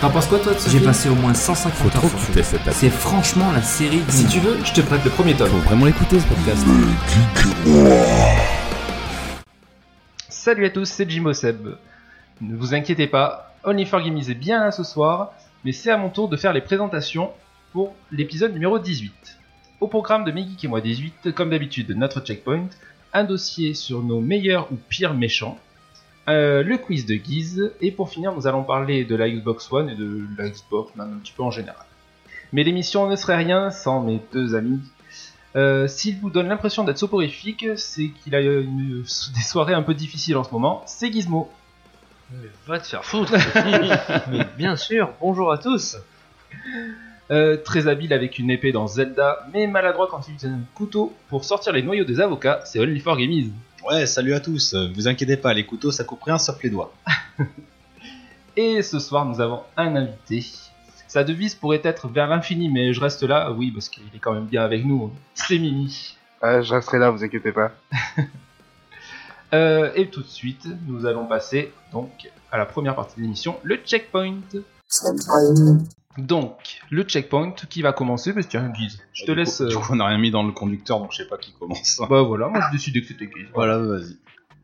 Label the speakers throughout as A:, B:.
A: T'en penses quoi toi de ce
B: J'ai
A: film
B: passé au moins 150
C: Faut trop
B: heures.
C: que tu testes cette table.
B: C'est franchement la série. du
A: Si
B: moment.
A: tu veux, je te prête le premier tome.
C: Faut vraiment l'écouter ce podcast.
A: Salut à tous, c'est Jimo Seb. Ne vous inquiétez pas, Only for Gamies est bien là ce soir, mais c'est à mon tour de faire les présentations pour l'épisode numéro 18. Au programme de Megeek et moi 18, comme d'habitude, notre checkpoint, un dossier sur nos meilleurs ou pires méchants, euh, le quiz de Guise, et pour finir, nous allons parler de la Xbox One et de la Xbox, même un petit peu en général. Mais l'émission ne serait rien sans mes deux amis euh, s'il vous donne l'impression d'être soporifique, c'est qu'il a euh, une- des soirées un peu difficiles en ce moment. C'est Gizmo.
D: Mais va te faire foutre Mais bien sûr, bonjour à tous
A: Euh, très habile avec une épée dans Zelda, mais maladroit quand il utilise un couteau pour sortir les noyaux des avocats, c'est Only for Gamies.
E: Ouais, salut à tous. euh, Vous inquiétez pas, les couteaux ça coupe rien sauf les doigts.
A: Et ce soir, nous avons un invité. Sa devise pourrait être vers l'infini, mais je reste là, oui, parce qu'il est quand même bien avec nous. C'est Mimi.
F: Ah, je resterai là, vous inquiétez pas.
A: Euh, et tout de suite, nous allons passer donc à la première partie de l'émission, le checkpoint. Donc, le checkpoint qui va commencer, parce que tiens, Guise, je te
E: Du coup-
A: laisse. euh,
E: Du coup, on a rien mis dans le conducteur, donc je sais pas qui commence.
A: Bah voilà, moi je décidais que c'était Guise.
E: Voilà, vas-y.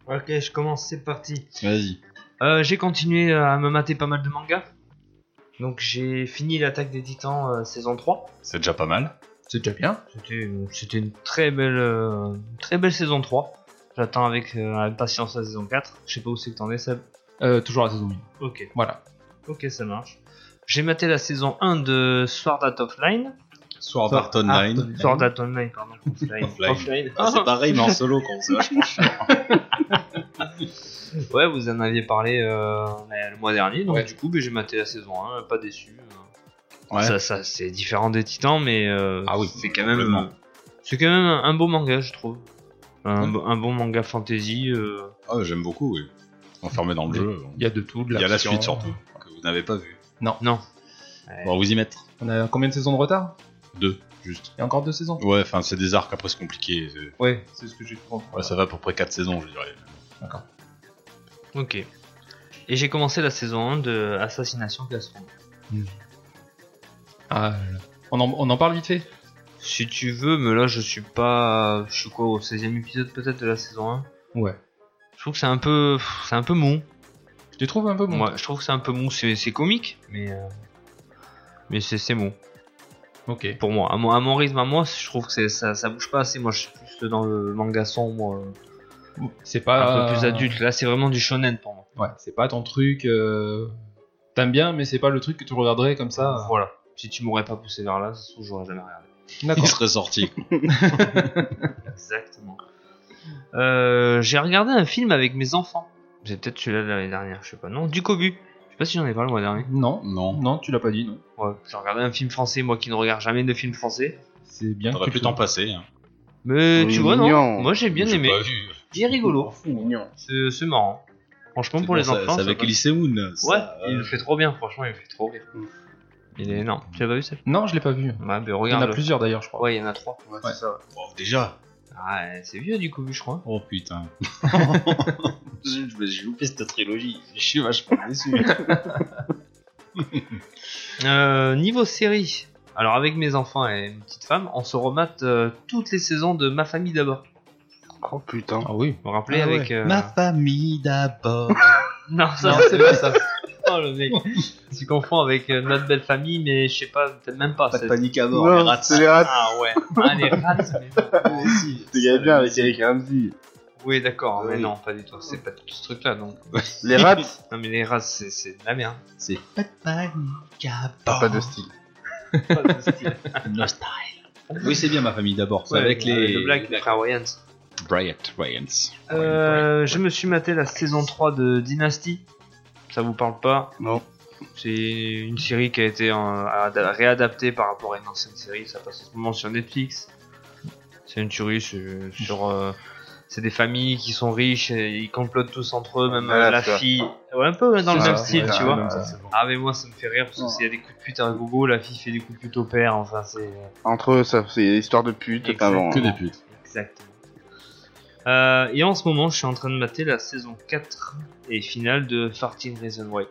D: Ok, je commence, c'est parti.
E: Vas-y.
D: Euh, j'ai continué à me mater pas mal de mangas. Donc j'ai fini l'attaque des titans euh, saison 3.
E: C'est déjà pas mal.
A: C'est déjà bien.
D: C'était c'était une très belle, euh, une très belle saison 3. J'attends avec euh, impatience la saison 4. Je sais pas où c'est que t'en es, Seb.
A: Euh, toujours la saison 1.
D: Ok,
A: Voilà.
D: ok, ça marche. J'ai maté la saison 1 de Sword Art Offline.
E: Sword
A: Sword
E: Art Online.
D: Sword Art Online, pardon. Offline.
E: Offline. Ah, c'est pareil, mais en solo, quand c'est vachement chiant.
D: Ouais, vous en aviez parlé euh, la- le mois dernier, donc
A: Ouais.
D: du coup, ben, j'ai maté la saison 1, pas déçu. euh.
E: Ouais.
D: Ça, ça, c'est différent des Titans, mais euh,
E: Ah oui,
D: c'est quand même,
E: complètement.
D: euh, c'est quand même un, un beau manga, je trouve. Un,
E: Ouais.
D: bo- un bon manga fantasy. euh.
E: Ah, j'aime beaucoup, oui. Enfermé dans le jeu.
A: Il y a de tout, de
E: Il y a la
A: l'action.
E: suite surtout, que vous n'avez pas vu.
D: Non.
E: On va vous y mettre.
A: On a combien de saisons de retard
E: Deux, juste.
A: Il y a encore deux saisons
E: Ouais, enfin, c'est des arcs, après c'est compliqué. c'est-
A: Ouais, c'est ce que j'ai compris.
E: Ouais, ça va pour près 4 saisons, je dirais.
D: Ok. Et j'ai commencé la saison 1 de Assassination Classroom.
A: Ah, là, là. On, en, on en parle vite fait
D: Si tu veux, mais là, je suis pas. Je suis quoi, au 16 e épisode peut-être de la saison 1
A: Ouais.
D: Je trouve que c'est un peu. C'est un peu mou.
A: Je te trouve un peu bon.
D: Moi, je trouve que c'est un peu mou, c'est c'est comique, mais euh, mais c'est c'est mou
A: Ok.
D: pour moi. À mon, à mon rythme, à moi, je trouve que c'est- ça, ça bouge pas assez. Moi, je suis plus dans le manga sombre, euh,
A: C'est
D: un
A: pas.
D: peu plus adulte. Là, c'est vraiment du shonen pour moi.
A: Ouais, c'est pas ton truc. euh, T'aimes bien, mais c'est pas le truc que tu regarderais comme ça.
D: Voilà. Si tu m'aurais pas poussé vers là, ça se trouve, j'aurais jamais regardé.
E: Il serait sorti.
D: Exactement. Euh, J'ai regardé un film avec mes enfants. J'ai peut-être celui-là de l'année dernière, je sais pas. Non, du Cobu. Je sais pas si j'en ai parlé le mois dernier.
A: Non,
E: Non.
A: non, tu l'as pas dit, non.
D: Ouais, j'ai regardé un film français, moi qui ne regarde jamais de films français.
A: C'est bien.
E: T'aurais
A: que
E: pu
A: tu-
E: t'en passer. hein.
D: Mais tu vois, non.
F: Mignon.
D: Moi j'ai bien
E: J'ai
D: aimé.
E: pas vu.
D: Il est rigolo.
F: Oh, Mignon.
D: C'est c'est marrant. Franchement,
E: C'est
D: pour
E: bon,
D: les
E: ça-
D: enfants.
E: C'est
D: ça
E: avec
D: passe.
E: Elise Moon.
D: Ouais,
E: ça,
D: il le
E: euh,
D: fait trop bien, franchement, il me fait trop rire. Il est énorme. Tu l'as pas vu ça
A: Non, je l'ai pas vu.
D: Ouais, mais
A: Il y en
D: regarde.
A: a plusieurs d'ailleurs, je crois.
D: Ouais, il y en a trois.
F: Ouais, c'est ça.
E: oh, déjà.
D: Ah, ouais, c'est vieux du coup, je crois.
E: Oh putain. J'ai j'ai loupé cette trilogie. Je suis vachement déçu.
D: Euh, niveau série, alors avec mes enfants et une petite femme, on se remate euh, toutes les saisons de Ma Famille d'abord.
F: Oh putain.
A: Ah oui.
D: Vous vous rappelez
E: Ah ouais.
D: avec. euh,
E: Ma famille d'abord.
D: Non, ça
A: Non,
D: c'est
A: c'est pas ça.
D: pas le mec. tu confonds avec euh, Notre Belle Famille, mais je sais pas, peut-être même pas.
E: Pas de
D: c'est-
E: panique à bord. les
F: Non,
E: rats.
F: c'est les rats.
D: Ah ouais. Ah, les rats, mais-
F: Il y a bien avec Eric Ramsey.
D: Oui, d'accord, mais
E: Oui.
D: non, pas du tout. C'est pas tout ce truc-là, donc.
F: Les rats
D: Non, mais les rats, c'est c'est de la merde.
E: C'est pas de panique à bord.
F: Pas de style.
E: No style. Oui, c'est bien ma famille d'abord. C'est
D: Ouais, euh,
E: avec les.
D: le Black, les frères Wayans.
E: Bryant Bryant.
D: Euh, je me suis maté la saison 3 de Dynasty. Ça vous parle pas
F: Non.
D: C'est une série qui a été euh, ad- réadaptée par rapport à une ancienne série. Ça passe en ce moment sur Netflix. C'est une tuerie c'est- sur. euh, c'est des familles qui sont riches et ils complotent tous entre eux, même
F: Ah,
D: euh, la
F: tu vois.
D: fille. Ouais, un peu dans le
F: Ah,
D: même
F: ouais,
D: style,
F: ouais,
D: tu
F: ouais,
D: vois.
F: ouais.
D: Ah, mais moi ça me fait rire parce que s'il y a des coups de pute à un gogo, la fille fait des coups de pute au père. Enfin, c'est. euh,
F: Entre eux, ça, c'est histoire de pute.
D: Exact.
F: Enfin, bon. hein.
E: Que des putes.
D: Exactement. Euh, et en ce moment, je suis en train de mater la saison 4 et finale de Farting Reason Why.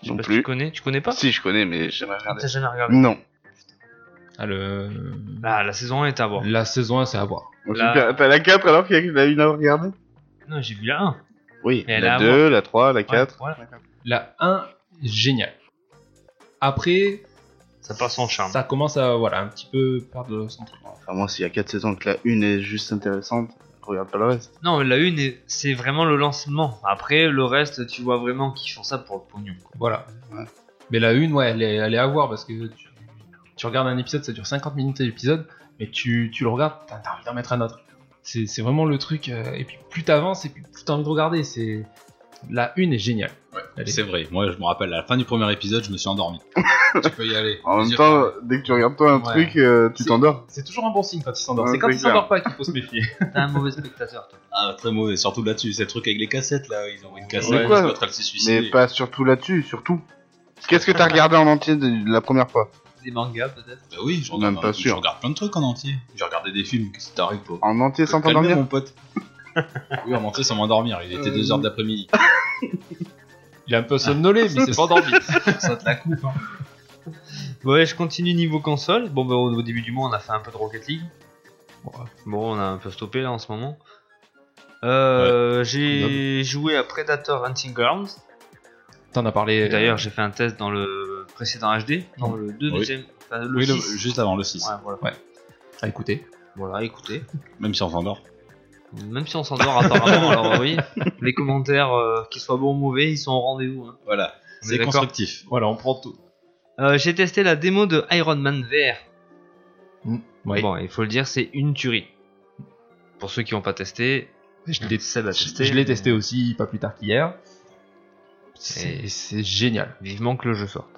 D: Je sais
F: Non
D: pas si
F: plus.
D: tu connais, tu connais pas Ah,
F: Si, je connais, mais j'ai jamais regardé.
D: T'as jamais regardé
F: Non.
A: Ah, le...
D: Ah, la saison 1 est à voir.
A: La saison 1, c'est à voir.
F: Bon,
D: Là-
F: super. T'as la 4 alors qu'il y en a une à regarder
D: Non, j'ai vu la 1.
F: Oui.
D: Mais elle a
F: la
D: à
F: 2, la 3, la 4.
D: voilà.
A: La 1, génial. Après,
D: Ça perd son charme.
A: ça commence à voilà, un petit peu perdre son truc.
F: Enfin, moi, s'il y a 4 saisons que la 1 est juste intéressante, regarde pas le reste.
D: Non, la 1, est- c'est vraiment le lancement. Après, le reste, tu vois vraiment qu'ils font ça pour le pognon. quoi.
A: Voilà.
F: Ouais.
A: Mais la 1, ouais, elle est, elle est à voir parce que tu, tu regardes un épisode, ça dure 50 minutes l'épisode, mais tu, tu le regardes, t'as t'as envie d'en mettre un autre. C'est c'est vraiment le truc. euh, et puis plus t'avances, et plus plus t'as envie de regarder. C'est La 1 est géniale. Elle est-
C: C'est vrai, moi je me rappelle, à la fin du premier épisode, je me suis endormi. tu peux y aller.
F: En même
C: Dire-
F: temps, dès que tu regardes toi un
A: Ouais.
F: truc, euh, tu
A: Si.
F: t'endors.
A: C'est toujours un bon signe quand il s'endort.
F: Ouais,
A: c'est quand
F: c'est
A: il s'endort pas qu'il faut se méfier.
D: T'es un mauvais spectateur, toi.
C: Ah, très mauvais, surtout là-dessus. C'est le truc avec les cassettes là, ils ont une cassette,
F: Mais quoi
C: ils sont en train de se suicider.
F: Mais pas surtout là-dessus, surtout. Qu'est-ce que t'as regardé en entier de, de la première fois
D: Des mangas, peut-être
C: Bah oui, je
F: Même
C: regarde,
F: pas
C: je
F: sûr.
C: regarde plein de trucs en entier. J'ai regardé des films, qu'est-ce qui t'arrive pas
F: En entier sans
C: Calmez,
F: t'endormir
C: mon pote. oui, on montait sans m'endormir, il était 2h de l'après-midi.
A: Il est un peu somnolé, mais c'est pas endormi.
C: Ça te la coupe. hein.
D: Ouais, je continue niveau console. Bon, bah, au au début du mois, on a fait un peu de Rocket League.
A: Ouais.
D: Bon, on a un peu stoppé là en ce moment. Euh, J'ai joué à Predator Hunting Grounds.
A: T'en as parlé.
D: D'ailleurs, j'ai fait un test dans le précédent HD, dans le deuxième, enfin, le
C: oui, le-
D: 6.
C: juste avant le 6.
D: Ouais, voilà.
A: à écouter.
D: Voilà, écoutez.
C: Même si on s'endort.
D: Même si on s'endort apparemment, alors oui, les commentaires, euh, qu'ils soient bons ou mauvais, ils sont au rendez-vous. hein.
C: Voilà,
D: On est
C: c'est
D: d'accord.
C: constructif.
A: Voilà, on prend tout.
D: Euh, j'ai testé la démo de Iron Man VR.
A: Ouais.
D: Bon, il faut le dire, c'est une tuerie. Pour ceux qui n'ont pas testé,
A: je l'ai
D: Seb a testé.
A: je l'ai
D: mais
A: testé aussi, pas plus tard qu'hier. C'est
D: Et-
A: c'est génial.
D: Vivement que le jeu sorte.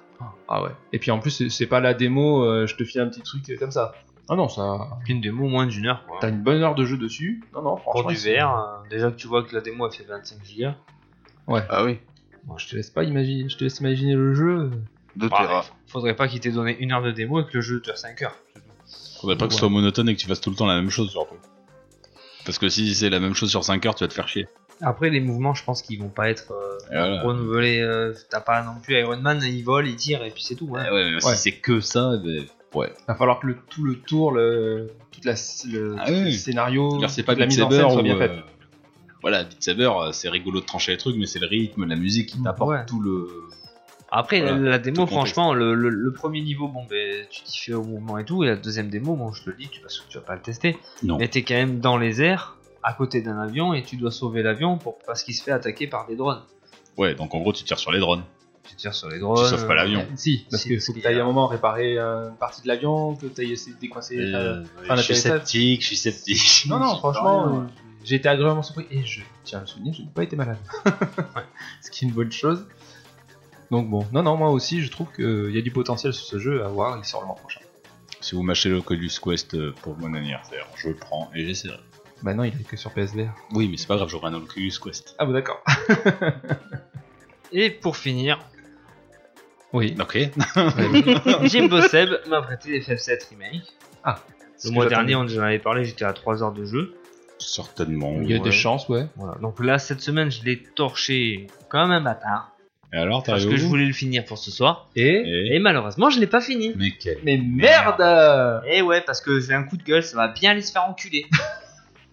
A: Ah ouais. Et puis en plus, c'est- c'est pas la démo, euh, je te file un petit truc euh, comme ça. Ah non, ça.
D: euh, Une démo moins d'une heure. Quoi.
A: T'as une bonne heure de jeu dessus. Non, non, franchement.
D: Pour du
A: c'est-
D: VR, euh, déjà que tu vois que la démo elle fait 25 gigas.
F: Ah oui,
A: Bon, je te laisse pas imaginer, je te laisse imaginer le jeu.
F: 2
D: Bah,
F: Tera.
D: Faudrait pas qu'il t'ait donné une heure de démo et que le jeu dure 5 heures.
C: Faudrait pas que ce soit monotone et que tu fasses tout le temps la même chose surtout. Parce que si c'est la même chose sur 5 heures, tu vas te faire chier.
D: Après, les mouvements, je pense qu'ils vont pas être euh,
C: Et voilà.
D: renouvelés. euh, T'as pas non plus Iron Man, il vole, il tire et puis c'est tout. hein.
C: Ouais, ouais, mais
A: Ouais.
C: si c'est que ça, ben, ouais.
A: Il va falloir que le, tout le tour, le, toute la, le,
C: Ah
A: tout le
C: oui.
A: scénario,
C: C'est-à-dire, c'est pas
A: toute la
C: Beat
A: mise en
C: Saber
A: scène soit
C: ou,
A: bien faite.
C: euh, Voilà, Beat Saber, euh, c'est rigolo de trancher les trucs, mais c'est le rythme, la musique
A: Mm,
C: qui t'apporte
D: Ouais.
C: tout le.
D: Après,
C: Voilà,
D: la, la démo,
C: tout le contexte.
D: franchement, le, le- le premier niveau, bon, ben, tu t'y fais au mouvement et tout, et la deuxième démo, bon, je te le dis, tu, parce que tu vas pas le tester,
C: Non.
D: mais t'es quand même dans les airs, à côté d'un avion, et tu dois sauver l'avion pour parce qu'il se fait attaquer par des drones.
C: Ouais, donc en gros, tu tires sur les drones.
D: Tu tires sur les drones. euh,
C: tu sauves pas l'avion.
A: Ouais, Si, parce
D: Si,
A: qu'il faut que
D: si,
A: tu ailles
D: euh,
A: un moment réparer euh, une partie de l'avion, que tu ailles essayer de décoincer. euh, enfin, la PSF.
C: sceptique, je suis sceptique.
A: Non, non, franchement, euh, j'ai été agréablement surpris. Et je tiens à le souligner, je n'ai pas été malade. ce qui est une bonne chose. Donc bon, non, non, moi aussi, je trouve qu'il y a du potentiel sur ce jeu à voir, il sort le mois prochain.
C: Si vous mâchez l'Oculus Quest euh, pour mon anniversaire, je le prends et j'essaierai.
A: Bah non, il est que sur PSVR.
C: Oui, mais c'est pas grave, j'aurai un Oculus Quest.
A: Ah bon, d'accord.
D: Et pour finir,
A: Oui.
C: Ok.
D: Jim Bosseb m'a prêté FF7 Remake.
A: Ah,
D: le mois dernier, on en avait parlé, j'étais à 3 heures de jeu.
C: Certainement.
A: Il y a
C: ouais.
A: des chances, ouais.
D: Voilà. Donc là, cette semaine, je l'ai torché comme un bâtard,
C: Et alors, t'as
D: parce que je voulais le finir pour ce soir,
A: Et.
C: Et...
D: et malheureusement, je l'ai pas fini.
C: Mais quel.
A: Mais merde
D: Eh ouais, parce que j'ai un coup de gueule, ça va bien aller se faire enculer.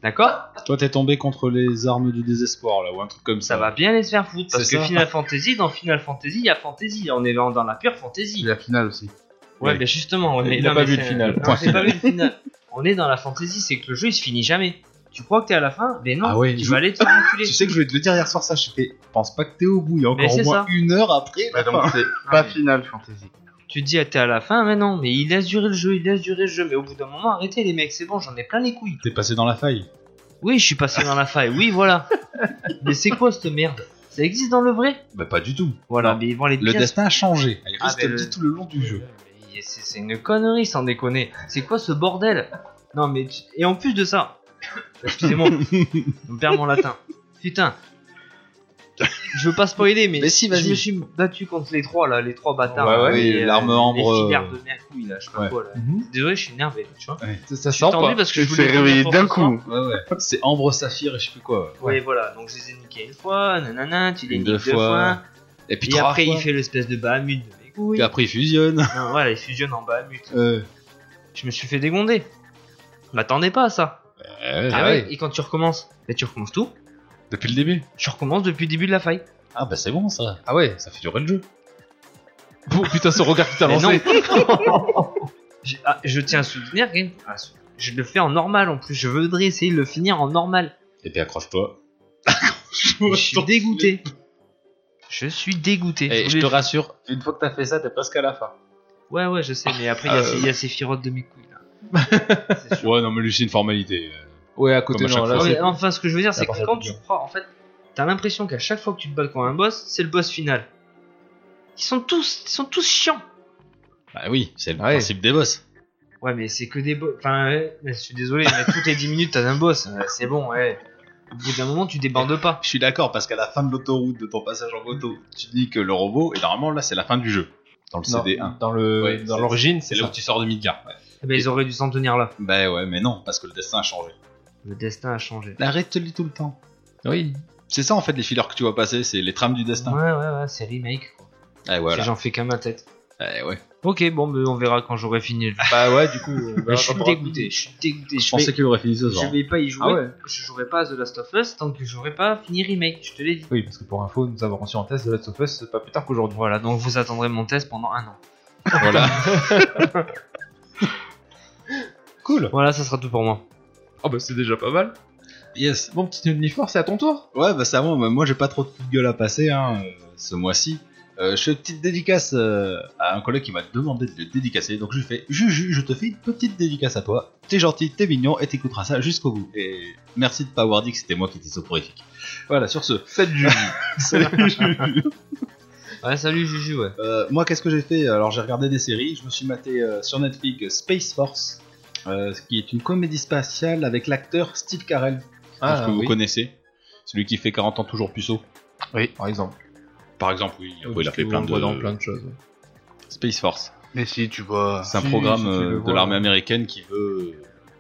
D: D'accord
C: Toi, t'es tombé contre les armes du désespoir, là, ou un truc comme ça.
D: Ça va bien aller se faire foutre. Parce
C: C'est
D: que
C: ça.
D: Final Fantasy, dans Final Fantasy, il y a Fantasy. On est dans dans la pure Fantasy.
F: la finale aussi.
D: Ouais,
C: Oui.
D: mais justement, on
C: Il
D: est.
C: n'a
D: non,
C: pas
D: mais
C: vu le
D: c'est-
C: final.
D: non,
C: Point
D: j'ai pas vu le final. On est dans la Fantasy, c'est que le jeu il se finit jamais. Tu crois que t'es à la fin Mais non,
C: Ah ouais,
D: tu
C: je-
D: vas aller te faire enculer.
C: Tu sais que je voulais te le dire hier soir, ça, je fais, pense pas que t'es au bout, il y a
D: Mais
C: encore
D: c'est
C: au moins
D: ça.
C: une heure après. la fin.
F: donc c'est
D: Ah,
F: pas
D: mais-
F: Final Fantasy.
D: Tu te dis, ah, t'es à la fin, mais non, mais il laisse durer le jeu, il laisse durer le jeu. Mais au bout d'un moment, arrêtez les mecs, c'est bon, j'en ai plein les couilles.
C: T'es passé dans la faille.
D: Oui, je suis passé dans la faille, oui, voilà. mais c'est quoi cette merde Ça existe dans le vrai
C: Bah, pas du tout.
D: Voilà,
C: Non.
D: mais ils vont les
C: Le
D: bien
C: destin a changé. Elle
D: Ah,
C: reste
D: mais
C: le...
D: le-
C: tout le long du jeu.
D: Mais C'est c'est une connerie sans déconner. C'est quoi ce bordel Non mais tu- et en plus de ça, excusez-moi, on perd mon latin. Putain, je veux pas spoiler mais,
C: Mais si,
D: je
C: vas-y.
D: me suis battu contre les trois là, les trois bâtards.
C: Ouais,
D: là,
C: ouais,
D: les,
C: oui, l'arme ambre,
D: les
C: euh,
D: filières de mercouille là, je sais pas
C: ouais.
D: quoi là. Désolé, je suis énervé, tu vois.
A: Ça, ça
D: Je suis
A: sent
D: tendu
A: pas.
D: parce que
F: Tu
D: je
F: te
D: voulais
F: fais
D: le
F: réveiller
D: faire
F: d'un
D: pour ce soir.
F: coup.
C: Ouais, ouais. C'est ambre, saphir et je sais plus quoi.
D: Ouais, voilà, donc je les ai niqués une fois, nanana, tu les
C: Une,
D: niques
C: deux
D: deux
C: fois.
D: fois.
C: Et puis,
D: Et
C: trois
D: après,
C: fois.
D: il fait l'espèce de Bahamut. de mec.
C: Puis après, il fusionne.
D: Non, voilà, il fusionne en Bahamut.
C: Euh,
D: Je me suis fait dégonder. M'attendais pas à ça.
C: ouais,
D: Ah
C: ouais.
D: ouais, Et quand tu recommences, mais tu recommences tout.
C: Depuis le début.
D: Tu recommences depuis le début de la faille.
C: Ah bah c'est bon ça.
A: Ah ouais
C: Ça fait durer le jeu. Oh putain, son regard qui t'a
D: Mais
C: lancé.
D: J'ai- ah, je tiens à soutenir, Game. Ah, Je le fais en normal en plus. Je voudrais essayer de le finir en normal.
C: Et puis Eh accroche-toi.
D: Je suis dégoûté. Je suis dégoûté.
C: Et
D: Vous
C: Eh, je te
D: voulez-
C: rassure, une fois que t'as fait ça, t'es presque à la fin.
D: Ouais, ouais, je sais, mais après, il y a ces- il y a ces firottes de mes couilles. là. C'est sûr.
C: Ouais, non, mais lui, c'est une formalité.
A: Ouais, à côté,
C: Comme à
A: non,
C: chaque
A: là,
D: Non,
C: fois.
D: mais
A: c'est-
D: enfin, ce que je veux dire, c'est
A: part
D: que
A: faire
D: quand
A: du
D: tu prends, en fait, t'as l'impression qu'à chaque fois que tu te bats contre un boss, c'est le boss final. Ils sont tous, ils sont tous chiants.
C: Bah oui, c'est le
A: Ouais.
C: principe des boss.
D: Ouais, mais c'est que des boss. Enfin, ouais, je suis désolé, mais toutes les 10 minutes, t'as un boss. Ouais, C'est bon, ouais. Au bout d'un moment, tu débordes pas.
C: Je suis d'accord, parce qu'à la fin de l'autoroute, de ton passage en moto, tu dis que le robot, et normalement, là, c'est la fin du jeu. Dans le
A: non,
C: CD1.
A: dans le
C: Ouais,
A: dans
C: c'est-
A: l'origine,
C: C'est
A: c'est
C: là où
A: ça.
C: tu sors de Midgar. Ouais.
D: Eh ben, ils auraient dû s'en tenir là.
C: Bah ouais, mais non, parce que le destin a changé.
D: Le destin a changé.
C: Arrête-le tout le temps.
A: Oui.
C: C'est ça, en fait, les fillers que tu vois passer, c'est les trames du
D: Ouais,
C: destin.
D: ouais, ouais, c'est remake. quoi.
C: Eh
D: C'est
C: voilà.
D: J'en fais qu'à ma tête.
C: Eh ouais.
D: Ok, bon, ben, on verra quand j'aurai fini. le jeu.
A: Bah ouais, du coup. euh, bah,
D: Mais je suis
A: bah,
D: dégoûté, je suis dégoûté.
C: Je
D: Je,
C: pensais
D: vais,
C: qu'il aurait fini ce
D: je
C: genre.
D: vais pas y jouer.
A: Ah ouais.
D: Je jouerai pas à The Last of Us tant que j'aurai pas fini remake, je te l'ai dit.
A: Oui, parce que pour info, nous avons reçu en test de Last of Us pas plus tard qu'aujourd'hui.
D: Voilà, donc vous attendrez mon test pendant un an.
C: voilà. cool.
D: Voilà, ça sera tout pour moi.
A: Oh bah c'est déjà pas mal.
C: Yes.
A: Bon petit uniforme, c'est à ton tour.
C: Ouais, bah ça, moi, moi j'ai pas trop de coup de gueule à passer hein, euh, ce mois-ci. Euh, je fais une petite dédicace euh, à un collègue qui m'a demandé de le dédicacer, donc je lui fais Juju, je te fais une petite dédicace à toi. T'es gentil, t'es mignon et t'écouteras ça jusqu'au bout. Et merci de pas avoir dit que c'était moi qui étais soporifique. Voilà, sur ce.
A: Salut Julie.
C: Salut, Juju.
D: Ouais, salut Juju, ouais.
C: Euh, moi, qu'est-ce que j'ai fait Alors, j'ai regardé des séries. Je me suis maté euh, sur Netflix euh, Space Force, euh, qui est une comédie spatiale avec l'acteur Steve Carell,
A: Ah,
C: que vous
A: oui.
C: connaissez, celui qui fait 40 ans toujours puceau.
A: Oui, par exemple.
C: Par exemple, oui,
A: Oui,
C: il a
A: parce
C: fait
A: que
C: plein
A: on
C: de...
A: voit dans plein de choses.
C: Space Force.
F: Mais si, tu vois.
C: C'est un
A: Ah, Si,
C: programme
A: si tu le
C: euh, de
A: vois.
C: l'armée américaine qui veut.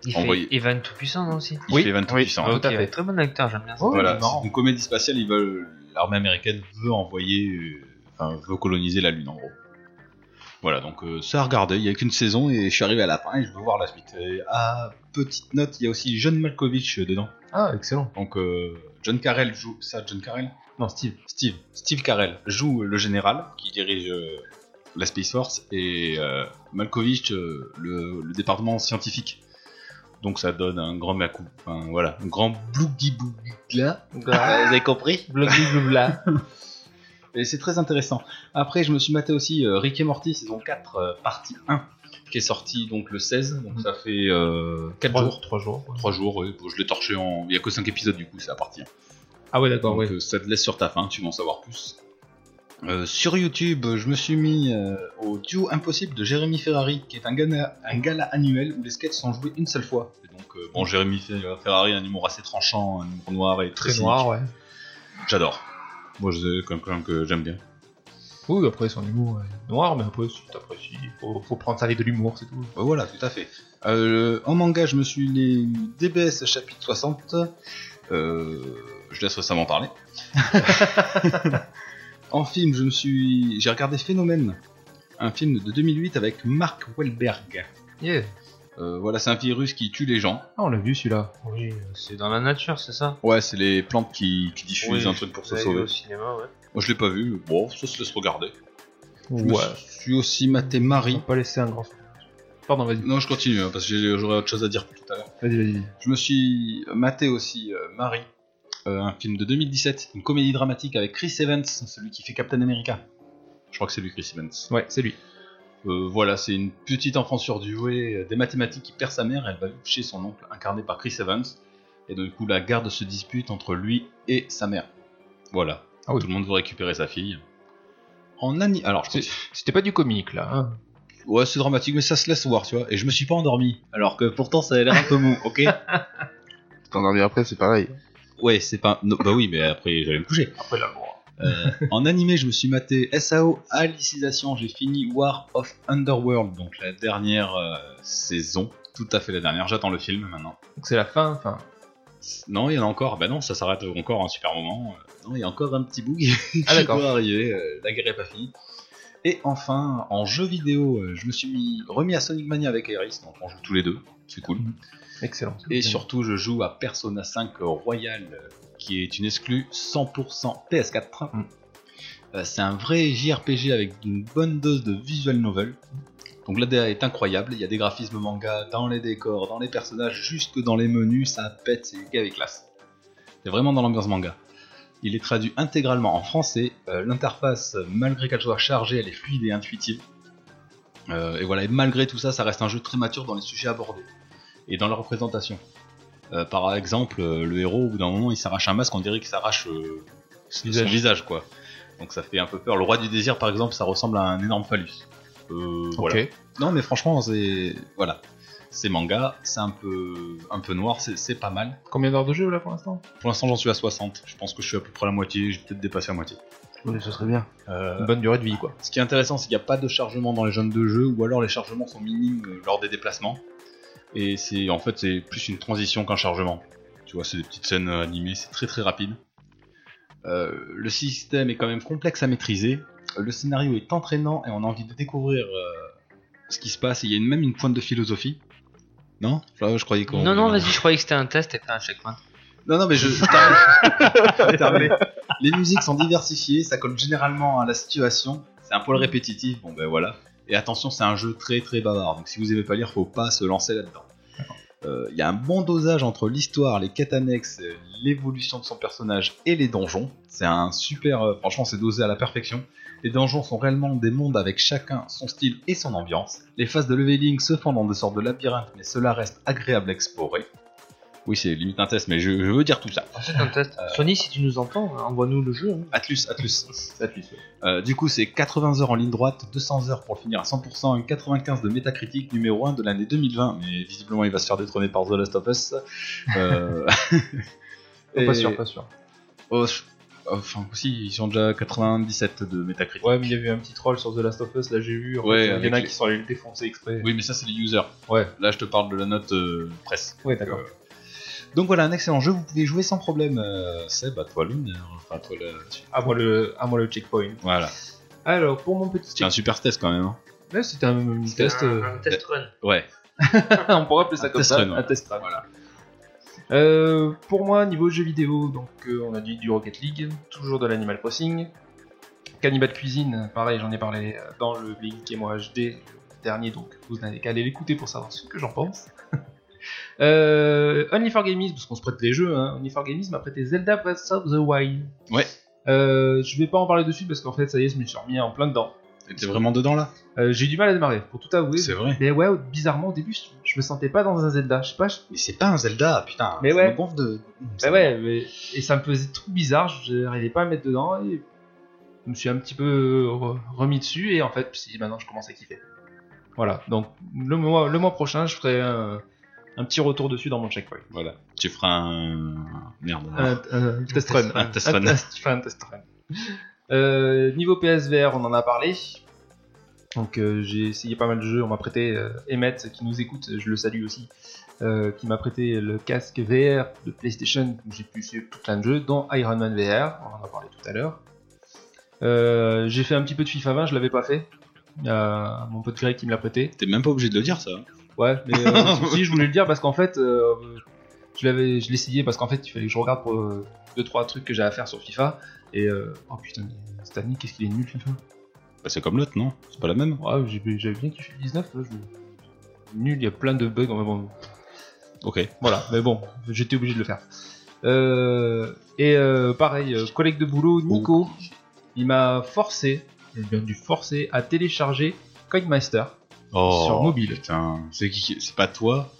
D: Il
C: Envoyé.
D: fait Evan Tout-Puissant non, aussi.
C: Il
A: Oui,
C: fait 28
F: oui,
C: puissants.
A: Ah, tout
D: Ok,
A: à fait.
D: Très bon acteur, j'aime bien ça.
A: Oh,
C: voilà,
A: il est marrant.
C: c'est une comédie spatiale. Ils veulent l'armée américaine veut envoyer, euh, enfin veut coloniser la lune en gros. Voilà, donc euh, ça a regardé. Il y a qu'une saison et je suis arrivé à la fin et je veux voir la suite. Et, ah, petite note, il y a aussi John Malkovich euh, dedans.
A: Ah excellent.
C: Donc euh, John Carell joue ça. John Carell.
A: Non Steve.
C: Steve, Steve Carell joue le général qui dirige euh, la Space Force et euh, Malkovich euh, le, le département scientifique. Donc ça donne un grand macou, enfin voilà, un grand blougi blougi là.
E: euh, Vous avez compris
A: Blablabla.
C: Et c'est très intéressant. Après, je me suis maté aussi euh, Rick et Morty saison 4 euh, partie 1 qui est sorti donc le 16, donc ça fait 4 jours,
A: 3 jours. ouais.
C: 3 jours. ouais. Bon, je l'ai torché en, il y a que 5 épisodes du coup, c'est à partie
A: Ah ouais d'accord.
C: Donc,
A: Ouais.
C: euh, ça te laisse sur ta fin, tu vas en savoir plus. Euh, sur YouTube, je me suis mis euh, au duo impossible de Jérémy Ferrari, qui est un gala, un gala annuel où les sketchs sont joués une seule fois. Et donc, euh, bon, Jérémy Fer- Ferrari, un humour assez tranchant, un humour noir et
A: Très
C: cynique.
A: noir ouais.
C: J'adore. Moi, c'est quelqu'un que j'aime bien.
A: Oui après son humour est noir mais après si t'apprécies, faut, faut prendre ça avec de l'humour c'est tout.
C: Ouais, voilà, tout à fait. Euh, en manga, je me suis les DBS chapitre 60. Euh, je laisse récemment parler. en film, je me suis, j'ai regardé Phénomène, un film de 2008 avec Mark Wahlberg.
A: Yeah.
C: Euh, voilà, c'est un virus qui tue les gens.
A: Ah on l'a vu celui-là.
D: Oui, euh, c'est dans la nature, c'est ça
C: Ouais, c'est les plantes qui, qui diffusent
D: Oui,
C: un truc pour se
D: Ouais,
C: sauver.
D: Au cinéma, ouais.
C: Moi, je l'ai pas vu. mais Bon, ça se laisse regarder. Je me
A: Ouais.
C: suis aussi maté
A: On
C: Marie.
A: va pas laisser un grand. Pardon vas-y.
C: Non, je continue hein, parce que j'ai- j'aurais autre chose à dire tout à l'heure.
A: Vas-y vas-y.
C: Je me suis maté aussi euh, Marie, euh, un film de 2017, une comédie dramatique avec Chris Evans, celui qui fait Captain America. Je crois que c'est lui, Chris Evans.
A: Ouais c'est lui.
C: Euh, voilà, c'est une petite enfant surdouée euh, des mathématiques qui perd sa mère. Elle va vivre chez son oncle, incarné par Chris Evans. Et du coup, la garde se dispute entre lui et sa mère. Voilà.
A: Ah oui.
C: Tout le monde veut récupérer sa fille. En ani- Alors, je continue.
A: C'était pas du comique là. hein.
C: ouais, c'est dramatique, mais ça se laisse voir, tu vois. Et je me suis pas endormi. Alors que pourtant, ça a l'air un peu mou, ok
F: T'endormir après, c'est pareil.
C: Ouais, c'est pas. non, bah oui, mais après, j'allais me coucher. Après la en animé, je me suis maté SAO Alicisation. J'ai fini War of Underworld, donc la dernière euh, saison. Tout à fait la dernière. J'attends le film maintenant.
A: Donc c'est la fin enfin.
C: Non, il y en a encore. Ben non, ça s'arrête encore un super moment. Euh, Non, il y a encore un petit bout qui
A: Ah,
C: qui
A: d'accord.
C: doit arriver. euh, La guerre est pas finie. Et enfin, en jeu vidéo, euh, je me suis mis- remis à Sonic Mania avec Iris. Donc on joue tous les deux. C'est cool.
A: Excellent.
C: Et surtout, je joue à Persona 5 Royal, euh, qui est une exclue 100% PS4.
A: Mm.
C: Euh, C'est un vrai JRPG avec une bonne dose de visual novel. Donc la DA est incroyable, il y a des graphismes manga dans les décors, dans les personnages, jusque dans les menus, ça pète, c'est gay avec classe. C'est vraiment dans l'ambiance manga. Il est traduit intégralement en français, euh, l'interface, euh, malgré qu'elle soit chargée, elle est fluide et intuitive. Euh, et voilà, et malgré tout ça, ça reste un jeu très mature dans les sujets abordés et dans la représentation. Euh, par exemple, euh, le héros, au bout d'un moment, il s'arrache un masque, on dirait qu'il s'arrache euh, son
A: Visage.
C: visage, quoi. Donc ça fait un peu peur. Le roi du désir, par exemple, ça ressemble à un énorme phallus. Euh, voilà.
A: Ok.
C: Non, mais franchement, c'est voilà, c'est manga, c'est un peu un peu noir, c'est- c'est pas mal.
A: Combien d'heures de jeu là pour l'instant
C: Pour l'instant, j'en suis à 60. Je pense que je suis à peu près à la moitié, j'ai peut-être dépassé la moitié.
F: Oui, ce serait bien.
C: Euh,
A: Une bonne durée de vie quoi.
C: ce qui est intéressant, c'est qu'il n'y a pas de chargement dans les jeunes de jeu, ou alors les chargements sont minimes euh, lors des déplacements. Et c'est en fait c'est plus une transition qu'un chargement. Tu vois, c'est des petites scènes euh, animées, c'est très très rapide. Euh, le système est quand même complexe à maîtriser. Euh, Le scénario est entraînant et on a envie de découvrir euh, ce qui se passe. Il y a une- même une pointe de philosophie. Non Là, je croyais qu'on.
D: Non, non, vas-y, je croyais que c'était un test et pas un checkpoint.
C: Non, non, mais je. je termine. Je termine. Les musiques sont diversifiées, ça colle généralement à la situation. C'est un poil répétitif, bon ben voilà. Et attention, c'est un jeu très très bavard, donc si vous aimez pas lire, faut pas se lancer là-dedans. Euh, Il y a un bon dosage entre l'histoire, les quêtes annexes, euh, l'évolution de son personnage et les donjons. C'est un super. euh, franchement, c'est dosé à la perfection. Les donjons sont réellement des mondes avec chacun son style et son ambiance. Les phases de leveling se font dans des sortes de labyrinthes, mais cela reste agréable à explorer. Oui, c'est limite un test, mais je, je veux dire tout ça.
D: Ah, C'est un test.
A: Euh.
D: Sony, si tu nous entends, envoie-nous le jeu. hein.
C: Atlus, Atlus. Euh, du coup, c'est 80 heures en ligne droite, 200 heures pour finir à 100%, un 95 de Metacritic numéro 1 de l'année 2020, mais visiblement il va se faire détrôner par The Last of Us. Euh, et-
A: Pas sûr, pas sûr.
C: Oh, je- Enfin, aussi, ils sont déjà à 97 de Metacritic.
A: Ouais, mais il y a eu un petit troll sur The Last of Us, là j'ai vu. en
C: Ouais,
A: fait, il y
C: avec
A: en a
C: les-
A: qui sont allés le défoncer exprès.
C: Oui, mais ça, c'est les users.
A: Ouais.
C: Là, je te parle de la note euh, presse.
A: Ouais, d'accord.
C: Donc voilà, un excellent jeu, vous pouvez jouer sans problème. Euh, Seb, à toi l'honneur. Enfin, à toi la...
A: À moi le, à moi le checkpoint.
C: Voilà.
A: Alors, pour mon petit
C: C'est un
A: checkpoint.
C: super test quand même. hein.
A: Là, c'était un test.
D: Un-
A: euh,
D: un test run.
C: Ouais.
A: on pourrait appeler
C: Un
A: ça comme
C: test
A: ça.
C: run, ouais.
A: Un test run. Euh, pour moi, niveau jeu vidéo, donc euh, on a dit du Rocket League, toujours de l'Animal Crossing. Cannibal Cuisine, pareil, j'en ai parlé euh, dans le Blink et moi HD le euh, dernier, donc vous n'avez qu'à aller l'écouter pour savoir ce que j'en pense. euh, Only for Games, parce qu'on se prête les jeux, hein, Only for Games m'a prêté Zelda Breath of the Wild.
C: Ouais.
A: Euh, je vais pas en parler dessus parce qu'en fait, ça y est, je me suis remis en plein dedans.
C: T'es vraiment dedans là
A: Euh, J'ai eu du mal à démarrer, pour tout avouer.
C: C'est vrai.
A: Mais ouais, bizarrement au début, je- je me sentais pas dans un Zelda. Je sais pas, je-
C: Mais c'est pas un Zelda, putain.
A: Mais
C: ça
A: ouais.
C: me gonfle de.
A: Bah ouais, mais- et ça me faisait trop bizarre, je n'arrivais pas à me mettre dedans, et je me suis un petit peu re- remis dessus, et en fait, si, maintenant je commence à kiffer. Voilà, donc le mois, le mois prochain, je ferai un, un petit retour dessus dans mon checkpoint.
C: Voilà. Tu feras un. Merde.
A: Un, un test run.
C: Un test run.
A: Un euh, test- un test run. Euh, niveau PSVR, on en a parlé. Donc euh, j'ai essayé pas mal de jeux. On m'a prêté euh, Emmet qui nous écoute, je le salue aussi, euh, qui m'a prêté le casque VR de PlayStation. où J'ai pu suivre tout plein de jeux, dont Iron Man VR. On en a parlé tout à l'heure. Euh, j'ai fait un petit peu de FIFA 20, je l'avais pas fait. Il y a mon pote Greg qui me l'a prêté.
C: T'es même pas obligé de le dire ça.
A: Ouais, mais euh, si, si, je voulais le dire parce qu'en fait, euh, je l'avais, je l'ai essayé parce qu'en fait, il fallait que je regarde pour 2 deux trois trucs que j'ai à faire sur FIFA. Et euh, oh putain, mais cette année, qu'est-ce qu'il est nul FIFA
C: Bah, c'est comme l'autre, non C'est pas la même
A: Ouais, j'ai- j'avais bien kiffé le 19. là, je- Nul, il y a plein de bugs. mais bon,
C: Ok.
A: voilà, mais bon, j'étais obligé de le faire. Euh, et euh, pareil, euh, collègue de boulot, Nico, il m'a forcé, j'ai bien dû forcer à télécharger Coinmaster.
C: Oh.
A: Sur mobile.
C: Putain. C'est qui C'est pas toi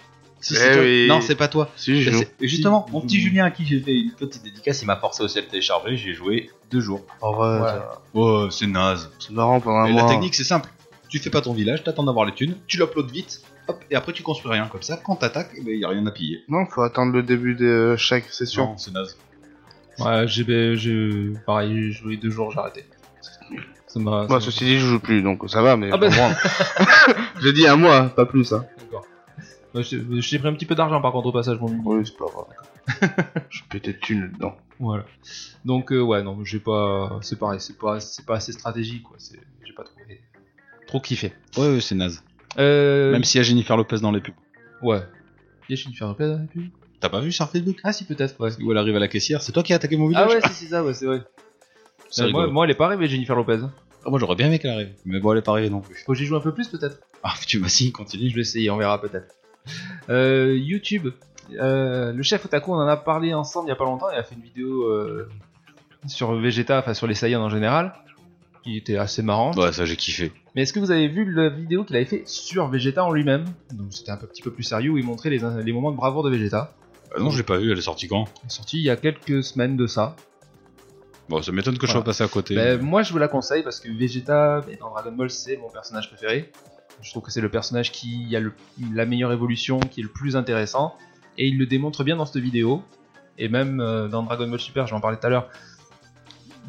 C: Si,
F: Eh
C: c'est toi.
F: oui.
C: Non, c'est pas toi.
F: Si, je joue.
C: C'est- Justement, mon
A: Mmh.
C: petit Julien à qui j'ai fait une petite dédicace, il m'a forcé aussi à le télécharger. J'ai joué deux jours.
F: En vrai,
A: Voilà.
C: Oh, c'est naze.
F: c'est marrant pendant un
C: Et la
F: mois.
C: technique, c'est simple. Tu fais pas ton village, t'attends d'avoir les thunes, tu l'uploades vite, hop, et après tu construis rien. Comme ça, quand t'attaques, il y a rien à piller.
F: Non, faut attendre le début de euh, chaque session.
C: Non, c'est naze.
A: Ouais, j'ai, ben, j'ai- pareil, j'ai joué deux jours, j'ai arrêté. Ça m'a.
F: Moi,
A: ça-
F: ceci dit, je joue plus, donc ça va, mais
A: Ah
F: je
A: bah-
F: comprends. J'ai dit un mois, pas plus. Hein.
A: D'accord. Ouais, J'ai j'ai pris un petit peu d'argent par contre au passage, mon ami.
F: Oui, c'est pas grave. Je suis peut-être une là-dedans.
A: Voilà. Donc euh, ouais, non, j'ai pas, c'est pareil, c'est pas, c'est pas assez stratégique, quoi. C'est- J'ai pas trouvé, trop kiffé.
C: Ouais, ouais, c'est naze.
A: Euh,
C: Même s'il y a Jennifer Lopez dans les pubs.
A: ouais. Y a Jennifer Lopez dans la pub
C: T'as pas vu sur Facebook
A: Ah si peut-être. Ouais.
C: Où elle arrive à la caissière, c'est toi qui as attaqué mon village
A: Ah ouais, si, c'est ça, ouais, c'est vrai.
C: C'est
A: Bah,
C: rigolo.
A: moi, moi, elle est pas arrivée, Jennifer Lopez.
C: Ah, moi, j'aurais bien aimé qu'elle arrive. Mais bon, elle est pas arrivée non plus.
A: Faut que j'y joue un peu plus peut-être.
C: Ah, tu vas si, continue.
A: Je vais essayer, on verra peut-être. Euh, YouTube. Euh, le chef Otaku, on en a parlé ensemble il y a pas longtemps. Il a fait une vidéo euh, sur Vegeta, enfin sur les Saiyans en général, qui était assez marrant.
C: Ouais, Bah, ça, j'ai kiffé.
A: Mais est-ce que vous avez vu la vidéo qu'il avait fait sur Vegeta en lui-même Donc c'était un peu- petit peu plus sérieux où il montrait les, les moments de bravoure de Vegeta.
C: Ah non, je l'ai pas vu, elle est sortie quand
A: Sorti il y a quelques semaines de ça.
C: Bon, ça m'étonne que je
A: Voilà.
C: sois passé à côté.
A: Ben, moi je vous la conseille parce que Vegeta ben, dans Dragon Ball c'est mon personnage préféré. Je trouve que c'est le personnage qui a le- la meilleure évolution, qui est le plus intéressant. Et il le démontre bien dans cette vidéo. Et même euh, dans Dragon Ball Super, je vais en parlais tout à l'heure.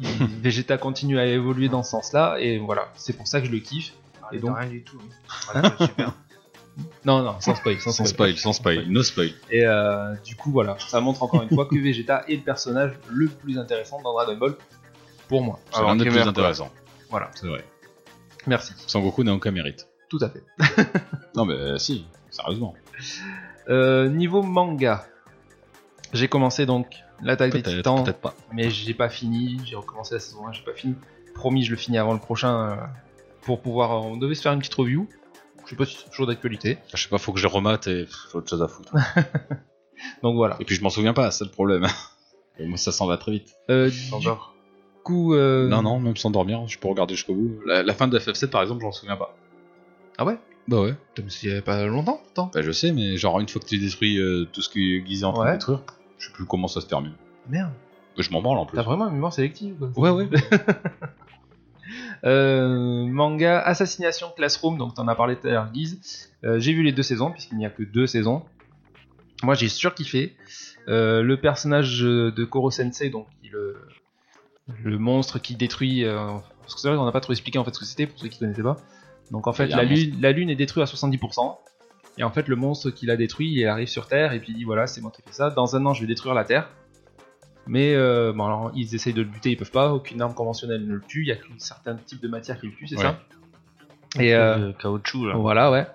A: il- Vegeta continue à évoluer dans ce sens-là. Et voilà, c'est pour ça que je Ah, le kiffe.
D: Et
A: donc-
D: donc rien du tout. hein. Voilà, c'est super.
A: Non, non, sans spoil, sans
C: Sans
A: spoil.
C: spoil, sans spoil, no spoil.
A: Et euh, du coup, voilà, ça montre encore une fois que Vegeta est le personnage le plus intéressant dans Dragon Ball pour moi.
C: C'est
F: Alors,
C: l'un des
F: Gamer,
C: plus
F: quoi.
C: intéressants.
A: Voilà.
C: C'est vrai.
A: Merci,
C: Sangoku n'a aucun mérite.
A: tout à fait.
C: Non, mais euh, si, sérieusement.
A: Euh, niveau manga, j'ai commencé donc l'attaque des
C: Peut-être
A: titans,
C: peut-être pas.
A: mais j'ai pas fini, j'ai recommencé la saison 1, j'ai pas fini. Promis, je le finis avant le prochain euh, pour pouvoir. euh, On devait se faire une petite review. Je sais pas si c'est toujours d'actualité.
C: Ah, Je sais pas, faut que je remate et pff, j'ai autre chose à foutre.
A: Donc voilà.
C: et puis je m'en souviens pas, c'est le problème. Et moi, ça s'en va très vite.
A: Euh, du coup. euh,
C: Non, non, même sans dormir, je peux regarder jusqu'au bout. La, la fin de FF7, par exemple, j'en souviens pas.
A: Ah ouais
C: Bah ouais.
A: Putain, mais c'était il y a pas longtemps, pourtant.
C: Bah je sais, mais genre, une fois que tu détruis euh, tout ce que Guise est en train
A: Ouais.
C: de détruire, je sais plus comment ça se termine.
A: Merde.
C: Mais je m'en branle en plus.
A: T'as vraiment une mémoire sélective. quoi.
C: Ouais, ouais.
A: Euh, manga Assassination Classroom, donc t'en as parlé tout à l'heure, Guise. Euh, j'ai vu les deux saisons, puisqu'il n'y a que deux saisons. Moi, j'ai surkiffé. Euh, le personnage euh, de Koro Sensei, donc qui est le, le monstre qui détruit. euh, parce que c'est vrai qu'on n'a pas trop expliqué en fait ce que c'était pour ceux qui connaissaient pas. Donc en fait,
C: Il y a
A: la
C: un
A: lune, la lune est détruite à 70%. Et en fait, le monstre qui l'a détruit, il arrive sur Terre et puis il dit voilà, c'est moi qui ai fait ça. Dans un an, je vais détruire la Terre. Mais euh, bon, alors, ils essayent de le buter, ils peuvent pas. Aucune arme conventionnelle ne le tue. Il y a qu'un certain type de matière qui le tue, c'est
C: Ouais.
A: ça. Et euh,
D: Le caoutchouc là.
A: voilà, ouais.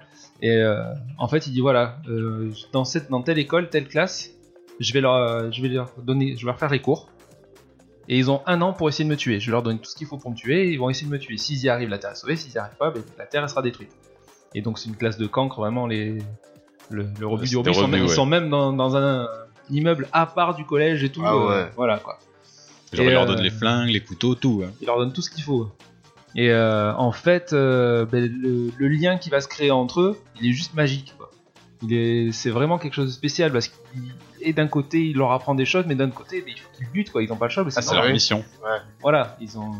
A: Et euh, en fait, il dit voilà, euh, dans, cette, dans telle école, telle classe, je vais leur, euh, je vais leur donner, je vais leur faire les cours. Et ils ont un an pour essayer de me tuer. Je vais leur donne tout ce qu'il faut pour me tuer. Et ils vont essayer de me tuer. S'ils y arrivent, la Terre est sauvée. S'ils y arrivent pas, ben, la Terre elle sera détruite. Et donc c'est une classe de cancre vraiment les le, le rebut
C: C'est
A: du
C: des
A: rebut. Ils sont,
C: revenus,
A: même- ils
C: ouais.
A: sont même dans, dans un immeuble à part du collège et tout.
F: Ah
A: euh,
F: ouais.
A: voilà quoi.
C: Genre,
A: Et,
C: il leur
A: euh,
C: donne les flingues, les couteaux, tout. hein.
A: Il leur donne tout ce qu'il faut. Et euh, en fait, euh, ben, le, le lien qui va se créer entre eux, il est juste magique. Quoi. Il est, c'est vraiment quelque chose de spécial parce qu'il et d'un côté il leur apprend des choses, mais d'un autre côté ben, il faut qu'ils luttent quoi. Ils n'ont pas le choix. parce que
C: Ah, c'est
A: sinon,
C: leur
F: vrai.
C: mission.
A: Voilà, ils ont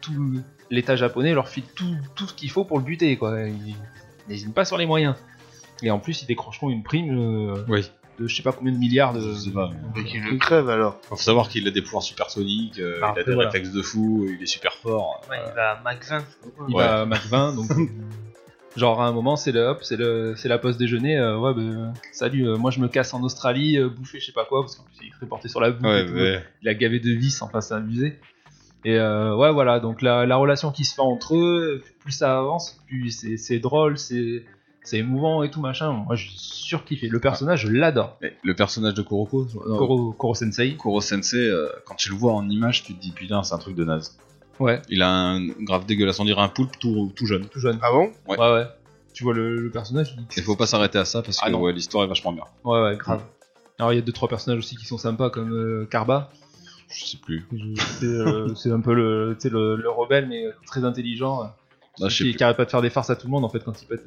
A: tout l'État japonais leur file tout, tout ce qu'il faut pour le buter quoi. Ils n'hésitent pas sur les moyens. Et en plus ils décrocheront une prime euh,
C: Oui.
A: de je sais pas combien de milliards de.
C: Je sais pas, mais-
F: Et qu'il le crève alors.
C: Faut savoir qu'il a des pouvoirs supersoniques, euh,
A: Ah,
C: il a
A: après,
C: des
A: voilà.
C: réflexes de fou, euh, il est super fort.
D: Ouais, il va à Mac 20.
A: Il
C: Ouais.
A: va à Mac 20, donc. euh, Genre à un moment c'est le hop, c'est le c'est la pause déjeuner, euh, ouais ben salut, euh, moi je me casse en Australie, euh, bouffer je sais pas quoi, parce qu'en plus il est reporté sur la bouffe, et tout. il a gavé de vis, enfin c'est amusé. Et euh, ouais voilà, donc la, la relation qui se fait entre eux, plus ça avance, plus c'est- c'est drôle, c'est c'est émouvant et tout machin, moi je suis surkiffé, le personnage je l'adore,
C: Mais le personnage de Kuroko, non,
A: Koro, Koro Sensei,
C: Kuro Sensei, euh, quand tu le vois en image, tu te dis putain, c'est un truc de naze.
A: ouais,
C: Il a un grave dégueulasse, on dirait un poulpe tout, tout jeune.
A: tout jeune,
F: Ah bon
C: Ouais.
A: ouais ouais, tu vois le, le personnage, il-
C: Il faut pas s'arrêter à ça parce que
A: Ah non.
C: ouais, l'histoire est vachement bien.
A: ouais ouais grave. Alors il y a deux trois personnages aussi qui sont sympas comme euh, Karba,
C: Je sais plus.
A: C'est euh, c'est un peu le, tu sais, le, le rebelle, mais euh, très intelligent.
C: Ah, je sais
A: qui
C: plus.
A: qui arrête pas de faire des farces à tout le monde en fait quand il pète.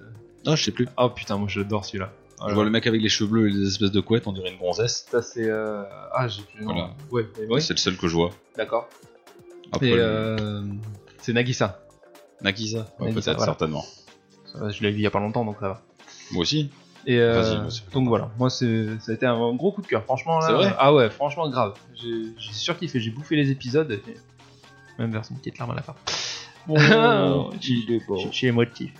C: Ah, je sais plus.
A: Oh putain, moi je l'adore celui-là.
C: Je vois le mec avec les cheveux bleus et les espèces de couettes, on dirait une gonzesse.
A: Ça c'est. euh, Ah, j'ai plus le nom.
C: Voilà.
A: Ouais, mais oui,
C: C'est le seul que je vois.
A: d'accord.
C: Après,
A: Et
C: le-
A: euh, c'est Nagisa.
C: Nagisa, Ouais,
A: Nagisa,
C: peut-être,
A: voilà.
C: certainement.
A: Ça va, Je l'ai vu il y a pas longtemps donc ça va.
C: Moi aussi.
A: Et euh,
C: Vas-y, vas-y.
A: donc voilà, moi c'est- ça a été un gros coup de cœur, franchement. là,
C: C'est vrai
A: euh, ah ouais, franchement grave. J'ai j'ai surkiffé, j'ai bouffé les épisodes. et- Même vers une petite larme à la fin. Ah, il est beau. J'ai émotif.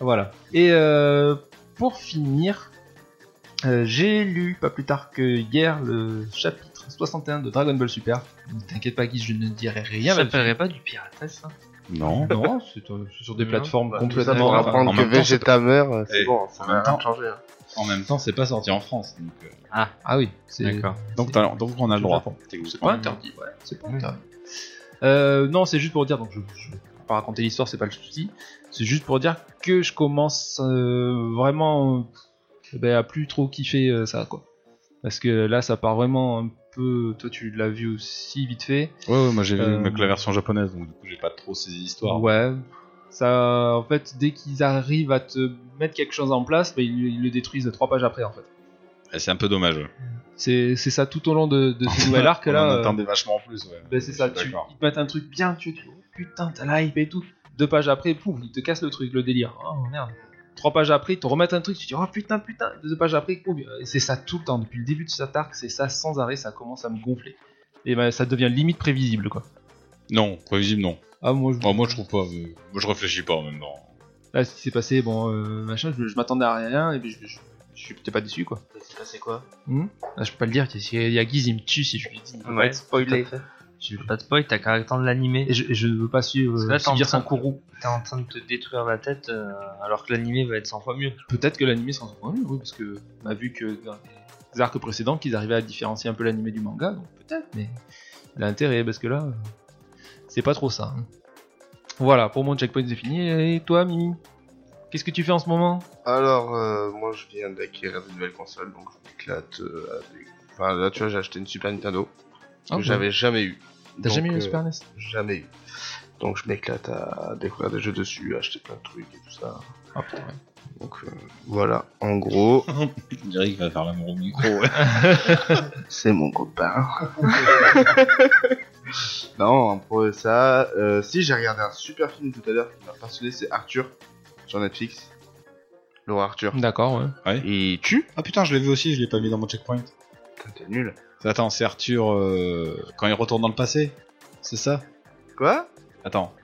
A: Voilà. Et euh, pour finir, Euh, j'ai lu pas plus tard que hier le chapitre 61 de Dragon Ball Super. Ne t'inquiète pas, Guy, je ne dirai rien.
D: Ça s'appellerait pas du piratage, ça
C: Non.
A: Non, c'est euh, c'est sur des
D: Non,
A: plateformes
D: bah,
F: Ça
A: complètement.
C: Enfin, en
F: va apprendre que
C: même temps,
F: VG ta mère, euh,
C: Eh,
F: c'est bon, ça
C: en
F: va
C: même
F: rien
C: temps.
F: changer. hein.
C: En même temps, c'est pas sorti en France. Donc, euh,
A: Ah oui, c'est
D: D'accord.
C: donc, t'as- donc on a le droit.
A: C'est
C: Mmh.
A: pas interdit, ouais, c'est pas interdit. Euh, non, c'est juste pour dire, donc je, je vais pas raconter l'histoire, c'est pas le souci. C'est juste pour dire que je commence euh, vraiment euh, ben, à plus trop kiffer euh, ça, quoi. Parce que là, ça part vraiment un peu. Toi, tu l'as vu aussi vite fait.
C: Ouais, ouais, moi j'ai
A: Euh,
C: vu que la version japonaise, donc du coup j'ai pas trop ces histoires.
A: Ouais. Ça, en fait, dès qu'ils arrivent à te mettre quelque chose en place, ben, ils, ils le détruisent trois pages après, en fait.
C: Et C'est un peu dommage. ouais.
A: C'est c'est ça tout au long de, de ce nouvel arc
C: On
A: là.
C: en
A: euh,
C: attendait vachement plus. Ouais.
A: Ben c'est ça,
C: Je suis
A: tu,
C: d'accord.
A: ils te mettent un truc bien, tu te dis, oh, putain, t'as la hype et tout. Deux pages après, pouf, ils te cassent le truc, le délire. Oh merde. Trois pages après, ils te remettent un truc, tu te dis, oh putain, putain. Deux pages après, pouf, et c'est ça tout le temps. Depuis le début de cet arc, c'est ça sans arrêt, ça commence à me gonfler. Et ben ça devient limite prévisible quoi.
C: Non, prévisible non.
A: Ah, moi, je...
C: Oh, moi je trouve pas. euh, Moi je réfléchis pas en même temps.
A: là, ce qui s'est passé, bon, euh, machin, je, je m'attendais à rien, et puis je, je- je suis peut-être pas déçu quoi.
E: C'est passé quoi
A: Là, je peux pas le dire, il y a- il y a Guiz, il me tue si je lui dis.
D: Ouais,
A: spoiler.
D: Tu veux pas de spoil, t'as qu'à attendre l'animé.
A: Et je, et je veux pas suivre,
D: Parce que là, t'es en
A: subir
D: train
A: son
D: de-
A: courroux.
D: T'es en train de te détruire la tête euh, alors que l'animé va être 100 fois mieux.
A: Peut-être que l'animé sera encore mieux, oui, parce que on a vu que dans les arcs précédents qu'ils arrivaient à différencier un peu l'animé du manga, donc peut-être, mais il a intérêt, parce que là, euh, c'est pas trop ça. hein. Voilà, pour mon checkpoint c'est fini, et toi Mimi Qu'est-ce que tu fais en ce moment
F: Alors, euh, moi je viens d'acquérir une nouvelle console, donc je m'éclate euh, avec. Enfin, là, tu vois, j'ai acheté une Super Nintendo que
A: Ah,
F: j'avais jamais eu. euh,
A: T'as jamais eu
F: une
A: le Super E NES
F: Jamais eu. Donc, je m'éclate à découvrir des jeux dessus, à acheter plein de trucs et tout ça.
A: Ah putain, ouais.
F: Donc, euh, voilà, en gros,
C: Je dirais qu'il va faire l'amour au micro.
F: c'est mon copain. non, en pro de ça, euh, si j'ai regardé un super film tout à l'heure qui m'a passionné, c'est Arthur sur Netflix. Laura Arthur.
A: D'accord, ouais.
F: Il tue
C: Ah putain, je l'ai vu aussi, je l'ai pas mis dans mon checkpoint.
F: Putain, T'es nul.
C: Attends, c'est Arthur euh, quand il retourne dans le passé C'est ça
F: Quoi
C: Attends,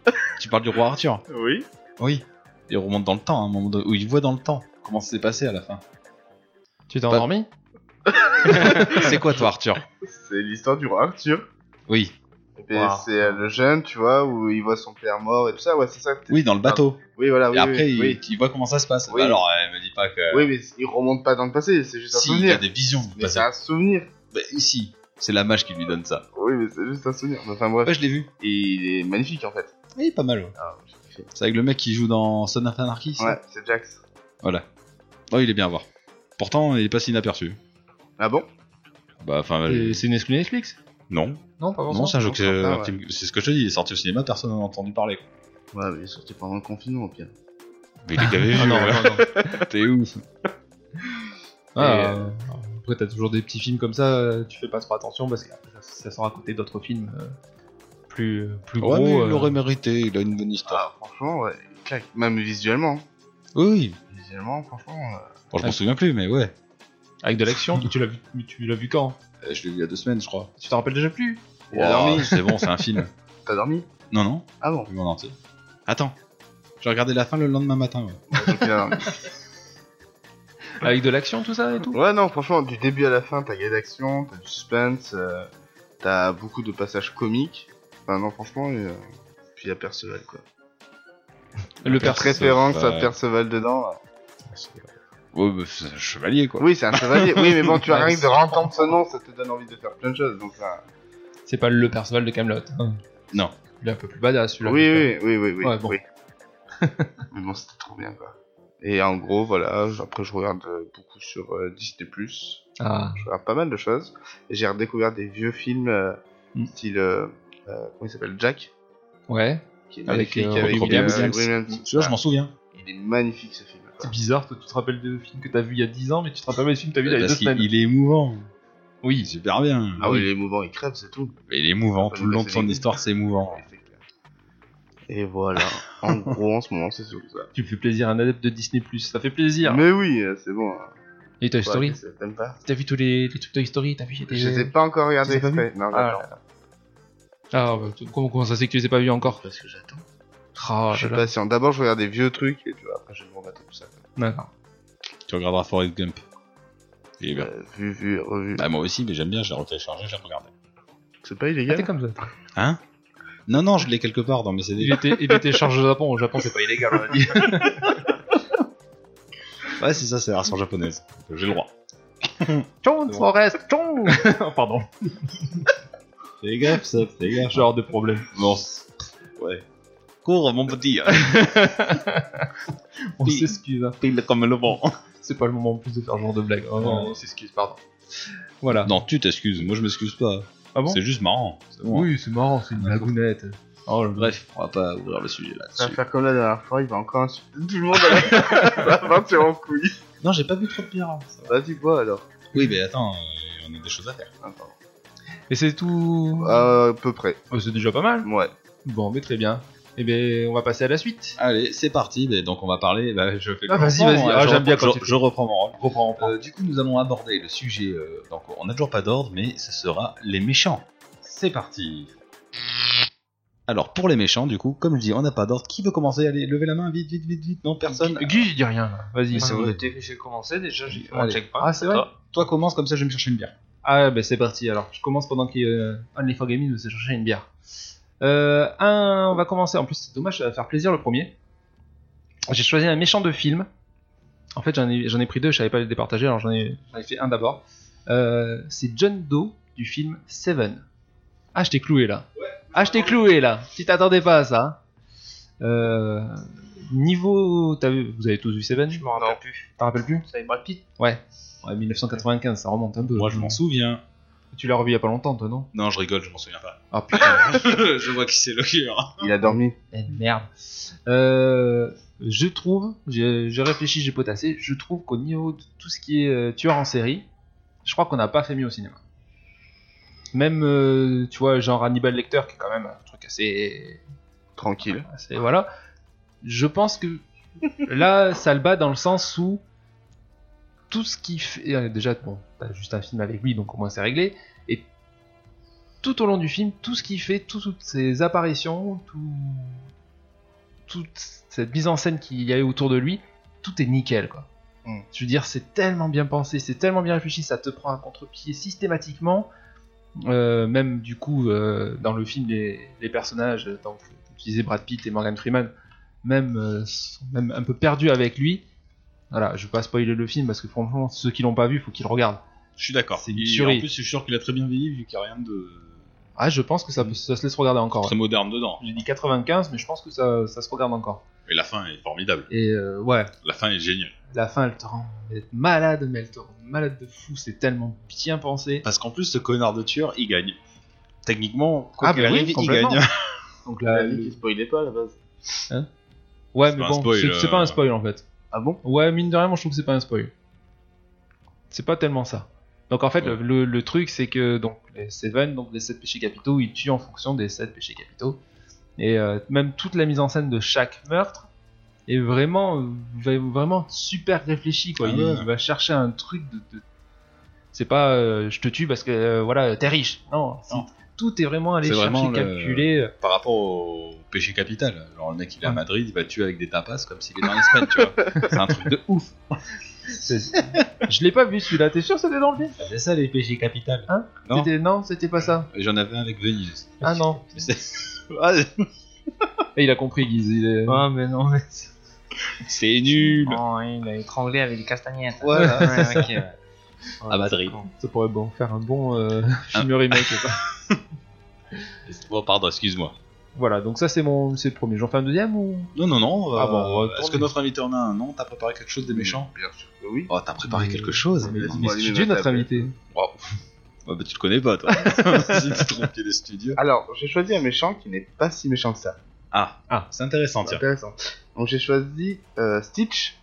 C: tu parles du roi Arthur
F: Oui.
C: Oui. Il remonte dans le temps, à un moment donné, où il voit dans le temps comment ça s'est passé à la fin.
A: Tu t'es endormi
C: c'est quoi toi Arthur
F: C'est l'histoire du roi Arthur.
C: Oui.
F: Et
D: Wow.
F: c'est euh, le jeune, tu vois, où il voit son père mort et tout ça, ouais, c'est ça. que t'es-
C: Ah, Oui, dans le bateau.
F: Oui, voilà, oui.
C: Et après,
F: oui,
C: il,
F: oui.
C: il voit comment ça se passe.
F: Oui.
C: Alors, euh, me dis pas que.
F: Oui, mais il remonte pas dans le passé, c'est juste un
C: si, il y a
F: souvenir.
C: des visions du
F: Mais
C: passé.
F: c'est un souvenir.
C: Bah, ici, c'est la mage qui lui donne ça.
F: Oui, mais c'est juste un souvenir. Mais Enfin bref,
C: Ouais, je l'ai vu.
F: et il est magnifique en fait.
C: Oui, pas mal. ouais. C'est avec le mec qui joue dans Son of Anarchy. ça
F: Ouais, c'est Jax.
C: Voilà. Oh, il est bien à voir. Pourtant, il passe inaperçu.
F: Ah bon
C: Bah, enfin,
A: Et
C: je-
A: C'est une exclu Netflix
C: non.
A: Non, pas
C: Non, c'est un jeu que-
F: Ah, ouais.
C: un film- C'est ce que je te dis. Il est sorti au cinéma, personne n'en a entendu parler. quoi.
F: Ouais, mais il est sorti pendant le confinement au pire.
C: Mais il est gavé,
A: Ah,
C: vu,
A: non,
C: ouais.
A: non, non.
C: T'es ouf.
A: Ah,
F: Et,
A: euh, Après, t'as toujours des petits films comme ça, euh, tu fais pas trop attention parce que après, ça, ça sort à côté d'autres films euh, plus, plus gros.
C: Ouais, mais
A: euh,
C: il l'aurait mérité. Il a une bonne histoire.
F: Ah, franchement, ouais, il claque. Même visuellement. hein.
C: Oui, oui.
F: Visuellement, franchement. euh,
C: Bon, je m'en souviens plus, mais ouais.
A: Avec de l'action Tu l'as vu, tu l'as vu quand
C: Euh, Je l'ai vu il y a deux semaines, je crois.
A: Tu t'en rappelles déjà plus
F: Il a dormi.
C: c'est bon, c'est un film.
F: T'as dormi
C: Non, non.
F: Ah bon
C: Vu en entier. Attends. J'ai regardé la fin le lendemain matin. ouais.
F: Donc, il a dormi.
A: Avec de l'action, tout ça et tout
F: Ouais, non, franchement, du début à la fin, t'as gagné d'action, t'as du suspense, euh, t'as beaucoup de passages comiques. Enfin, non, franchement, et, euh, puis il y a Perceval, quoi.
A: Le
F: Faire
A: père.
F: référence à
C: ouais.
F: Perceval dedans. là.
C: Ouais, bah, c'est un chevalier, quoi.
F: Oui, c'est un chevalier. oui, mais bon, tu
A: Ouais,
F: as rien que
A: c'est-
F: de rentendre ce nom, ça te donne envie de faire plein de choses. Donc, euh, là...
A: C'est pas le Perceval de Camelot. hein.
C: Non.
A: Il est un peu plus badass celui-là.
F: oui, oui, oui, oui, oui,
A: Ouais, bon.
F: oui. mais bon, c'était trop bien, quoi. Et en gros, voilà, j- après, je regarde euh, beaucoup sur euh, Disney+.
A: Ah,
F: Je regarde pas mal de choses. Et j'ai redécouvert des vieux films, euh,
A: Mm.
F: style... euh, euh, comment il s'appelle Jack
A: ouais.
F: qui est
A: Avec,
F: magnifique,
A: euh,
F: avec,
A: Robin
F: euh,
C: Williams.
F: Williams.
C: Celui-là, je m'en souviens.
F: Il est magnifique ce film.
A: C'est bizarre, toi, tu te rappelles de films que t'as vu il y a 10 ans, mais tu te rappelles pas des films que t'as vu il y a deux
C: Parce qu'il
A: semaines.
C: il est émouvant.
A: Oui.
C: Il est super bien.
F: Ah oui, il est émouvant, il crève, c'est tout.
C: Mais il est émouvant.
F: Ah,
C: Tout le long de
F: c'est
C: son
F: des-
C: histoire, c'est émouvant.
F: Ouais, c'est clair. Et voilà, en gros, en ce moment, c'est sur ça.
A: Tu fais plaisir à un adepte de Disney, ça fait plaisir.
F: Mais oui, euh, c'est bon.
A: Et Toy
F: Ouais,
A: Story
F: qu'est-ce que T'aimes pas
A: T'as vu tous les, les trucs Toy Story T'as vu les-
F: Je les ai pas encore regardés
A: euh, Tu les as pas
F: exprès. Non,
A: Ah,
F: j'attends.
A: Ah, bah, tu- comment, comment ça c'est que tu les as pas vus encore
F: Parce que j'attends.
A: Ah,
F: je suis
A: là, là.
F: patient. D'abord, je regarde des vieux trucs et tu vois, après, je vais me remettre à tout ça. quoi.
A: D'accord.
C: Tu regarderas Forrest Gump. Il est bien.
F: Euh, vu, vu, revu.
C: Bah, moi aussi, mais j'aime bien, je l'ai retéléchargé, je l'ai regardé.
F: C'est pas
A: Ah, t'es
F: illégal
A: comme ça.
C: Hein Non, non, je l'ai quelque part dans mes CD.
A: Il était, il était chargé au Japon. Au Japon, c'est pas illégal, on a dit.
C: Ouais, c'est ça, c'est la version japonaise. J'ai le droit.
A: Tchon, Forest, tchon Oh, Pardon,
C: Fais gaffe, ça, fais gaffe.
A: genre de problème.
C: Bon, c'est- ouais. Cours, mon petit,
A: hein. On
C: Oui.
A: s'excuse. hein.
C: pile comme le vent.
A: C'est pas le moment en plus de faire ce genre de blague. Oh, non, on s'excuse, pardon. Voilà.
C: Ah. Non, tu t'excuses, moi je m'excuse pas.
A: Ah bon
C: c'est juste marrant. c'est bon.
A: Oui, c'est marrant, c'est une lagounette.
C: Oh, le- bref, on va pas ouvrir le sujet là-dessus.
F: Ça va faire comme la dernière fois, il va encore insulter tout le monde à la Ça va partir en couille.
C: Non, j'ai pas vu trop de pire. hein.
F: Vas-y, bois alors.
A: Ah.
C: Oui, mais attends, euh, on a des choses à faire.
F: Attends.
A: Et c'est tout.
F: Euh, à peu près.
A: Oh, c'est déjà pas mal.
F: Ouais.
A: Bon, mais très bien. Eh bien, on va passer à la suite.
C: Allez, c'est parti. mais donc, on va parler. bah, je fais
A: Ah, vas-y,
C: Bon,
A: vas-y.
C: euh,
A: Ah,
C: je
A: j'aime bien
C: reprends-
A: quand tu
C: je,
A: fais-
C: je reprends mon rôle.
A: Reprends, reprends.
C: Euh, du coup, nous allons aborder le sujet. euh, donc, on n'a toujours pas d'ordre, mais ce sera les méchants. C'est parti. Alors, pour les méchants, du coup, comme je dis, on n'a pas d'ordre. Qui veut commencer Allez, levez la main, vite, vite, vite, vite. Non, personne.
A: Guy, j'y dis rien. là. Vas-y.
C: Mais c'est
D: Enfin,
C: vrai.
D: dès que j'ai commencé, déjà, j'ai fait
C: Allez.
D: mon checkpoint.
A: Ah, c'est vrai
D: Toi.
C: Toi, commence, comme ça, je vais me chercher une bière.
A: Ah ben c'est parti, alors je commence pendant que euh, Only for Gaming nous a cherché une bière. Euh, un, on va commencer, en plus c'est dommage, ça va faire plaisir le premier. J'ai choisi un méchant de film. En fait j'en ai, j'en ai pris deux, je savais pas les départager, alors j'en ai, j'en ai fait un d'abord. Euh, c'est John Doe du film Seven. Ah je t'ai cloué là. ah je t'ai cloué là, tu t'attendais pas à ça. hein. Euh, niveau... t'as vu- vous avez tous vu Seven
D: Je m'en rappelle plus.
A: T'en rappelles plus
D: Ça y est, Brad Pitt.
A: ouais. ouais. 1995, ça remonte un peu.
C: souviens.
A: Tu l'as revu il y a pas longtemps toi non
C: Non, je rigole, je m'en souviens pas.
A: Ah putain
C: je vois qui c'est le cœur.
F: Il a dormi.
A: Eh, merde. Euh, je trouve, j'ai j'ai réfléchi, j'ai potassé, je trouve qu'au niveau de tout ce qui est euh, tueur en série, je crois qu'on n'a pas fait mieux au cinéma. Même, euh, tu vois, genre Hannibal Lecter, qui est quand même un truc assez.
F: Tranquille.
A: assez- voilà. Je pense que là, ça le bat dans le sens où tout ce qui fait. euh, Déjà, bon, t'as juste un film avec lui, donc au moins c'est réglé. Et tout au long du film, tout ce qu'il fait, tout- toutes ses apparitions, tout, toute cette mise en scène qu'il y a eu autour de lui, tout est nickel, quoi.
F: Mm.
A: Je veux dire, c'est tellement bien pensé, c'est tellement bien réfléchi, ça te prend à contre-pied systématiquement. Euh, même du coup, euh, dans le film, les, les personnages, euh, donc, comme tu disais Brad Pitt et Morgan Freeman, même, euh, sont même un peu perdus avec lui. Voilà, je vais pas spoiler le film parce que franchement, ceux qui l'ont pas vu, faut qu'ils le regardent.
C: Je suis d'accord.
A: C'est une
C: Et
A: tuerie.
C: En plus, je suis sûr qu'il a très bien vieilli vu qu'il n'y a rien de
A: Ah, je pense que ça, peut- ça se laisse regarder encore.
C: très
A: ouais.
C: moderne dedans.
A: J'ai dit 95, mais je pense que ça, ça se regarde encore.
C: Et la fin est formidable.
A: Et euh, ouais,
C: La fin est géniale.
A: La fin, elle te rend elle est malade, mais elle te rend malade de fou. C'est tellement bien pensé.
C: Parce qu'en plus, ce connard de tueur, il gagne. Techniquement, quoi
A: Ah,
C: qu'il
A: bah oui,
C: arrive, il
A: complètement.
C: gagne.
A: Donc
F: Ah, Il
A: là,
F: a dit qu'il spoilait pas à la base.
A: ouais,
C: C'est
A: mais
C: pas un
A: bon,
C: spoil,
A: c'est c'est pas
C: euh.
A: un spoil en fait.
F: Ah bon
A: Ouais, mine de rien, moi je trouve que c'est pas un spoil. C'est pas tellement ça. Donc en fait,
C: Ouais.
A: le, le truc, c'est que donc les Seven, donc les 7 péchés capitaux, ils tuent en fonction des 7 péchés capitaux. Et euh, même toute la mise en scène de chaque meurtre est vraiment, euh, va- vraiment super réfléchie. Quoi.
C: Ah
A: il,
C: ouais.
A: il va chercher un truc de. de- C'est pas euh, je te tue parce que euh, voilà, t'es riche. Non, c'est-
C: Non.
A: tout est vraiment allé
C: C'est
A: chercher, euh,
C: vraiment le-
A: calculé.
C: Par rapport au péché capital, genre le mec il est à Madrid, il va tuer avec des tapas comme s'il est dans l'Espagne, tu vois. C'est un truc de ouf.
A: Je l'ai pas vu celui-là, t'es sûr que c'était dans le film
C: C'est ça les péchés capital. Non.
A: C'était- Non, c'était pas ça.
C: J'en avais un avec Venise.
A: Ah non.
C: Mais c'est- Ah,
A: Et il a compris, Guise. il est-
D: Ah, mais non, mais.
C: C'est nul.
D: Oh, il a étranglé avec des castagnettes.
A: Ah,
C: Voilà,
D: ouais, ok. ouais.
C: À
A: bah,
C: Madrid.
A: Ça pourrait bon, faire un bon euh, film remake. ça.
C: Bon, pardon, excuse-moi.
A: voilà, donc ça c'est mon, c'est le premier. J'en fais un deuxième ou
C: Non, non, non. euh,
A: Ah bon, on va
C: Est-ce que
A: tourner.
C: notre invité en a un Non, t'as préparé quelque chose des méchants
F: Bien sûr que oui.
C: Oh, t'as préparé quelque chose
F: Mais-
C: Vas-y,
A: Mais
F: Ouais,
A: c'est
F: il
A: Dieu,
F: va
A: notre
F: taper.
A: invité.
C: Waouh. Ouais, bah, tu le connais pas, toi. si tu trompes les studios.
F: Alors, j'ai choisi un méchant qui n'est pas si méchant que ça.
C: Ah, c'est intéressant,
F: C'est
C: tiens.
F: intéressant. Donc, j'ai choisi euh, Stitch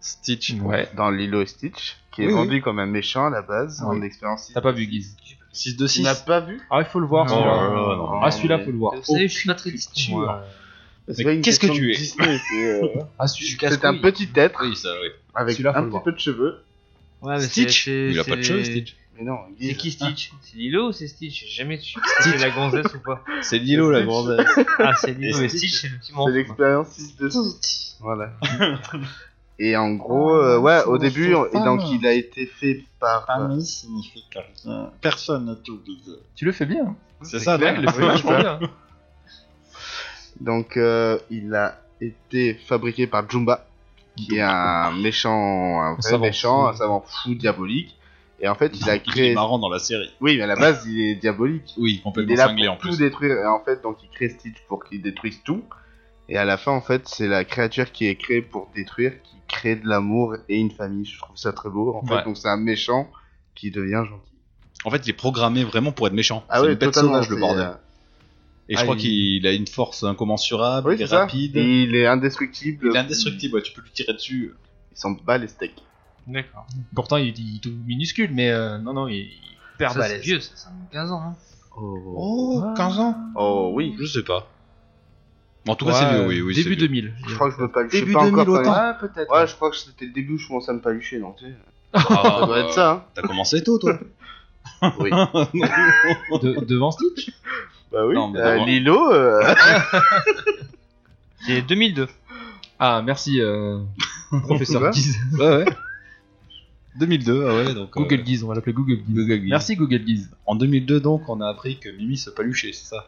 C: Stitch.
A: Ouais.
F: dans Lilo et Stitch, qui est
C: Oui, Ah,
F: vendu comme un méchant à la base
A: Oui.
F: en expérience.
A: T'as pas vu Guise
C: 6 de
F: Tu
C: 6.
F: n'as pas vu
A: Ah, il faut le voir
D: Non.
A: celui-là.
C: là, non.
A: Ah, celui-là, faut le voir.
D: Vous savez, je suis pas très sûr.
F: C'est
C: Mais
F: pas une
C: qu'est-ce que
F: question
C: tu
F: de
C: es
F: Disney, c'est, euh,
A: Ah, celui
F: c'est un petit être
C: Oui, ça, oui.
F: avec
A: Celui-là, faut
F: un
A: le
F: petit
A: voir.
F: peu de cheveux.
D: Ouais, mais
C: Stitch
D: c'est-
C: Il a pas de
D: c'est-
C: cheveux, Stitch.
F: Mais non,
D: C'est
F: Guise.
D: qui Stitch C'est Lilo ou c'est Stitch J'ai jamais su si c'est la gonzesse ou pas.
C: C'est Lilo, la
F: Stitch.
C: grande.
D: Ah, c'est Lilo
F: Et
D: et
F: Stitch,
D: Stitch, c'est le petit
F: C'est
D: monstre.
F: l'expérience 6 de Voilà. Et en gros, euh, ouais, au début,
E: Bonjour,
F: et donc
E: femme.
F: il a été fait par. euh,
E: Ami signifie quelqu'un. Personne ne t'oublie.
A: Tu le fais bien.
C: C'est ça,
A: Claire,
C: non
A: il le fait
F: Oui,
A: vachement
F: je
A: bien.
F: donc euh, il a été fabriqué par Jumba, qui est un méchant, un vrai
C: savant
F: méchant,
C: fou.
F: un savant fou diabolique. Et en fait, il a
C: Ah, Il est
F: créé.
C: marrant dans la série.
F: Oui, mais à la base, il est diabolique.
C: Oui,
F: Il est
C: complètement
F: là
C: cinglé en
F: pour tout
C: plus.
F: détruire. Et en fait, donc il crée Stitch pour qu'il détruise tout. Et à la fin, en fait, c'est la créature qui est créée pour détruire, qui crée de l'amour et une famille. Je trouve ça très beau. En
C: Ouais.
F: fait, donc c'est un méchant qui devient gentil.
C: En fait, il est programmé vraiment pour être méchant.
F: Ah
C: c'est
F: oui,
C: une bête
F: totalement.
C: sauvage, le
F: c'est,
C: bordel.
F: euh,
C: Et
F: ah,
C: je crois
F: il-
C: qu'il a une force incommensurable,
F: Oui,
C: il est
F: c'est ça. Mm.
C: rapide.
F: Et il est indestructible.
C: Il est indestructible, ouais, tu peux lui tirer dessus.
F: Il s'en bat les steaks.
A: D'accord. Pourtant, il, il est tout minuscule, mais euh, non, non, il est hyper
D: Ça, c'est
A: balèze.
D: vieux, ça, ça a 15 ans. hein.
F: Oh,
C: Oh, 15 ans
F: oui.
C: Je sais pas. En tout
A: Ouais,
C: cas, c'est vieux, oui. oui c'est
A: Début
C: vieux.
A: 2000.
F: Je crois que je me paluchais
C: Début
F: pas
C: 2000
F: encore.
C: autant.
F: paluché.
A: Ah, peut-être.
F: Ouais, je crois que c'était le début où je commençais à me palucher, donc tu sais.
C: Ah,
F: Ça doit être ça, hein.
C: T'as commencé tôt, toi
F: Oui.
A: De- devant Stitch
F: Bah oui.
C: Non, mais
F: euh,
C: d'abord-
F: Lilo, euh,
D: C'est 2002.
A: Ah, merci, euh,
F: Quoi
A: professeur Guise.
C: Ouais, ouais. 2002, ah ouais, donc. euh,
A: Google Guise, on va l'appeler Google Guise.
C: Google Guise.
A: Merci Google Guise.
C: En 2002, donc, on a appris que Mimi se paluchait, c'est ça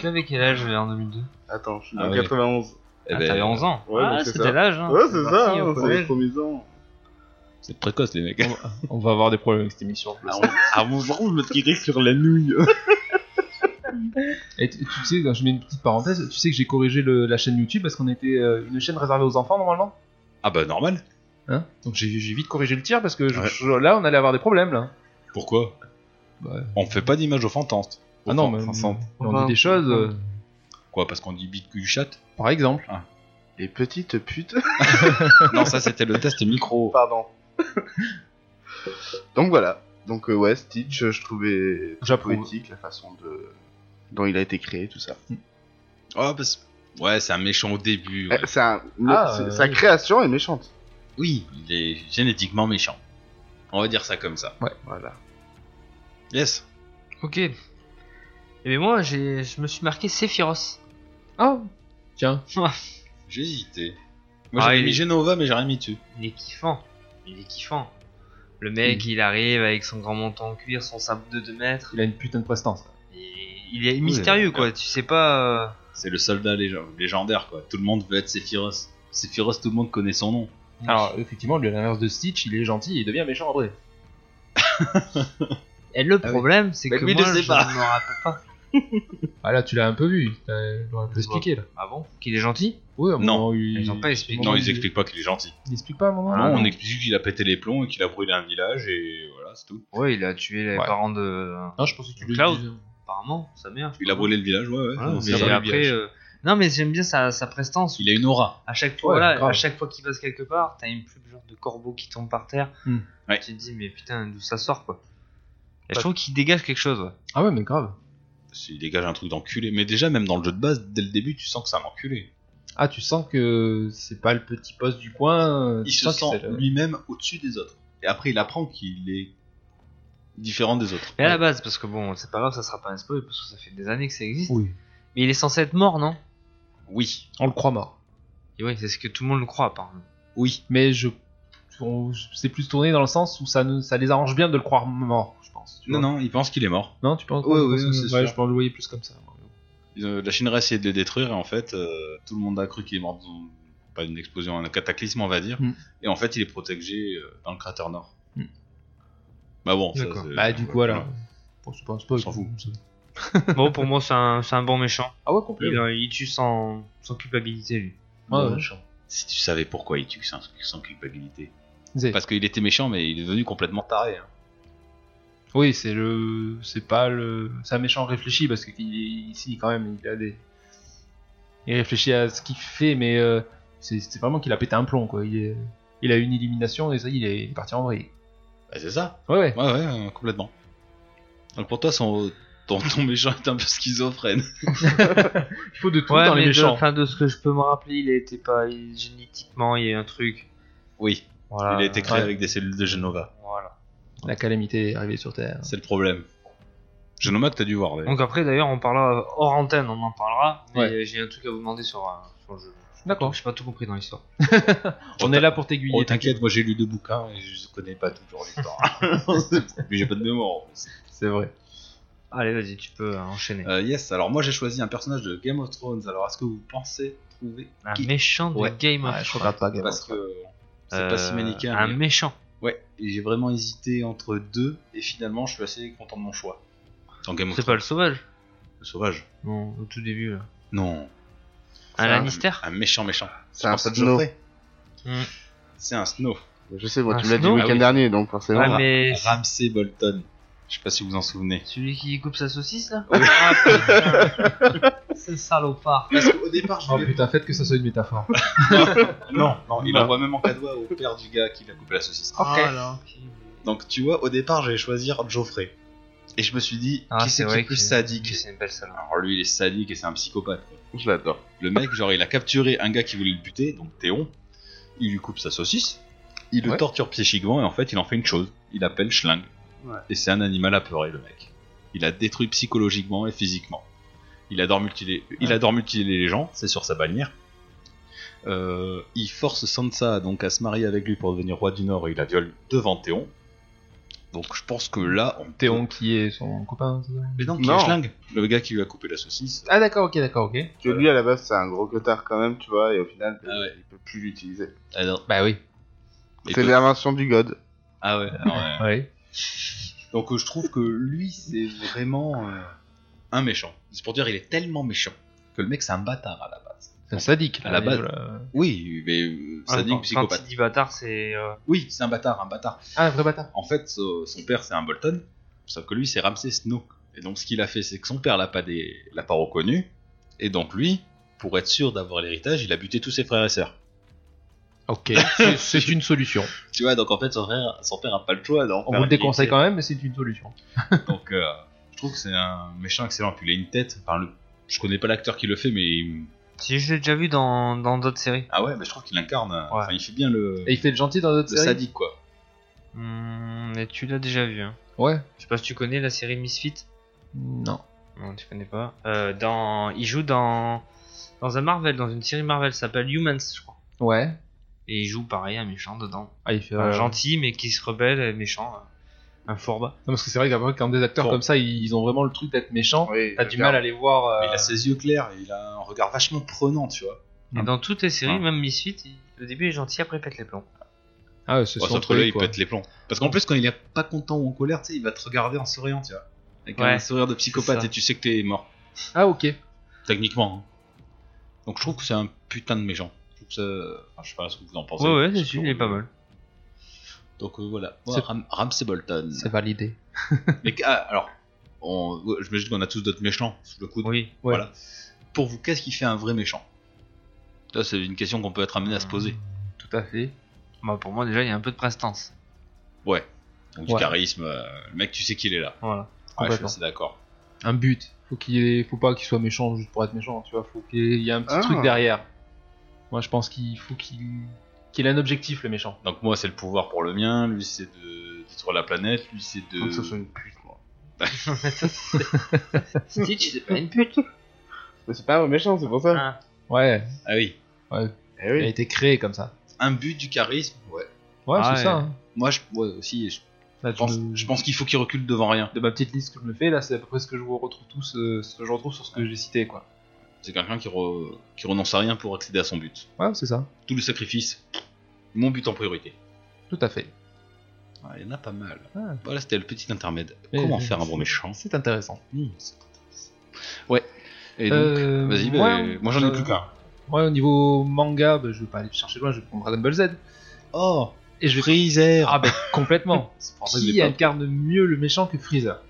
D: Tu avais quel âge en 2002
F: Attends, je suis
C: Ah
F: dans
C: ouais.
F: 91.
C: Eh
D: ah,
C: ben,
D: T'avais 11 ans.
F: ouais, donc
D: ah,
F: c'est
D: c'était
F: ça.
D: l'âge. Hein.
F: Ouais, c'est
D: T'es
F: ça,
D: parti au
F: hein, c'est les
D: collège.
F: premiers ans.
C: C'est précoce, les mecs.
A: On va avoir des problèmes avec cette émission.
E: Ah, mon vous me tirez sur la nouille.
A: Et tu tu sais, je mets une petite parenthèse, tu sais que j'ai corrigé le- la chaîne YouTube parce qu'on était euh, une chaîne réservée aux enfants normalement.
C: Ah bah, normal.
A: Hein Donc j'ai j'ai vite corrigé le tir parce que je- je- là on allait avoir des problèmes là. Ah
C: Pourquoi
A: Ouais.
C: On fait pas d'image offentante.
A: Ah non, mais,
C: Offensante.
A: mais on dit des choses, euh,
C: Quoi, parce qu'on dit bite cul chatte
A: par exemple.
F: Les petites putes.
C: Non, ça, c'était le test micro.
F: Pardon. donc voilà. Donc euh, ouais, Stitch, euh, je trouvais
A: J'approuve.
F: poétique la façon de dont il a été créé, tout ça.
C: Ah, parce... Ouais, c'est un méchant au début. ouais.
F: Eh, c'est un-
A: Ah,
F: c'est-
A: euh,
F: Sa
A: oui.
F: création est méchante.
C: Oui, il est génétiquement méchant. On va dire ça comme ça.
F: Voilà.
C: Yes.
D: Ok. Et mais moi, j'ai- je me suis marqué Sephiroth.
A: Ah Tiens,
C: J'ai hésité. Moi,
D: Ah,
C: j'avais
D: il-
C: mis Genova, mais j'ai rien mis dessus.
D: Il est kiffant. Il est kiffant. Le mec,
F: Mm.
D: il arrive avec son grand manteau en cuir, son sabre de 2 mètres.
A: il a une putain de prestance.
D: Et il est mystérieux, quoi. Tu sais pas. euh,
C: C'est le soldat lég- légendaire, quoi. Tout le monde veut être Sephiroth. Sephiroth, tout le monde connaît son nom.
A: Alors effectivement, lui à l'inverse de Stitch, il est gentil, il devient méchant en vrai.
D: Et le
C: Ah oui.
D: problème, c'est
F: Bah,
C: Mais
D: que
C: lui,
D: moi,
C: il le sait
D: je
C: pas.
D: ne me rappelle pas.
A: Ah là tu l'as un peu vu, t'as- on l'a un peu expliqué là.
D: Ah bon Qu'il est gentil
A: Oui, à un
C: Non,
A: moment, il...
D: Ils ont pas expliqué.
C: Non, ils expliquent pas qu'il est gentil.
A: il explique pas à un moment.
C: non, on explique qu'il a pété les plombs et qu'il a brûlé un village et voilà, c'est tout.
D: Ouais, il a tué les
A: Ouais.
D: parents de.
A: Non, je pensais que tu le
D: Le cloud.
A: disais.
D: Apparemment, sa mère. je
C: Il a
D: crois.
C: brûlé le village, ouais, ouais.
D: Voilà,
C: non, c'est
D: mais
C: pas le
D: après.
C: village.
D: euh, Non, mais j'aime bien sa, sa prestance.
C: Il a une aura.
D: À chaque fois,
A: Ouais,
D: voilà,
A: grave.
D: à chaque fois qu'il passe quelque part, t'as une plume genre de corbeau qui tombe par terre.
A: Hmm.
C: Ouais.
D: Tu te dis, mais putain, d'où ça sort quoi Et je trouve qu'il dégage quelque chose. ouais.
A: Ah ouais, mais grave.
C: Il dégage un truc d'enculé. Mais déjà, même dans le jeu de base, dès le début, tu sens que c'est un enculé.
A: Ah, tu sens que c'est pas le petit poste du coin. euh,
C: Il
A: tu
C: se
A: sens que
C: sent
A: c'est le-
C: lui-même au-dessus des autres. Et après, il apprend qu'il est différent des autres.
D: Mais à la base, parce que bon, c'est pas grave, ça sera pas un spoil parce que ça fait des années que ça existe.
A: Oui.
D: Mais il est censé être mort, non
C: Oui,
A: On le croit mort.
D: Et oui, c'est ce que tout le monde le croit, apparemment.
A: Oui. Mais je. on- C'est plus tourné dans le sens où ça, ne... ça les arrange bien de le croire mort, je pense. tu
C: Non,
A: vois.
C: non, il pense qu'il est mort.
A: Non, tu penses
C: Ouais,
A: je
C: ouais,
A: pense que-
C: c'est
A: ouais,
C: sûr. Euh,
A: je pense le voyais plus comme ça. moi.
C: Ils ont- La Shinra a essayé de les détruire et en fait, euh, tout le monde a cru qu'il est mort dans pas une explosion, un cataclysme, on va dire.
A: Mm.
C: Et en fait, il est protégé euh, dans le cratère nord.
A: Mm.
C: Bah bon, ça,
D: D'accord.
C: c'est-
A: Bah, du coup,
C: voilà.
A: alors. Bon, c'est pas un spoil.
C: On s'en fout.
A: c'est-
D: bon, pour moi, c'est un, c'est un bon méchant.
A: Ah ouais, complet.
D: Il, euh, il tue sans, sans culpabilité, lui.
C: Euh,
A: Ouais, ouais.
C: Si tu savais pourquoi il tue sans, sans culpabilité.
A: C'est-
C: Parce qu'il était méchant, mais il est devenu complètement taré. hein.
A: Oui, c'est le. C'est pas le. C'est un méchant réfléchi parce qu'il est ici quand même, il a des. Il réfléchit à ce qu'il fait, mais euh, c'est c'est vraiment qu'il a pété un plomb quoi. Il, est- il a une élimination et ça y est, il est parti en vrille.
C: Bah, c'est ça.
A: Ouais, ouais.
C: Ouais, ouais, euh, complètement. Donc pour toi, son, ton, ton méchant est un peu schizophrène.
A: Il faut de tout
D: Ouais,
A: dans
D: mais
A: les
D: de-
A: méchants.
D: enfin, de ce que je peux me rappeler, il était pas. il- génétiquement, il y a un truc.
C: Oui,
D: Voilà.
C: il a été créé
A: ouais.
C: avec des cellules de Genova.
D: Voilà.
A: La calamité est arrivée sur Terre.
C: C'est le problème. Genoma que t'as dû voir, d'ailleurs.
D: Donc après, d'ailleurs, on parlera hors antenne, on en parlera. Mais
A: Ouais.
D: euh, j'ai un truc à vous demander sur, euh, sur le jeu. J'ai pas
A: D'accord.
D: tout- J'ai pas tout compris dans l'histoire.
A: On est là pour t'aiguiller.
C: Oh, t'inquiète, moi j'ai lu deux bouquins et je connais pas toujours l'histoire. Mais j'ai pas de mémoire en plus.
A: C'est vrai.
D: Allez, vas-y, tu peux euh, enchaîner.
C: Euh, yes, alors moi j'ai choisi un personnage de Game of Thrones. Alors est-ce que vous pensez trouver
D: un
C: qui
D: méchant de
C: Ouais.
D: Game of
F: je
D: Thrones.
F: regarde pas Game
C: Parce
F: of Thrones.
C: que c'est pas si
D: Euh,
C: manichéen.
D: Un
C: mais-
D: méchant.
C: Ouais, et j'ai vraiment hésité entre deux et finalement je suis assez content de mon choix. Dans Game of
D: C'est pas le sauvage
C: Thrones, sauvage.
D: Non, au tout début euh. là.
C: Non. Ah,
D: Un
F: un-
D: Lannister
C: Un méchant méchant.
F: C'est un
C: Pensez
F: Snow.
C: Geoffrey.
D: Hmm.
C: C'est un Snow.
F: Je sais, moi,
D: Un
F: tu me l'as dit le
D: Snow
F: week-end
D: Ah oui.
F: dernier, donc forcément.
D: Ah, mais
C: Ramsay Bolton. Je sais pas si vous vous en souvenez.
D: celui qui coupe sa saucisse là
C: Oui.
D: Ah, putain. C'est salopard.
C: Parce qu'au départ, je
A: Oh
C: voulais-
A: putain, faites que ça soit une métaphore.
C: Non, non, il envoie même en cadeau au père du gars qui l'a coupé la saucisse.
D: Ah, là, ok.
C: Donc tu vois, au départ, j'allais choisir Geoffrey. Et je me suis dit,
D: Ah,
C: qui c'est
D: c'est
C: qui
D: vrai
C: est plus
D: que-
C: sadique
D: C'est une belle salope.
C: Alors lui, il est sadique et c'est un psychopathe. quoi.
F: Je l'adore.
C: Le mec, genre, il a capturé un gars qui voulait le buter, donc Théon. Il lui coupe sa saucisse. Il le
F: Ouais.
C: torture psychiquement et en fait, il en fait une chose. Il appelle Schling. Et c'est un animal apeuré, le mec. Il a détruit psychologiquement et physiquement. Il adore mutiler, il adore mutiler les gens, c'est sur sa bannière. Euh, il force Sansa donc à se marier avec lui pour devenir roi du Nord et il la viole devant Théon. Donc je pense que là, on
A: Théon qui est son copain. c'est ça
C: Mais non, qui
F: Non.
C: est Schling, le gars qui lui a coupé la saucisse.
A: Ah d'accord, ok, d'accord, ok.
F: Que lui, à la base, c'est un gros cotard quand même, tu vois, et au final,
C: Ah ouais.
F: il peut plus l'utiliser.
C: Alors,
A: Bah oui.
C: et
F: C'est
C: que-
F: l'invention du god.
C: Ah ouais, alors, ouais.
A: Oui.
C: Donc euh, je trouve que lui, c'est vraiment euh, un méchant. C'est pour dire, il est tellement méchant que le mec, c'est un bâtard à la base.
A: C'est un sadique.
C: À la base.
A: voilà.
C: Oui, mais euh,
D: Ah,
C: sadique,
D: quand-
C: psychopathe.
D: Quand il dit bâtard, c'est. euh,
C: Oui, c'est un bâtard, un bâtard.
A: Ah, un vrai bâtard.
C: En fait, so- son père, c'est un Bolton, sauf que lui, c'est Ramsay Snow. Et donc, ce qu'il a fait, c'est que son père l'a pas, des... l'a pas reconnu. Et donc, lui, pour être sûr d'avoir l'héritage, il a buté tous ses frères et sœurs.
A: Ok, c'est- c'est une solution.
C: Tu vois, donc en fait, son, frère- son père a pas le choix.
A: On
C: d'en faire
A: vous
C: un
A: le déconseille
C: héritier.
A: quand même, mais Bah, c'est une solution.
C: Donc, euh, je trouve que c'est un méchant excellent. Puis, il a une tête. Enfin, le- je connais pas l'acteur qui le fait, mais. il-
D: Si je l'ai déjà vu dans dans d'autres séries.
C: Ah ouais, mais je trouve qu'il incarne. Enfin, il fait bien le.
A: Et il fait le gentil dans d'autres
C: le
A: séries
C: sadique, quoi.
D: Hmm, mais tu l'as déjà vu. hein.
A: Ouais.
D: Je sais pas si tu connais la série Misfit.
A: Non.
D: Non, tu connais pas. Euh, dans... Il joue dans... dans un Marvel, dans une série Marvel, ça s'appelle Humans, je crois.
A: Ouais.
D: Et il joue pareil, un méchant dedans.
A: Ah, il fait
D: Un
A: euh,
D: gentil, mais qui se rebelle, euh, méchant. euh, Un fourbe.
A: Non, parce que c'est vrai qu'après, quand des acteurs
C: Bon.
A: comme ça, ils ont vraiment le truc d'être méchants,
F: Oui,
A: t'as du mal à les voir. euh,
C: Mais il a ses yeux clairs, et il a un regard vachement prenant, tu vois.
D: Et
A: Hum.
D: dans toutes les séries,
C: Hum.
D: même Misfit, il- au début il est gentil, après il pète les plombs.
A: Ah, ouais, c'est
C: Ouais,
A: son
C: sauf que
A: truc,
C: là, il
A: quoi.
C: pète les plombs. Parce qu'en plus, quand il est pas content ou en colère, tu sais, il va te regarder en souriant, tu vois. Avec un
D: Ouais,
C: sourire de psychopathe
D: ça.
C: et tu sais que t'es mort,
A: Ah, ok.
C: techniquement. hein. Donc je trouve que c'est un putain de méchant. Je trouve que ça- enfin, je sais pas ce que vous en pensez.
D: Ouais, ouais,
C: Je
D: c'est sûr,
C: trouve-
D: il est pas mal.
C: Donc euh, voilà,
A: C'est-
C: Moi, Ram- Ramsay Bolton.
A: C'est validé.
C: Mais ah, alors, on... ouais, j'imagine qu'on a tous d'autres méchants sous le coude.
D: Oui.
C: Voilà. Pour vous, qu'est-ce qui fait un vrai méchant Ça, c'est une question qu'on peut être amené à se poser.
D: Mmh.
A: Tout à fait.
D: Bah, pour moi, déjà, il y a un peu de prestance.
C: Donc, du
A: Ouais.
C: charisme, euh, le mec, tu sais qu'il est là.
D: Voilà.
C: Ouais, je suis
A: Complètement.
C: assez d'accord.
A: Un but. Faut qu'il ait- faut pas qu'il soit méchant juste pour être méchant, tu vois. Faut qu'il y ait un petit
F: Ah.
A: truc derrière. Moi, je pense qu'il faut qu'il qu'il ait un objectif, le méchant.
C: Donc moi c'est le pouvoir pour le mien, lui c'est de détruire la planète, lui c'est de...
F: Faut que ce soit une pute, moi.
D: Stitch, c'est pas une pute.
F: Mais c'est pas un méchant, c'est pour ça.
D: Ah.
A: Ouais.
C: Ah oui,
F: Eh
A: Il a
F: oui.
A: été créé comme ça.
C: un but du charisme, ouais.
A: Ouais,
D: Ah,
A: c'est
D: ouais.
A: ça. hein.
C: Moi je... Ouais aussi, je
A: Là, Ah, tu
C: pense,
A: nous-
C: je pense qu'il faut qu'il recule devant rien.
A: de ma petite liste que je me fais, là, c'est à peu près ce que je vous retrouve tous, euh, ce que je retrouve sur ce que j'ai cité, quoi.
C: C'est quelqu'un qui, re- qui renonce à rien pour accéder à son but.
A: Ouais, c'est ça.
C: Tout le sacrifice, mon but en priorité.
A: Tout à fait.
C: Ah, il y en a pas mal.
A: Ah.
C: Voilà, c'était le petit intermède.
A: Mais-
C: Comment faire un bon méchant
A: C'est intéressant.
C: Hmm, c'est intéressant. Ouais. Et donc,
A: Euh,
C: vas-y, bah,
A: moi,
C: moi j'en ai
A: euh,
C: plus qu'un.
A: Moi, au niveau manga, bah, je vais pas aller chercher loin, je vais prendre Dragon Ball Z.
C: Oh,
A: Et je vais.
C: Freezer
A: Ah, ben, complètement.
C: C'est pour ça que je l'ai
A: Qui
C: pas.
A: incarne mieux le méchant que Freezer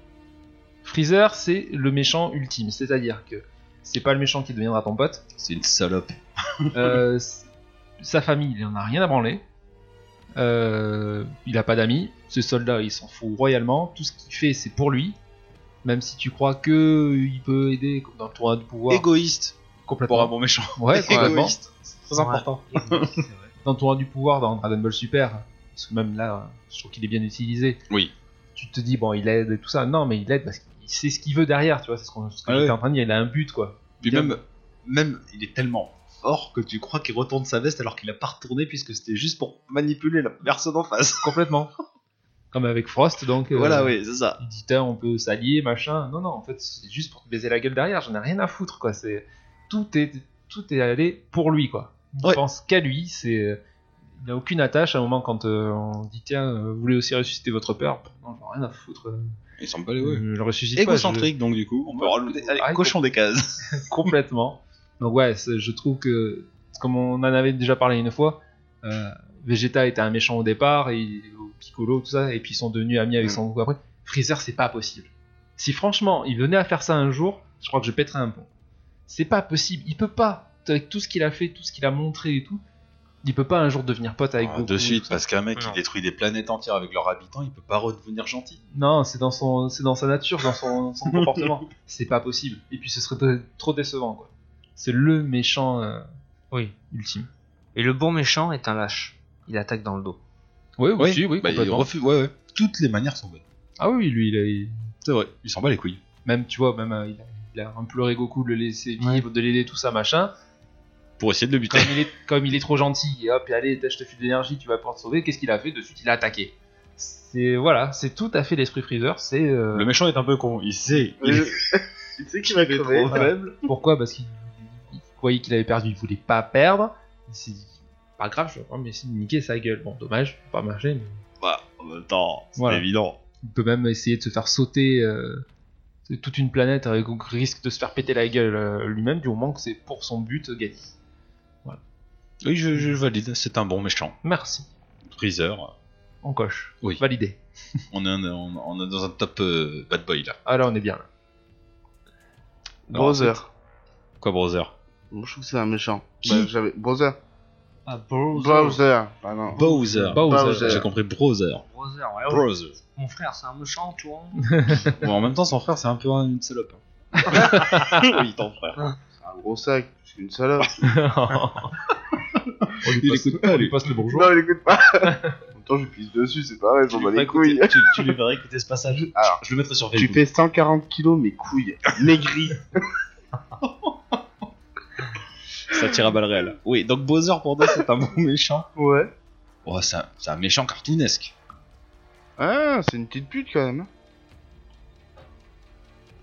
A: Freezer, c'est le méchant ultime. C'est-à-dire que c'est pas le méchant qui deviendra ton pote.
C: C'est une salope.
A: Euh, s- sa famille, il en a rien à branler. Euh, il a pas d'amis. Ses soldats, il s'en fout royalement. Tout ce qu'il fait, c'est pour lui. Même si tu crois que il peut aider comme dans le tournoi du pouvoir.
C: Égoïste pour un
A: complètement.
C: bon méchant.
A: Ouais, complètement.
C: Égoïste. C'est très important.
A: Dans le tournoi du pouvoir, dans Dragon Ball Super, parce que même là, je trouve qu'il est bien utilisé.
C: Oui.
A: Tu te dis bon, il aide et tout ça. Non, mais il aide parce qu'il sait ce qu'il veut derrière. Tu vois, c'est ce qu'on ce que
C: Ah
A: j'étais
C: ouais.
A: en train de dire. Il a un but quoi.
C: Puis
A: Bien.
C: même, même, il est tellement orc, tu crois qu'il retourne sa veste alors qu'il a pas retourné puisque c'était juste pour manipuler la personne en face.
A: complètement. Comme avec Frost, donc. euh,
C: voilà, oui, c'est ça.
A: Il dit, Tain, on peut s'allier, machin. Non, non, en fait, c'est juste pour te baiser la gueule derrière. J'en ai rien à foutre, quoi. C'est tout est tout est allé pour lui, quoi. Il
C: Ouais.
A: pense qu'à lui. C'est il n'a aucune attache. À un moment, quand euh, on dit tiens, euh, vous voulez aussi ressusciter votre père Non, j'en ai rien à foutre. euh,
C: Ils sont pas les
A: Je le ressuscite pas. je-
C: Égocentrique, donc du coup, on peut rajouter. Allez,
A: Ah,
C: cochon des cases.
A: complètement. Donc ouais, c'est- je trouve que, comme on en avait déjà parlé une fois, euh, Vegeta était un méchant au départ, et au Piccolo, tout ça, et puis ils sont devenus amis avec
F: Mm.
A: Son Goku après. Freezer, c'est pas possible. Si franchement, il venait à faire ça un jour, je crois que je pèterais un pont. C'est pas possible, il peut pas. Avec tout ce qu'il a fait, tout ce qu'il a montré et tout, il peut pas un jour devenir pote avec Goku.
C: Ah, de suite,
A: tout ça.
C: parce qu'un mec
D: Non.
C: qui détruit des planètes entières avec leurs habitants, il peut pas redevenir gentil.
A: Non, c'est dans son, c'est dans sa nature, dans son, son comportement. C'est pas possible. Et puis ce serait de- trop décevant, quoi. C'est le méchant euh,
D: Oui.
A: ultime.
D: Et le bon méchant est un lâche. Il attaque dans le dos.
A: Oui,
C: Oui,
A: aussi, oui,
C: Bah, il
A: complètement.
C: refuse. Ouais, ouais. Toutes les manières sont bonnes.
A: Ah oui, lui, il a, il-
C: C'est vrai, il s'en bat les couilles.
A: même, tu vois, même euh, il a, il a imploré Goku de le laisser vivre, de l'aider, tout ça, machin.
C: Pour essayer de le buter.
A: Comme il est, comme il est trop gentil, et hop, et allez, tâche te fus d'énergie, tu vas pouvoir te sauver. Qu'est-ce qu'il a fait De suite, il a attaqué. C'est voilà, c'est tout à fait l'esprit Freezer. C'est euh,
C: Le méchant est un peu con, il sait.
F: Je- Tu sais qu'il va crever.
A: trop
F: faible.
A: pourquoi Parce qu'il il croyait qu'il avait perdu, il voulait pas perdre. Il s'est dit, pas grave, je vais quand même essayer de niquer sa gueule. Bon, dommage, pas marché, mais
C: Bah, en même temps, c'est
A: Voilà.
C: évident.
A: Il peut même essayer de se faire sauter euh, toute une planète avec donc risque de se faire péter la gueule euh, lui-même du moment que c'est pour son but euh, gagné.
C: Oui, je, je valide, c'est un bon méchant.
A: Merci.
C: Freezer,
A: On coche.
C: Oui.
A: Validé.
C: on est, un- on, on est dans un top euh, bad boy là.
A: Ah là on est bien. là.
F: Brother.
C: Quoi, Brother
F: Moi, je trouve que c'est un méchant.
C: Qui
F: Bah, j'avais... Brother.
D: Ah,
F: Browser. Ah non.
C: Bowser.
A: Bowser.
C: J'ai compris, Brother.
D: Browser, ouais, ouais.
C: Brother.
D: Mon frère, c'est un méchant, tu vois.
C: Ah Bon, en même temps, son frère, c'est un peu un- une salope. hein. oui, ton frère.
F: Un gros sac. C'est une salope.
A: on lui
C: Il
A: passe,
C: écoute pas,
A: on lui
C: lui.
A: passe le bonjour.
F: non, il écoute pas. en même temps, je pisse dessus, c'est pareil, j'en bats les couilles.
C: tu, lui ferais écouter ce passage.
F: Alors,
C: je le mettrai sur
F: Tu
C: Facebook.
F: fais 140 kilos, mes couilles. Maigri.
C: Ça tire à balles réelles. Oui, donc Bowser, pour nous, c'est un bon méchant.
F: Ouais.
C: Oh, c'est un, c'est un méchant cartoonesque.
F: Ah, c'est une petite pute quand même.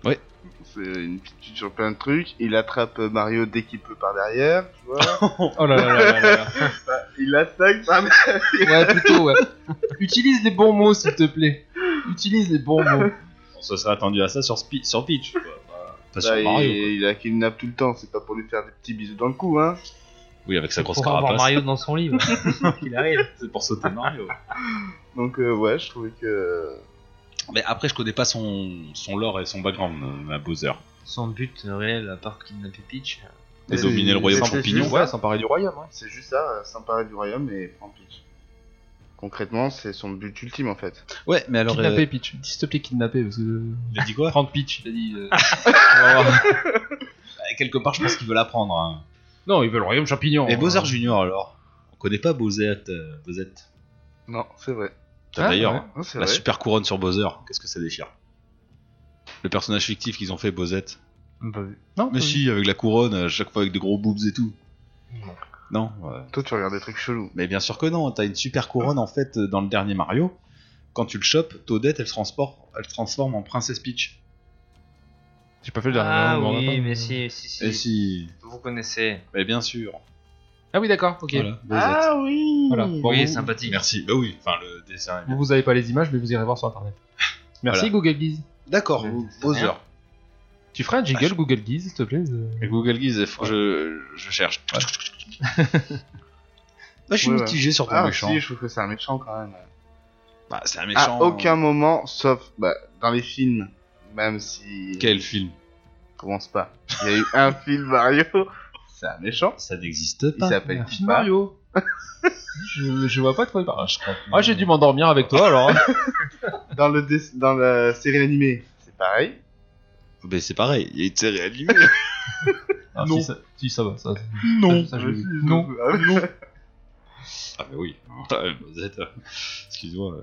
C: Ouais.
F: C'est une petite pute sur plein de trucs. Il attrape euh, Mario dès qu'il peut par derrière, tu vois.
A: Oh là là là là là.
F: il attaque sa mère.
A: Ouais, plutôt, ouais. Utilise les bons mots, s'il te plaît. Utilise les bons mots.
C: On se serait attendu à ça sur, Spi- sur Peach. quoi. Pas- Pas sur
F: Bah, il,
C: Mario. quoi.
F: il la kidnappe tout le temps, c'est pas pour lui faire des petits bisous dans le cou, hein.
C: Oui, avec sa grosse
D: Pour avoir
C: carapace.
D: Mario dans son livre. il arrive.
C: C'est pour sauter Mario.
F: Donc, euh, ouais, je trouvais que.
C: Mais après, je connais pas son, son lore et son background, euh, à Bowser.
D: Son but réel, à part kidnapper Peach.
C: Et
F: C'est-
C: dominer le royaume
F: c'est- c'est
C: champignon.
F: juste
A: Ouais,
F: ça.
A: s'emparer du royaume. hein.
F: C'est juste ça, euh, s'emparer du royaume et prendre Peach. Concrètement, c'est son but ultime en fait.
C: Ouais, mais alors. euh,
A: Kidnapper Peach. Dis s'il te plaît, kidnapper. Parce que...
C: il a dit quoi
A: Prendre Peach, il a dit. euh,
C: Quelque part, je pense qu'il veut l'apprendre. Hein.
A: Non, il veut le royaume champignon. Euh,
C: Et Bowser Junior alors On connaît pas Bowser. euh, Bowser.
F: Non, c'est vrai.
C: T'as
A: Ah,
C: D'ailleurs,
A: ouais.
C: hein,
F: Non, c'est
C: la
F: vrai.
C: super couronne sur Bowser, qu'est-ce que ça déchire Le personnage fictif qu'ils ont fait, Bowser.
D: Pas vu.
A: Non,
C: Mais
A: oui.
C: si, avec la couronne, à chaque fois avec des gros boobs et tout. Non, ouais.
F: Toi, tu regardes des trucs chelous.
C: mais bien sûr que non. T'as une super couronne en fait euh, dans le dernier Mario. Quand tu le chopes, Toadette elle se transporte, elle se transforme en princesse Peach.
A: J'ai pas fait le dernier.
D: Ah
A: on m'en a
D: oui,
A: pas.
D: mais si, si, si.
C: Et si
D: Vous connaissez.
C: Mais bien sûr.
A: Ah oui, d'accord, ok.
C: Voilà, Bowsette.
F: Ah oui
A: Voilà. Bon,
D: oui,
A: vous-
D: sympathique.
C: Merci. Bah oui, enfin le dessin. est bien.
A: Vous, vous avez pas les images, mais vous irez voir sur internet. Merci Google Guise.
C: D'accord, Bowser.
A: Tu feras un jingle Google Guise, s'il te plaît euh,
C: Google Guise, il faut que je, je cherche. Moi, je suis
F: Ouais, ouais.
C: mitigé sur ton
F: Ah
C: méchant.
F: si, je trouve que c'est un méchant quand même.
C: Bah, c'est un
F: À
C: méchant.
F: aucun moment, sauf bah, dans les films, même si...
C: Quel film
F: Commence pas. Il y a eu un film Mario, c'est un méchant.
C: Ça n'existe
F: Il s'appelle
A: un film
F: pas.
A: Mario. je, je vois pas de quoi il parle. Ah, j'ai dû m'endormir avec toi alors. hein.
F: Dans, le dess- dans la série animée, c'est pareil.
C: Mais c'est pareil, il était réanimé.
A: Ah,
C: Non.
A: Si, ça, si, ça va. Ça,
C: non.
A: ça, je-
F: Je suis-
A: non.
F: Ah, non.
C: Ah, mais oui. Ah, vous êtes- Excuse-moi.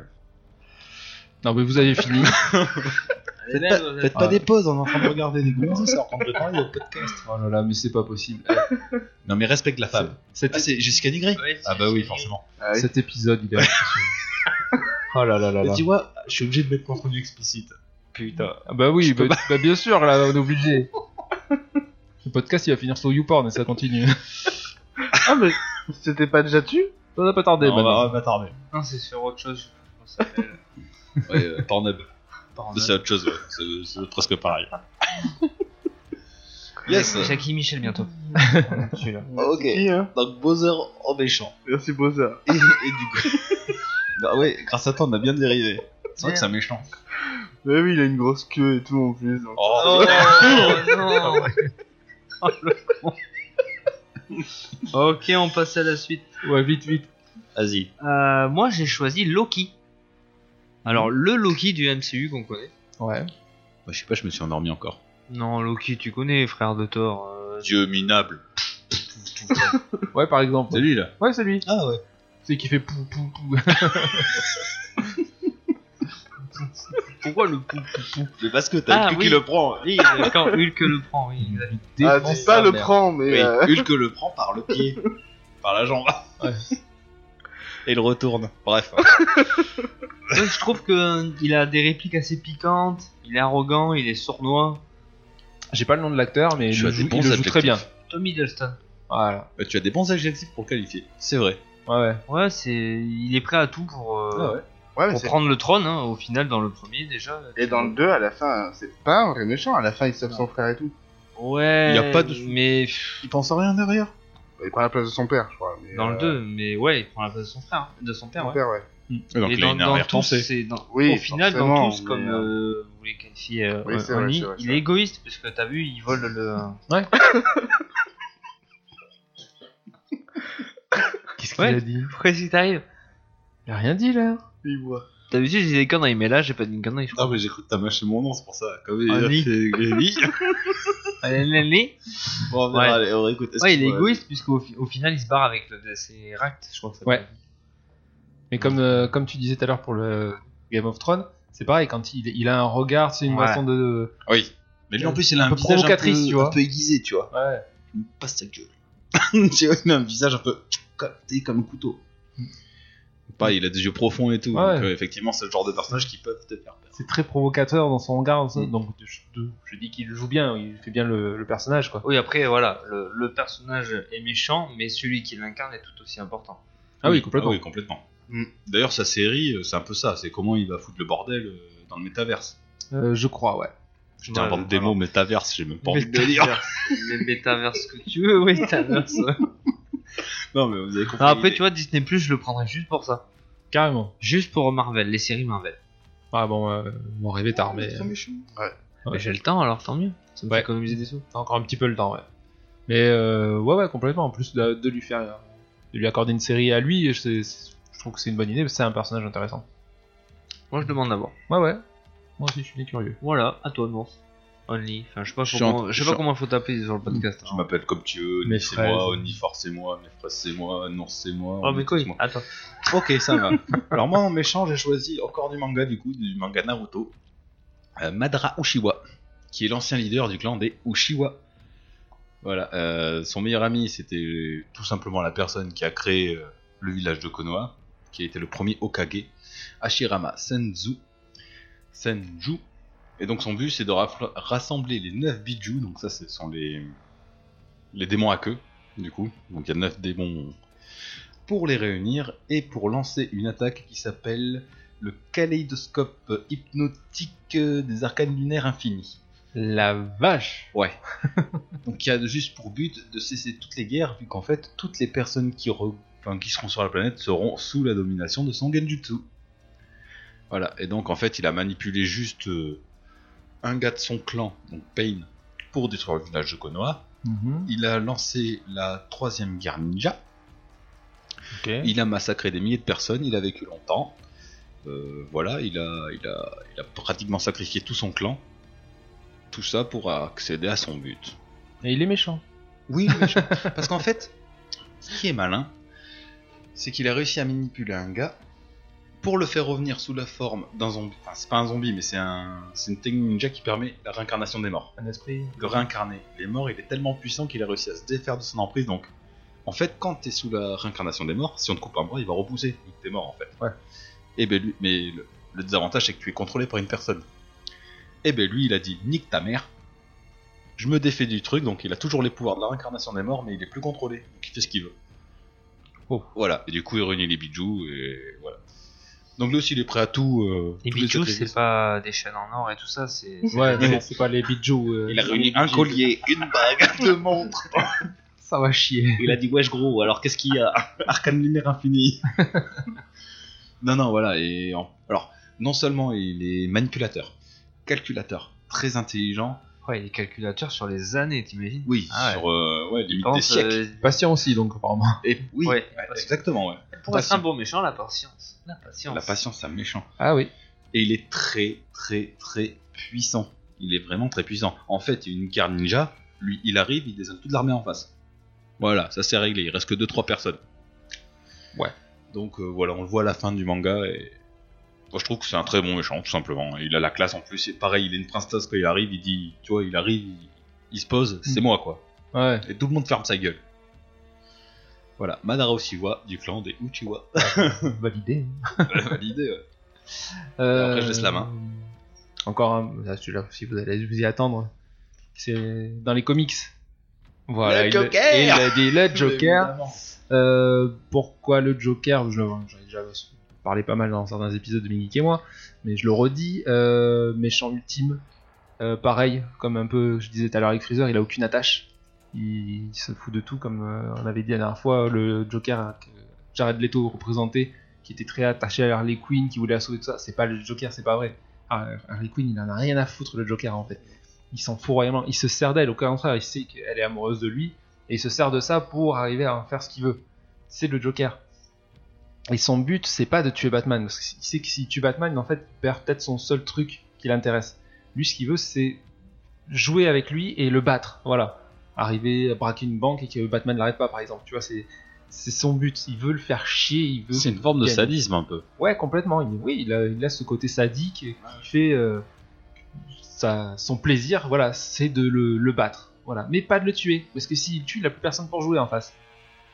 A: Non, mais vous avez fini.
C: Faites pas, faites pas
A: Ah.
C: des pauses en train de regarder des gonzesses, ça prendre le temps, il y a le podcast.
A: Oh là là, mais c'est pas possible.
C: Non mais respecte la femme.
A: Cet,
C: Ah, c'est Jessica Nigri Ah bah oui, forcément.
F: Ah oui.
A: cet épisode, il est. oh là là là là.
C: Mais tu vois, je suis obligé de mettre contenu explicite.
A: Putain. Ah bah oui, bah, bah bien sûr, là, on est obligé. Le podcast, il va finir sur YouPorn et ça continue.
F: Ah, mais c'était pas déjà dessus
A: Ça va pas tarder,
C: on
A: maintenant.
C: va pas tarder.
D: Non, c'est sur autre chose. je sais pas comment ça s'appelle.
C: Ouais, euh, Pornhub.
D: Pardon.
C: C'est autre chose, ouais. C'est- c'est presque pareil. yes
D: Jackie Michel bientôt. Celui-là.
C: Ok,
F: Qui, hein
C: donc Bowser en méchant.
F: Merci Bowser.
C: Et, et du coup... bah ouais, grâce à toi, on a bien dérivé. C'est vrai que c'est un méchant.
F: Mais oui, il a une grosse queue et tout en plus. donc.
C: Oh,
D: non Oh, Ok, on passe à la suite.
A: Ouais, vite, vite.
C: Vas-y.
D: Euh, moi, j'ai choisi Loki. Alors, le Loki du MCU qu'on connaît.
A: Ouais.
C: Bah, je sais pas, je me suis endormi encore.
D: Non, Loki, tu connais, frère de Thor. euh,
C: Dieu minable.
A: Ouais, par exemple.
C: C'est lui là
A: Ouais, c'est lui.
C: Ah ouais.
A: C'est qui fait pou pou pou.
D: Pourquoi le pou
C: Mais parce que t'as
D: Ah,
C: Hulk
D: oui.
C: qui le prend.
D: Oui, quand Hulk le prend, oui. exact.
F: Ah, dis pas le prend, mais.
C: Oui,
F: euh,
C: Hulk le prend par le pied. par la jambe.
A: Ouais.
C: Et le retourne. Bref.
D: Ouais, je trouve que euh, il a des répliques assez piquantes, il est arrogant, il est sournois.
A: J'ai pas le nom de l'acteur, mais
C: Tu
A: il le
C: as des
A: joue,
C: bons
A: il le joue
C: adjectifs.
A: très bien.
D: Tom Hiddleston.
A: Voilà.
C: Bah, tu as des bons adjectifs pour qualifier. C'est vrai.
A: Ouais, ouais.
D: Ouais, c'est, il est prêt à tout pour, euh,
F: Ouais, mais
D: pour
F: c'est-
D: prendre le trône, hein, au final, dans le premier déjà.
F: Et dans le 2, à la fin, hein, c'est pas un vrai méchant. À la fin, il sauve son frère et tout.
D: Ouais,
C: Y a pas de-
D: mais pff,
C: Il pense à rien derrière.
F: Bah, Il prend la place de son père, je crois. mais,
D: dans
F: euh,
D: le 2, mais ouais, il prend la place de son frère, hein, de son père,
F: Son
D: ouais.
F: père, ouais.
C: Donc
D: Et
C: il a
D: dans,
C: une
D: dans tous,
C: arrière-pensée.
D: c'est dans-
F: Oui,
D: au final, dans
F: forcément,
D: tous,
F: mais,
D: comme
F: euh,
D: euh, vous voulez qualifier euh,
F: Oui, c'est
D: Oni,
F: vrai, c'est vrai, c'est
D: il
F: vrai.
D: est égoïste parce que t'as vu, il vole le.
A: Qu'est-ce
D: Ouais.
A: dit
D: Pourquoi si t'arrives
A: Il a rien dit là.
F: Il voit.
D: D'habitude, j'ai des conneries, mais là, j'ai pas dit une connerie. je
C: Non, mais j'ai cru que t'as mâché mon nom, c'est pour ça. Comme
D: Ah, oui.
C: oui.
D: crois. Allez, allez, allez.
C: Bon, on verra,
D: Ouais.
C: allez, on réécoute. Est-ce
D: Ouais, il
C: qu'il
D: est
C: faut-
D: égoïste, puisqu'au fi- au final, il se barre avec le Tesseract, je crois que ça
A: Ouais.
D: s'appelle.
A: Mais comme, euh, comme tu disais tout à l'heure pour le Game of Thrones, c'est pareil, quand il, il a un regard, c'est une
D: Ouais.
A: façon de.
C: Oui. Mais lui en plus, il a un,
A: peu
C: visage un peu,
A: provocatrice, tu vois.
C: un peu aiguisé, tu vois.
A: Ouais.
C: Pas sa gueule. tu vois, il a un visage un peu capté comme un couteau. Pas, il a des yeux profonds et tout.
A: Ouais.
C: Donc, euh, effectivement, c'est le genre de personnage qui peuvent te faire peur.
A: C'est très provocateur dans son regard. dans son-
C: Mm.
A: Donc je, de- je dis qu'il joue bien, il fait bien le, le personnage, quoi.
D: Oui, après, voilà, le, le personnage est méchant, mais celui qui l'incarne est tout aussi important.
A: Ah oui, complètement.
C: Ah oui, complètement.
F: Mm.
C: D'ailleurs, sa série, euh, c'est un peu ça. C'est comment il va foutre le bordel euh, dans le métaverse.
A: Euh, je crois, ouais.
C: Je t'invente des mots métaverse, j'ai même pas envie de le dire.
D: Métaverse. Mais métaverse que tu veux, oui, métaverse.
C: Non, mais vous avez compris.
D: Non, après,
C: l'idée.
D: tu vois, Disney, je le prendrais juste pour ça.
A: Carrément.
D: Juste pour Marvel, les séries Marvel.
A: Ah bon, euh, mon rêve est tard, mais. Ouais.
D: Mais j'ai le temps, alors tant mieux. Ça me
A: Ouais.
D: fait économiser des sous.
A: T'as encore un petit peu le temps, ouais. Mais euh, ouais, ouais, complètement. En plus de, de lui faire, de lui accorder une série à lui, c'est- c'est- je trouve que c'est une bonne idée. parce que C'est un personnage intéressant.
D: Moi, je demande d'abord.
A: Ouais, ouais. Moi aussi, je suis curieux.
D: Voilà, à toi, non. Only. Enfin, je sais pas
C: Je suis en-
D: comment, je sais
C: je
D: pas
C: suis en- Mm.
D: comment faut taper sur le podcast. hein,
C: Je m'appelle comme tu veux,
A: Mes
C: Oni c'est moi,
A: fraises.
C: Oni force c'est moi, mes fraises c'est moi, non c'est moi.
D: Oh,
C: Oni,
D: mais quoi,
C: c'est moi.
D: attends.
C: Ok, ça va. Alors moi, en méchant, j'ai choisi encore du manga, du coup, du manga Naruto. Euh, Madara Uchiwa, qui est l'ancien leader du clan des Uchiwa. Voilà, euh, son meilleur ami, c'était tout simplement la personne qui a créé euh, le village de Konoha, qui a été le premier Okage, Hashirama Senzu. Senju. Et donc son but, c'est de rafla- rassembler les 9 Biju, donc ça, ce sont les, les démons à queue, du coup. Donc il y a 9 démons pour les réunir et pour lancer une attaque qui s'appelle le kaléidoscope hypnotique des arcanes lunaires infinis.
A: La vache.
C: Ouais. Donc il y a juste pour but de cesser toutes les guerres, vu qu'en fait toutes les personnes qui, re- enfin, qui seront sur la planète seront sous la domination de son Genjutsu. Voilà, et donc en fait il a manipulé juste euh, un gars de son clan, donc Pain, pour détruire le village de Konoha. Il a lancé la troisième guerre ninja,
A: Ok.
C: il a massacré des milliers de personnes, il a vécu longtemps. Euh, voilà, il a, il, a, il a pratiquement sacrifié tout son clan. Tout ça pour accéder à son but.
A: Et il est méchant.
C: Oui, oui, je- parce qu'en fait, ce qui est malin, c'est qu'il a réussi à manipuler un gars pour le faire revenir sous la forme d'un zombie. Enfin, c'est pas un zombie, mais c'est un, c'est une technique ninja qui permet la réincarnation des morts.
A: Un esprit.
C: De réincarner les morts, il est tellement puissant qu'il a réussi à se défaire de son emprise. Donc, en fait, quand t'es sous la réincarnation des morts, si on te coupe un bras, il va repousser. Donc t'es mort en fait.
A: Ouais.
C: Et ben lui, mais le, le désavantage c'est que tu es contrôlé par une personne. Et ben lui, il a dit nique ta mère. Je me défais du truc, donc il a toujours les pouvoirs de la réincarnation des morts, mais il est plus contrôlé. Donc il fait ce qu'il veut.
A: Oh.
C: Voilà. Et du coup, il réunit les bijoux et voilà. Donc lui aussi, il est prêt à tout. euh,
D: Les
C: tous les
D: bijoux,
C: sacrifices.
D: c'est pas des chaînes en or et tout ça, c'est.
A: Ouais,
C: mais
A: mais c'est pas les bijoux. euh,
C: Il a réuni un collier, une bague, deux montres.
A: Ça va chier.
C: Il a dit wesh gros, alors qu'est-ce qu'il y a Arcane lunaire infini. non, non, voilà. Et en- alors, non seulement il est manipulateur, calculateur, très intelligent.
D: Ouais, les calculateurs sur les années, t'imagines
C: Oui,
D: Ah ouais.
C: sur euh, ouais, limite
D: Pense,
C: des siècles.
D: euh,
A: Patient aussi, donc apparemment.
C: Et oui,
D: ouais,
C: ouais,
D: parce-
C: exactement. Ouais.
D: pour être un
C: Patience.
D: bon méchant, la patience. La patience.
C: La patience, c'est un méchant.
A: Ah oui.
C: Et il est très, très, très puissant. Il est vraiment très puissant. En fait, une carte ninja, lui, il arrive, il désomme toute l'armée en face. Voilà, ça c'est réglé. Il reste que 2-3 personnes.
A: Ouais.
C: Donc euh, voilà, on le voit à la fin du manga et. Moi, je trouve que c'est un très bon méchant, tout simplement. Il a la classe en plus. Et pareil, il est une princesse quand il arrive. Il dit, tu vois, il arrive, il, il se pose,
A: Mhm.
C: c'est moi quoi.
A: Ouais.
C: Et tout le monde ferme sa gueule. Voilà, Madara Oshiwa du clan des Uchiwa.
A: Validé.
C: Validé, ouais.
A: Euh,
C: après, je laisse la main.
A: Encore un. là, Celui-là, si vous allez vous y attendre, c'est dans les comics. Voilà.
F: Le
A: il a-
F: Joker
A: et il a dit le Joker.
F: Évidemment.
A: Euh, pourquoi le Joker Je- J'en ai déjà parlé pas mal dans certains épisodes de Mickey et moi, mais je le redis. euh, méchant ultime. Euh, pareil, comme un peu, je disais tout à l'heure avec Freezer, il a aucune attache. Il, il se fout de tout, comme euh, on avait dit la dernière fois, le Joker que Jared Leto représentait, qui était très attaché à Harley Quinn, qui voulait la sauver, tout ça. C'est pas le Joker, c'est pas vrai. Ah, Harley Quinn, il en a rien à foutre, le Joker, en fait. Il s'en fout royalement. Il se sert d'elle, au contraire, il sait qu'elle est amoureuse de lui, et il se sert de ça pour arriver à en faire ce qu'il veut. C'est le Joker. Et son but, c'est pas de tuer Batman, parce qu'il sait que s'il tue Batman, en fait, il perd peut-être son seul truc qui l'intéresse. Lui, ce qu'il veut, c'est jouer avec lui et le battre. Voilà. Arriver à braquer une banque et que Batman l'arrête pas, par exemple. Tu vois, c'est c'est son but. Il veut le faire chier. Il veut.
C: C'est une forme de
A: gagner.
C: sadisme un peu.
A: Ouais, complètement. Il, oui, il a, il a ce côté sadique et qui fait euh, sa- son plaisir. Voilà, c'est de le, le battre. Voilà, mais pas de le tuer, parce que s'il le tue, il n'a plus personne pour jouer en face.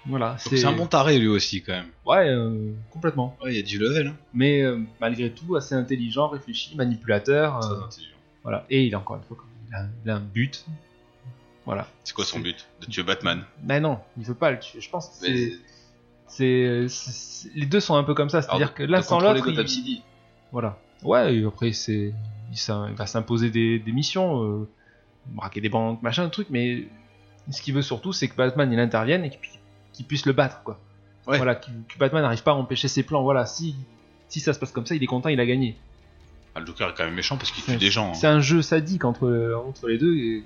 A: Voilà,
C: Donc, C'est un bon taré lui aussi quand même.
A: Ouais, euh, complètement.
C: Ouais, il y a du level. Hein.
A: Mais euh, malgré tout, assez intelligent, réfléchi, manipulateur. euh, voilà, et il a encore une fois, il a, il a un but. Voilà.
C: C'est quoi son but De tuer Batman
A: Mais non, il veut pas le tuer. Je pense que c'est,
C: Mais-
A: c'est- c'est- les deux sont un peu comme ça. C'est-à-dire
C: Alors,
A: que là,
C: de
A: sans
C: contrôler
A: l'autre,
C: Gotham
A: il-
C: City.
A: Voilà. Ouais, et après, c'est, il, s'im- il va s'imposer des, des missions, euh, braquer des banques, machin, truc, mais ce qu'il veut surtout, c'est que Batman il intervienne et qu'il pu- qu'il puisse le battre, quoi.
C: Ouais.
A: Voilà, qu'il- que Batman n'arrive pas à empêcher ses plans. Voilà, si, si ça se passe comme ça, il est content, il a gagné.
C: Ah, le Joker est quand même méchant parce qu'il
A: C'est-
C: tue des gens. hein.
A: C'est un jeu sadique entre, entre les deux et-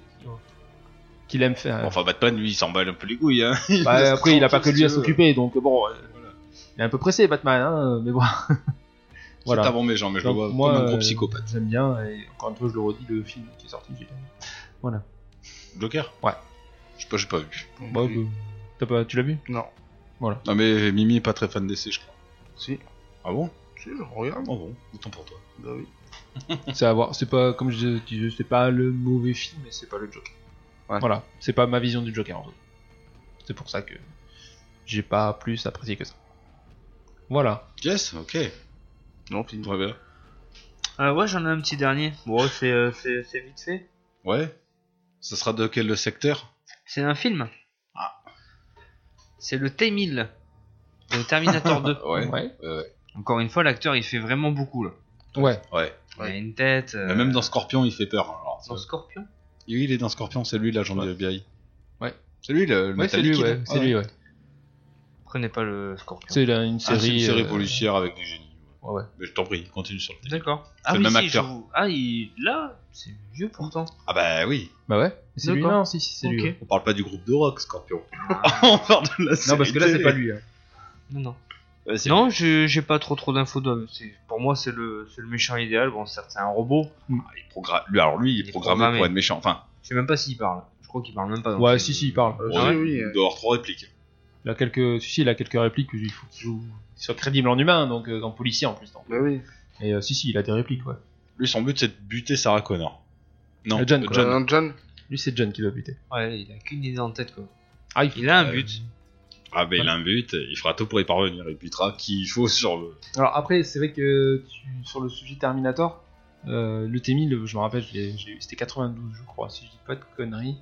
A: qu'il aime faire.
C: Enfin, Batman, lui, il s'emballe un peu les couilles. Hein. Il
A: Bah,
C: laisse
A: après, il a pas
C: tranquille,
A: que
C: si
A: lui à
C: tu veux.
A: s'occuper, donc bon, euh, il est un peu pressé, Batman, hein, mais bon.
C: C'est avant mes gens, mais je le
A: Donc,
C: vois
A: moi,
C: comme un gros
A: euh,
C: psychopathe.
A: J'aime bien, et encore une fois, je le redis, le film qui est sorti, j'ai pas vu.
C: Joker
A: Ouais.
C: Je sais pas, j'ai pas vu.
A: Bah, je- t'as pas- tu l'as vu
F: Non.
C: Non, mais Mimi est pas très fan d'essai, je crois.
F: Si.
C: Ah bon
F: Si, je regarde.
C: Oh bon, autant pour toi.
F: Bah oui.
A: C'est à voir. C'est pas, comme je disais, c'est pas le mauvais film, mais c'est pas le Joker.
F: Ouais.
A: Voilà, c'est pas ma vision du Joker en fait. C'est pour ça que j'ai pas plus apprécié que ça. Voilà.
C: Yes, ok.
F: Non, fini.
C: Très bien.
D: Euh, ouais, j'en ai un petit dernier. Bon, c'est euh, c'est- c'est vite fait.
C: Ouais. Ça sera de quel secteur
D: C'est un film.
C: Ah.
D: C'est le T-1000 de Terminator 2.
C: Ouais.
A: Ouais.
D: Encore une fois, l'acteur il fait vraiment beaucoup là.
A: Ouais.
C: Ouais.
D: Il a une tête. euh,
C: Mais Même dans Scorpion, il fait peur. hein. Alors,
D: dans Scorpion
C: Oui, il est dans Scorpion, c'est lui l'agent du FBI.
A: Ouais.
C: C'est lui le, le
A: Ouais, c'est
C: métallique,
A: lui,
C: là.
A: ouais. C'est lui, ouais.
D: Prenez pas le Scorpion.
A: C'est la- une
C: Ah,
A: série.
C: c'est une série
A: euh,
C: policière avec des génies.
A: Ouais, ouais.
C: Mais je t'en prie, continue sur le thème.
D: D'accord.
C: C'est
D: Ah,
C: le
D: mais
C: même
D: si,
C: acteur.
D: je vous- Ah, il... là, c'est vieux pourtant.
C: Ah bah oui,
A: Bah ouais. C'est lui.
D: D'accord.
A: Non, si, si, c'est lui.
D: Ok. Ah.
A: ouais.
C: on parle pas du groupe de rock, Scorpion. on parle de la
A: Non, parce que là, c'est pas lui. hein.
D: Non, non.
C: Ouais, c'est
D: Non,
C: lui.
D: j'ai j'ai pas trop trop d'infos. de- c'est- Pour moi, c'est le, c'est le méchant idéal. Bon, certes, c'est un robot.
C: Il progra- lui, alors lui, il
D: Il
C: est
D: est
C: programmé, Ah,
D: programmé.
C: pour être méchant. Enfin,
D: Je sais même pas s'il parle. Je crois qu'il parle même pas. dans le
A: Ouais,
D: film.
A: si, si, il parle.
F: Euh,
C: ouais,
F: oui, oui.
C: il
F: euh,
C: doit avoir trois répliques.
A: Il a quelques, si, si, il a quelques répliques où il faut qu'il joue sur crédible en humain, donc euh, en policier en plus. donc.
F: Bah oui.
A: Et euh, si, si, il a des répliques, ouais.
C: Lui, son but, c'est de buter Sarah Connor. Non,
A: Euh, John,
C: euh,
A: quoi.
C: John.
F: John. John.
A: Lui, c'est John qui doit buter.
D: Ouais, il a qu'une idée en tête quoi.
A: Ah,
D: Il a un but.
C: Ah, ben il a un but, il fera tout pour y parvenir, il butera qui il faut sur le.
A: Alors après, c'est vrai que tu- sur le sujet Terminator, euh, le T1000, je me rappelle, je l'ai- je l'ai eu, c'était 92, je crois, si je dis pas de conneries.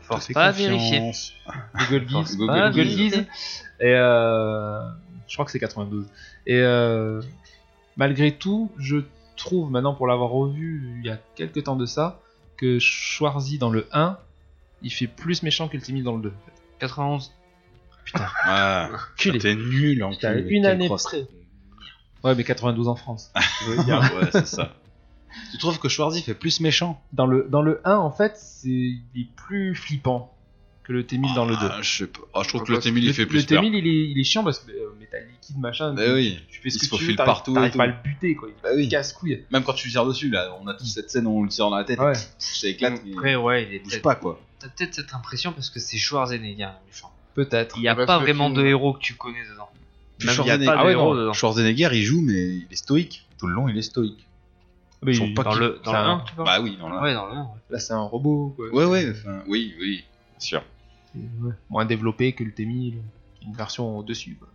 D: Force
C: Fais
D: pas à
C: confiance.
D: vérifier.
A: Google Gibbs.
C: Google
A: Ah, Google
C: Gibbs.
A: Gibbs. Et euh, je crois que c'est 92. Et euh, malgré tout, je trouve maintenant, pour l'avoir revu il y a quelques temps de ça, que Schwarzy dans le 1, il fait plus méchant que le T1000 dans le 2.
D: 91.
C: Ah,
A: Culé.
C: t'es nul en
A: Putain, une année près. Ouais, mais 92 en France.
C: ouais, c'est ça. Tu trouves que Schwarzy fait plus méchant
A: Dans le, dans le 1, en fait, c'est, il est plus flippant que le T1000 dans le 2.
C: Ah, je, sais pas. Ah, je trouve
F: Ah,
C: que le
F: bah,
C: T-1000 il fait
A: le
C: plus peur.
A: T1000, il est, il est chiant parce que euh, métal liquide, machin.
C: Mais oui.
A: Tu fais ce
C: Il
A: que
C: se
A: tu veux,
C: faufile
A: t'arrives-
C: partout et
A: t'arrives
C: tout.
A: pas à le buter, quoi.
C: Bah oui.
A: Il casse couille.
C: Même quand tu tires dessus, là, on a tous cette scène où on le tire dans la tête,
A: Ouais.
C: et pff, ça éclate, mais
D: Après, ouais, il est
C: il bouge
D: peut-être-
C: pas quoi.
D: T'as peut-être cette impression parce que c'est Schwarzenegger, le méchant.
A: Peut-être.
D: Il n'y a
F: Parce
D: pas
F: que
D: vraiment
F: tu-
D: de héros que tu connais dedans.
C: Puis
D: Même il y a
C: Schwarzenegger-
D: pas de
C: Ah ouais,
D: héros
C: non,
D: dedans.
C: Schwarzenegger il joue, mais il est stoïque. Tout le long, il est stoïque.
A: Mais
C: Ils sont
A: il-
C: pas
D: Dans
C: qui-
D: le, dans
A: c'est
D: le
A: un-
D: un, tu vois.
C: Bah oui, dans la...
D: Ouais, dans le un, ouais.
A: Là, c'est un robot, quoi.
C: Ouais, ouais, enfin, oui, oui, bien sûr.
A: C'est, ouais, Moins développé que le T1000. Une version au-dessus, quoi.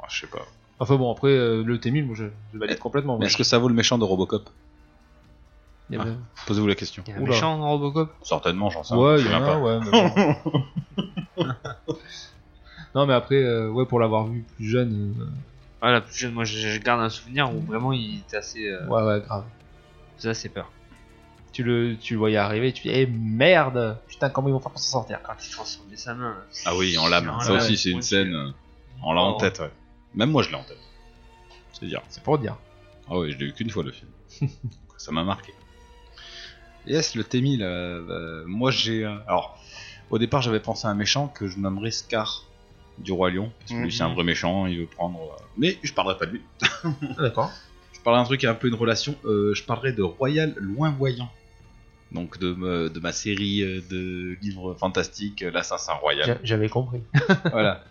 C: Ah, je sais pas.
A: Enfin bon, après, euh, le T1000, moi, je, je valide complètement.
C: Mais
A: moi.
C: est-ce que Ah, ça vaut le méchant de Robocop
A: Il y avait-
C: Posez-vous la question.
D: Il y a un
A: Oula.
D: méchant dans Robocop.
C: Certainement, j'en sais
A: Ouais,
C: je
A: il y
C: sais
A: en
C: même
A: a, ouais. mais bon. non, mais après, euh, ouais, pour l'avoir vu plus jeune,
D: Ah, la plus jeune, moi je, je garde un souvenir où vraiment il était assez.
A: euh,
D: euh,
A: ouais, ouais, grave.
D: faisait assez peur.
A: Tu le, tu le voyais arriver, tu dis, eh merde, putain, comment ils vont faire pour s'en sortir
D: Quand il transformait sa main. là.
C: Ah oui, en lame.
D: En
C: Ça
D: lame.
C: aussi, c'est une
D: Ouais.
C: scène. euh, On l'a en
D: Oh.
C: tête, ouais. Même moi, je l'ai en tête. C'est dire.
A: C'est pour dire.
C: Ah oui, je l'ai eu qu'une fois le film. ça m'a marqué. Yes, le T-1000. euh, euh, moi, j'ai. euh, alors, au départ, j'avais pensé à un méchant que je nommerais Scar du Roi Lion. Parce que lui, c'est un vrai méchant, il veut prendre. euh, mais je parlerai pas de lui.
A: D'accord.
C: Je parlerai d'un truc qui a un peu une relation. euh, je parlerai de Royal Loinvoyant. Donc, de, me- de ma série euh, de livres fantastiques, euh, L'Assassin Royal.
A: J'avais compris.
C: voilà.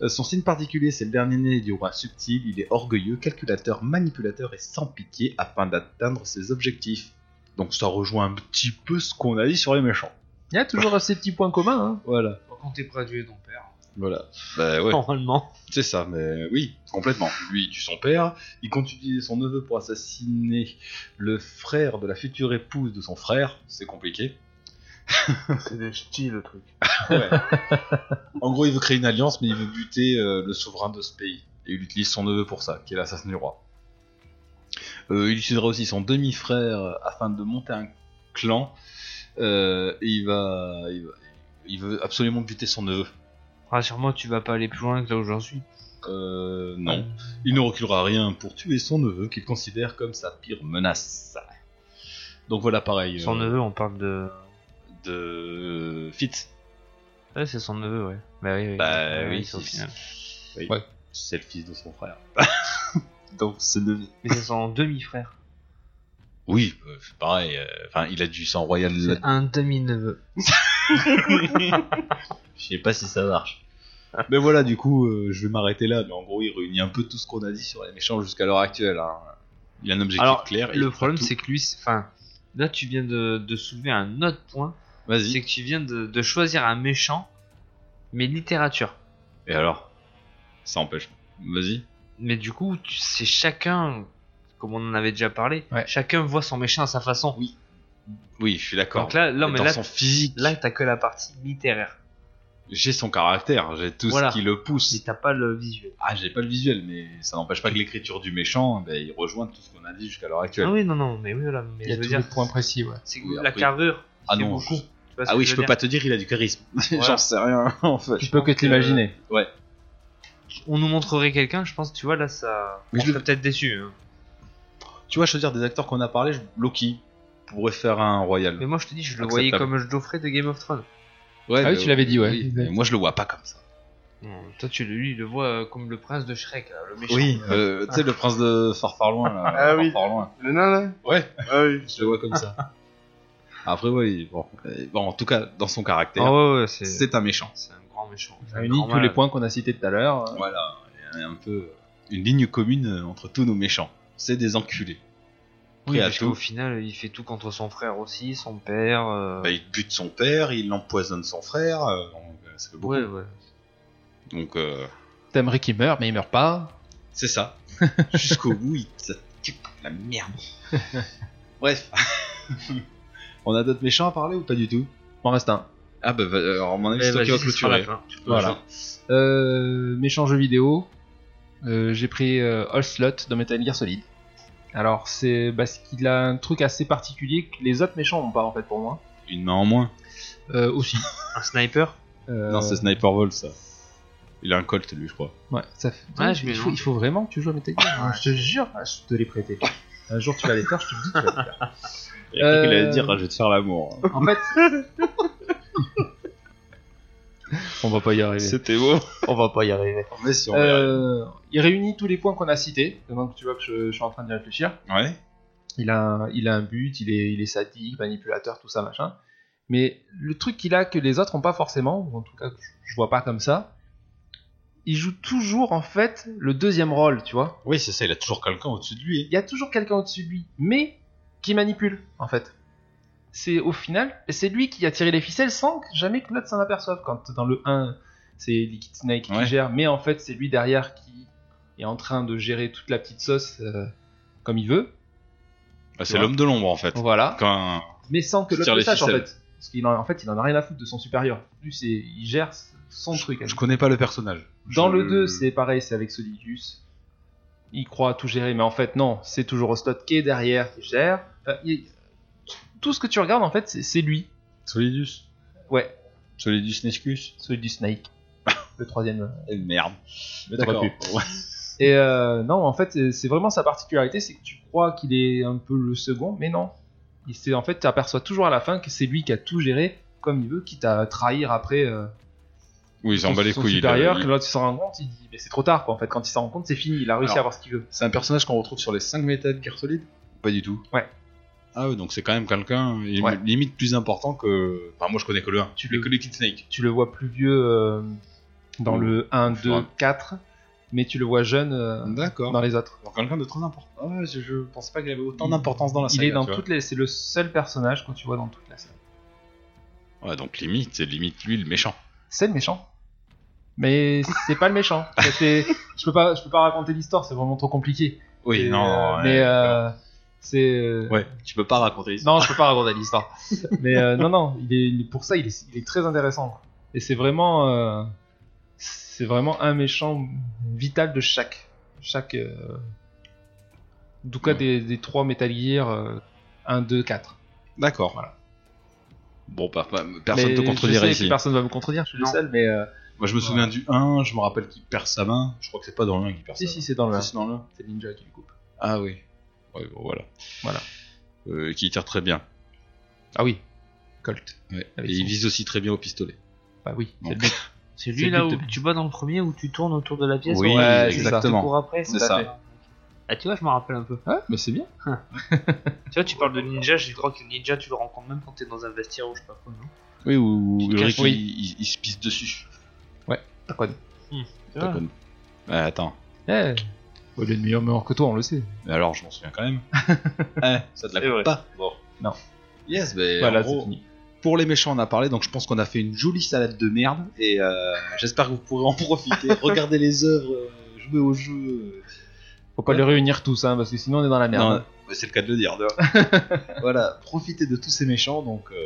C: Euh, Son signe particulier, c'est le dernier né du roi subtil. Il est orgueilleux, calculateur, manipulateur et sans pitié afin d'atteindre ses objectifs. Donc ça rejoint un petit peu ce qu'on a dit sur les méchants.
A: Il y a toujours ces petits points communs, hein.
C: Voilà.
D: Quand t'es prêt à tuer ton père.
C: Voilà. Bah ouais,
D: Normalement.
C: c'est ça, mais oui, complètement. Lui, il tue son père. Il compte utiliser son neveu pour assassiner le frère de la future épouse de son frère. C'est compliqué.
F: C'est des ch'tis le truc.
C: Ouais. en gros, il veut créer une alliance, mais il veut buter euh, le souverain de ce pays. Et il utilise son neveu pour ça, qui est l'assassin du roi. Euh, il utilisera aussi son demi-frère euh, afin de monter un clan. Euh, et il va, il va- il veut absolument buter son neveu.
D: Rassure-moi, Ah, tu vas pas aller plus loin que là où j'en suis.
C: Euh, non. Il ne reculera rien pour tuer son neveu, qu'il considère comme sa pire menace. Donc voilà, pareil.
D: Son
C: euh,
D: neveu, on parle de.
C: de Fit.
D: Ouais, c'est son neveu, ouais. Bah oui, oui.
C: Bah
D: Ouais,
C: oui,
D: c'est au
C: c'est-
D: final.
C: Oui.
A: Ouais.
C: C'est le fils de son frère. Donc c'est neveu.
D: Mais c'est son demi-frère.
C: Oui, euh, c'est pareil. euh, Enfin, il a du sang royal. là-
D: C'est un demi-neveu.
C: Je sais pas si ça marche. mais voilà, du coup, euh, je vais m'arrêter là. Mais en gros, il réunit un peu tout ce qu'on a dit sur les méchants jusqu'à l'heure actuelle. hein. Il a un objectif
D: Alors,
C: clair. et Bah, il
D: Le
C: fera
D: problème,
C: tout.
D: c'est que lui. c'est- Enfin, là, tu viens de, de soulever un autre point. C'est
C: Vas-y.
D: que tu viens de, de choisir un méchant, mais littérature.
C: Et alors Ça empêche. Vas-y.
D: Mais du coup, tu- c'est chacun, comme on en avait déjà parlé,
A: Ouais.
D: chacun voit son méchant à sa façon.
C: Oui, Oui, je suis d'accord.
D: Donc là, non, mais
C: dans
D: là,
C: son physique,
D: là t'as que la partie littéraire.
C: j'ai son caractère, j'ai tout
D: Voilà.
C: ce qui le pousse.
D: Mais t'as pas le visuel.
C: Ah, j'ai pas le visuel, mais ça n'empêche pas que l'écriture du méchant, ben, il rejoint tout ce qu'on a dit jusqu'à l'heure actuelle.
D: Ah oui, non, non, mais oui, voilà. Mais
A: Il y a
D: je veux
A: tous
D: dire,
A: les points précis, ouais.
D: c'est que
C: Oui,
D: la
C: après-
D: carrure.
C: Ah
D: c'est
C: non,
D: beaucoup.
C: je-
D: Tu vois ce
C: Ah
D: que
C: oui,
D: je
C: je
D: veux
C: peux
D: dire
C: pas te dire, il a du charisme.
D: Voilà.
C: J'en sais rien, en fait.
A: Tu peux que te l'imaginer.
C: Ouais.
D: On nous montrerait quelqu'un, je pense, tu vois, là, ça.
C: Mais
D: on
C: je le-
D: serait peut-être déçu. hein.
C: Tu vois, je veux dire, des acteurs qu'on a parlé, je- Loki pourrait faire un Royal.
D: Mais moi, je te dis, je le
C: Acceptable.
D: voyais comme Geoffrey de Game of Thrones.
C: Ouais,
A: Ah oui,
C: mais-
A: tu l'avais dit, ouais.
C: euh, oui,
A: Exact.
C: mais moi, je le vois pas comme ça.
D: Non, toi, tu le, lui, il le vois euh, comme le prince de Shrek, là, le méchant.
C: Oui, euh, tu sais, le prince de Farfarloin, là.
F: Ah oui.
C: Farfarloin.
F: Le nain là
C: Ouais,
F: Ah oui.
C: je le vois comme ça. Après, oui, bon. Euh, bon, en tout cas, dans son caractère,
D: Ah ouais, ouais, c'est.
C: c'est un méchant.
D: C'est un grand grand méchant. C'est un
A: Réunit
D: grand
A: tous les
D: malade.
A: points qu'on a cités tout à l'heure.
C: Voilà, il y a un peu euh, une ligne commune euh, entre tous nos méchants. C'est des enculés.
D: Oui,
C: Prêt à
D: parce
C: tout.
D: qu'au final, il fait tout contre son frère aussi, son père. euh,
C: Bah, il bute son père, il empoisonne son frère. euh, donc, euh, ça fait beaucoup.
D: ouais, ouais.
C: Donc, euh,
A: T'aimerais qu'il meure, mais il meurt pas.
C: c'est ça. Jusqu'au bout, il ça tue comme la merde. Bref. On a d'autres méchants à parler ou pas du tout
A: M'en reste un.
C: Ah bah, va- alors, à mon avis, c'est toi
D: Eh, Vas-y,
C: qui vas
D: ce sera
C: clôturer.
D: la fin.
C: Voilà.
A: Euh, méchant jeu vidéo. Euh, j'ai pris euh, All Slot dans Metal Gear Solid. Alors, c'est parce qu'il a un truc assez particulier que les autres méchants n'ont pas, en fait, pour moi.
C: Une main en moins.
A: Euh, aussi.
D: Un sniper
A: Euh,
C: Non, c'est Sniper Vol, ça. Il a un colt, lui, je crois.
A: Ouais, ça fait-
D: Ouais, je
A: il,
D: me
A: faut,
D: demande.
A: il faut vraiment que tu joues à Metal Gear. je te jure, je te l'ai prêté. Un jour, tu vas les faire, je te le dis, tu vas les faire.
C: Il a cru qu'il
A: Euh,
C: allait dire, ah, je vais te faire l'amour.
A: En fait. On va pas y arriver.
C: C'était beau.
E: On va pas y arriver.
C: Mais si on
A: Euh, il réunit tous les points qu'on a cités, maintenant que tu vois que je, je suis en train d'y réfléchir.
C: Ouais.
A: Il a un, il a un but, il est, il est sadique, manipulateur, tout ça, machin. Mais le truc qu'il a que les autres n'ont pas forcément, ou en tout cas que je- je vois pas comme ça, il joue toujours en fait le deuxième rôle, tu vois.
C: Oui, c'est ça, il a toujours quelqu'un au-dessus de
A: Il
C: lui.
A: y a toujours quelqu'un au-dessus de lui, mais qui manipule en fait. C'est au final, c'est lui qui a tiré les ficelles sans que jamais que l'autre s'en aperçoive. Quand dans le 1, c'est Liquid Snake qui
C: Ouais.
A: gère, mais en fait c'est lui derrière qui est en train de gérer toute la petite sauce euh, comme il veut.
C: Bah, c'est
A: Ouais.
C: l'homme de l'ombre, en fait.
A: Voilà.
C: Quand...
A: Mais sans que
C: Qui
A: l'autre
C: tire
A: le
C: les
A: sache en
C: ficelles.
A: fait. Parce qu'il en, en fait, il en a rien à foutre de son supérieur. Lui, c'est, il gère son truc.
C: Je connais pas hein. le personnage.
A: Dans
C: Je-
A: le 2, c'est pareil, c'est avec Solidus. Il croit à tout gérer, mais en fait, non, c'est toujours Ostot qui est derrière, qui gère. Enfin, il- Tout ce que tu regardes, en fait, c'est- c'est lui.
C: Solidus.
A: Ouais,
C: Solidus Nescus.
A: Solidus Snake. Le troisième.
C: Eh, merde. Mais
A: D'accord.
C: Ouais.
A: Et euh, non, en fait, c'est- c'est vraiment sa particularité, c'est que tu crois qu'il est un peu le second, mais non. Il s'est- en fait, tu aperçois toujours à la fin que c'est lui qui a tout géré comme il veut, quitte à trahir après euh,
C: Oui, il s'en
A: son-
C: bat les
A: son
C: couilles. il a-
A: supérieur.
C: il-
A: Que l'autre s'en rend compte, il dit, mais c'est trop tard, quoi. En fait, quand il s'en rend compte, c'est fini, il a réussi
C: Alors,
A: à avoir ce qu'il veut.
C: C'est un personnage qu'on retrouve sur les 5 métal Gear Solid Pas du tout.
A: Ouais.
C: Ah oui, donc c'est quand même quelqu'un il est
A: Ouais.
C: limite plus important que. Enfin, moi je connais que le 1.
A: Tu
C: Tu connais
A: le-
C: que les Kid Snake.
A: tu le vois plus vieux euh, dans
C: Oui.
A: le 1,
C: Fera.
A: 2, 4, mais tu le vois jeune euh,
C: D'accord.
A: dans les autres.
C: Donc quelqu'un de très important. Ah Ouais, je, je pensais pas qu'il avait autant
A: Il-
C: d'importance dans la
A: Il
C: série.
A: est dans toutes les, c'est le seul personnage que tu vois dans toute la série.
C: Ouais, donc limite, c'est limite lui le méchant.
A: C'est le méchant, mais c'est pas le méchant. C'était, je peux pas, je peux pas raconter l'histoire, c'est vraiment trop compliqué.
C: Oui,
A: Et,
C: non.
A: euh,
C: ouais,
A: mais
C: d'accord.
A: euh, c'est. euh,
C: Ouais, tu peux pas raconter l'histoire.
A: Non, je peux pas raconter l'histoire. mais euh, non, non, il est, il est- pour ça, il est, il est très intéressant. Et c'est vraiment, euh, c'est vraiment un méchant vital de chaque, chaque, euh, en tout cas
C: Ouais.
A: des, des trois Metal Gear, euh, 1, 2, 4.
C: D'accord.
A: Voilà.
C: Bon, pas, pas- personne
A: Mais
C: te
A: je
C: contredira
A: sais
C: ici.
A: que Personne va me contredire, je suis
D: Non.
A: le seul, mais euh,
C: Moi, je me souviens du 1, je me rappelle qu'il perd sa main. Je crois que c'est pas dans le 1 qu'il perd
A: si,
C: sa
A: si, c'est dans le.
C: main.
A: un.
C: Si, c'est dans le 1.
A: C'est Ninja qui le coupe.
C: Ah oui. Ouais, bon, voilà.
A: Voilà.
C: Euh, qui tire très bien.
A: Ah oui, Colt.
C: Ouais.
A: Avec
C: Et
A: son-
C: il vise aussi très bien au pistolet.
A: Bah oui.
C: Bon.
A: c'est le but.
D: C'est
A: C'est
D: lui
A: le
D: là
A: but
D: où
A: de-
D: tu bats dans le premier où tu tournes autour de la pièce.
C: Oui,
D: on va-
A: c'est ça.
D: Tu cours après.
C: C'est
D: tout à
C: ça.
D: fait. Ah, tu vois, je me rappelle un peu.
A: Ouais, Ah, mais c'est bien.
D: Tu vois, tu parles de ninja, je crois que ninja, tu le rencontres même quand t'es dans un vestiaire ou je sais pas quoi, non
C: Oui, ou
A: Tu te
C: Ulrich,
A: caches, oui.
C: il, il- il se pisse dessus.
A: T'as quoi de-
D: Ah.
C: T'as connu. Ouais, attends.
A: Eh, bon, il est meilleur, meilleur que toi, on le sait.
C: Mais alors, je m'en souviens quand même. Eh, ça te
D: C'est
C: la coupe
D: vrai.
C: pas. Bon.
A: Non.
C: Yes, mais
A: voilà,
C: en
A: Bah, c'est
C: gros,
A: fini.
C: pour les méchants, on a parlé, donc je pense qu'on a fait une jolie salade de merde. Et euh, j'espère que vous pourrez en profiter. Regardez les œuvres, euh, jouez au jeu. euh,
A: Faut pas les réunir tous, hein, parce que sinon on est dans la merde.
C: Non, mais c'est le cas de le dire. d'ailleurs. voilà, profitez de tous ces méchants, donc euh,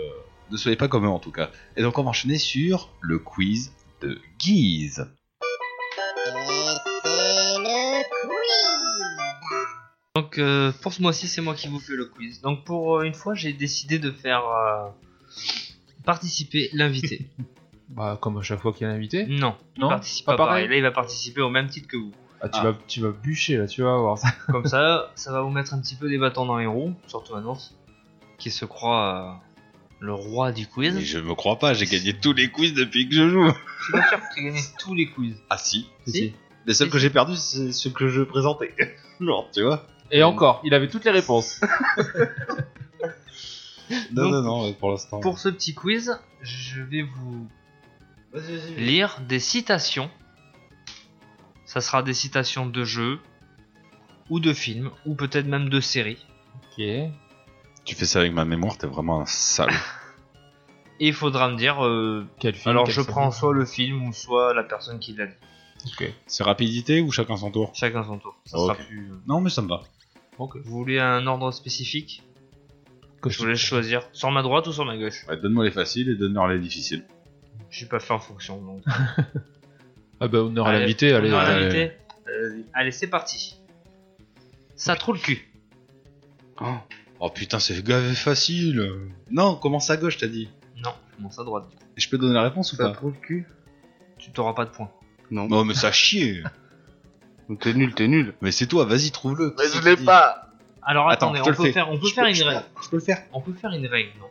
C: ne soyez pas comme eux en tout cas. Et donc on va enchaîner sur le quiz de Guise.
D: Donc euh, pour ce mois-ci, c'est moi qui vous fais le quiz. Donc pour euh, une fois, j'ai décidé de faire euh, participer l'invité.
A: Bah, comme à chaque fois qu'il y a un invité.
D: non,
A: Non,
D: il participe
A: pas
D: pas pareil.
A: pareil.
D: Là, il va participer au même titre que vous.
A: Ah, tu,
C: Ah.
A: Vas, tu vas bûcher là, tu vas voir ça.
D: Comme ça, ça va vous mettre un petit peu des bâtons dans les roues, surtout Annonce, qui se croit euh, le roi du quiz.
C: Mais je me crois pas, j'ai gagné tous les quiz depuis que je joue.
D: Je suis pas sûr que tu gagné tous les quiz.
C: Ah si,
D: Si.
C: les seuls que j'ai perdu, c'est ceux que je présentais. Genre, tu vois
A: Et encore, il avait toutes les réponses.
C: Non,
D: Donc,
C: non, non, pour l'instant.
D: Pour ce petit quiz, je vais vous
E: Vas-y, vas-y.
D: lire des citations. Ça sera des citations de jeux, ou de films, ou peut-être même de séries.
A: Ok. Et
C: Tu fais ça avec ma mémoire, t'es vraiment un sale.
D: Et il faudra me dire. euh,
A: Quel film
D: alors
A: quel
D: je
A: série
D: prends soit le film ou soit la personne qui l'a dit.
A: Ok.
C: C'est rapidité ou chacun son tour
D: Chacun son tour. Ça
C: Ah,
D: sera
C: ok.
D: plus, euh,
C: Non, mais ça me va.
D: Vous voulez un ordre spécifique Je vous laisse choisir. Sur ma droite ou sur ma gauche
C: Ouais, donne-moi les faciles et donne-leur les difficiles.
D: Je suis pas fait en fonction. Donc.
A: Ah bah honneur à
D: Allez,
A: l'invité, allez.
D: honneur à
C: euh,
A: allez.
D: l'invité. Euh, allez, c'est parti. Ça trouve le cul.
C: Oh putain, c'est gavé facile Non, commence à gauche, t'as dit.
D: Non, je commence à droite. du coup.
C: Et Je peux donner la réponse ou
F: Ça
C: pas
F: prouve le cul
D: Tu t'auras pas de points.
F: Non.
C: Non, Oh, mais ça chier
F: Donc T'es nul, t'es nul.
C: Mais c'est toi, vas-y, trouve-le
F: Mais
C: Qui
F: je
C: c'est
F: l'ai
C: qui dit
F: pas
D: Alors
C: Attends,
D: attendez,
C: je te
D: on
C: le
D: peut,
C: fais.
D: faire, on peut
C: Je
D: faire
C: peux-
D: une
C: je peux-
D: règle.
C: Je peux le faire
D: On peut faire une règle, non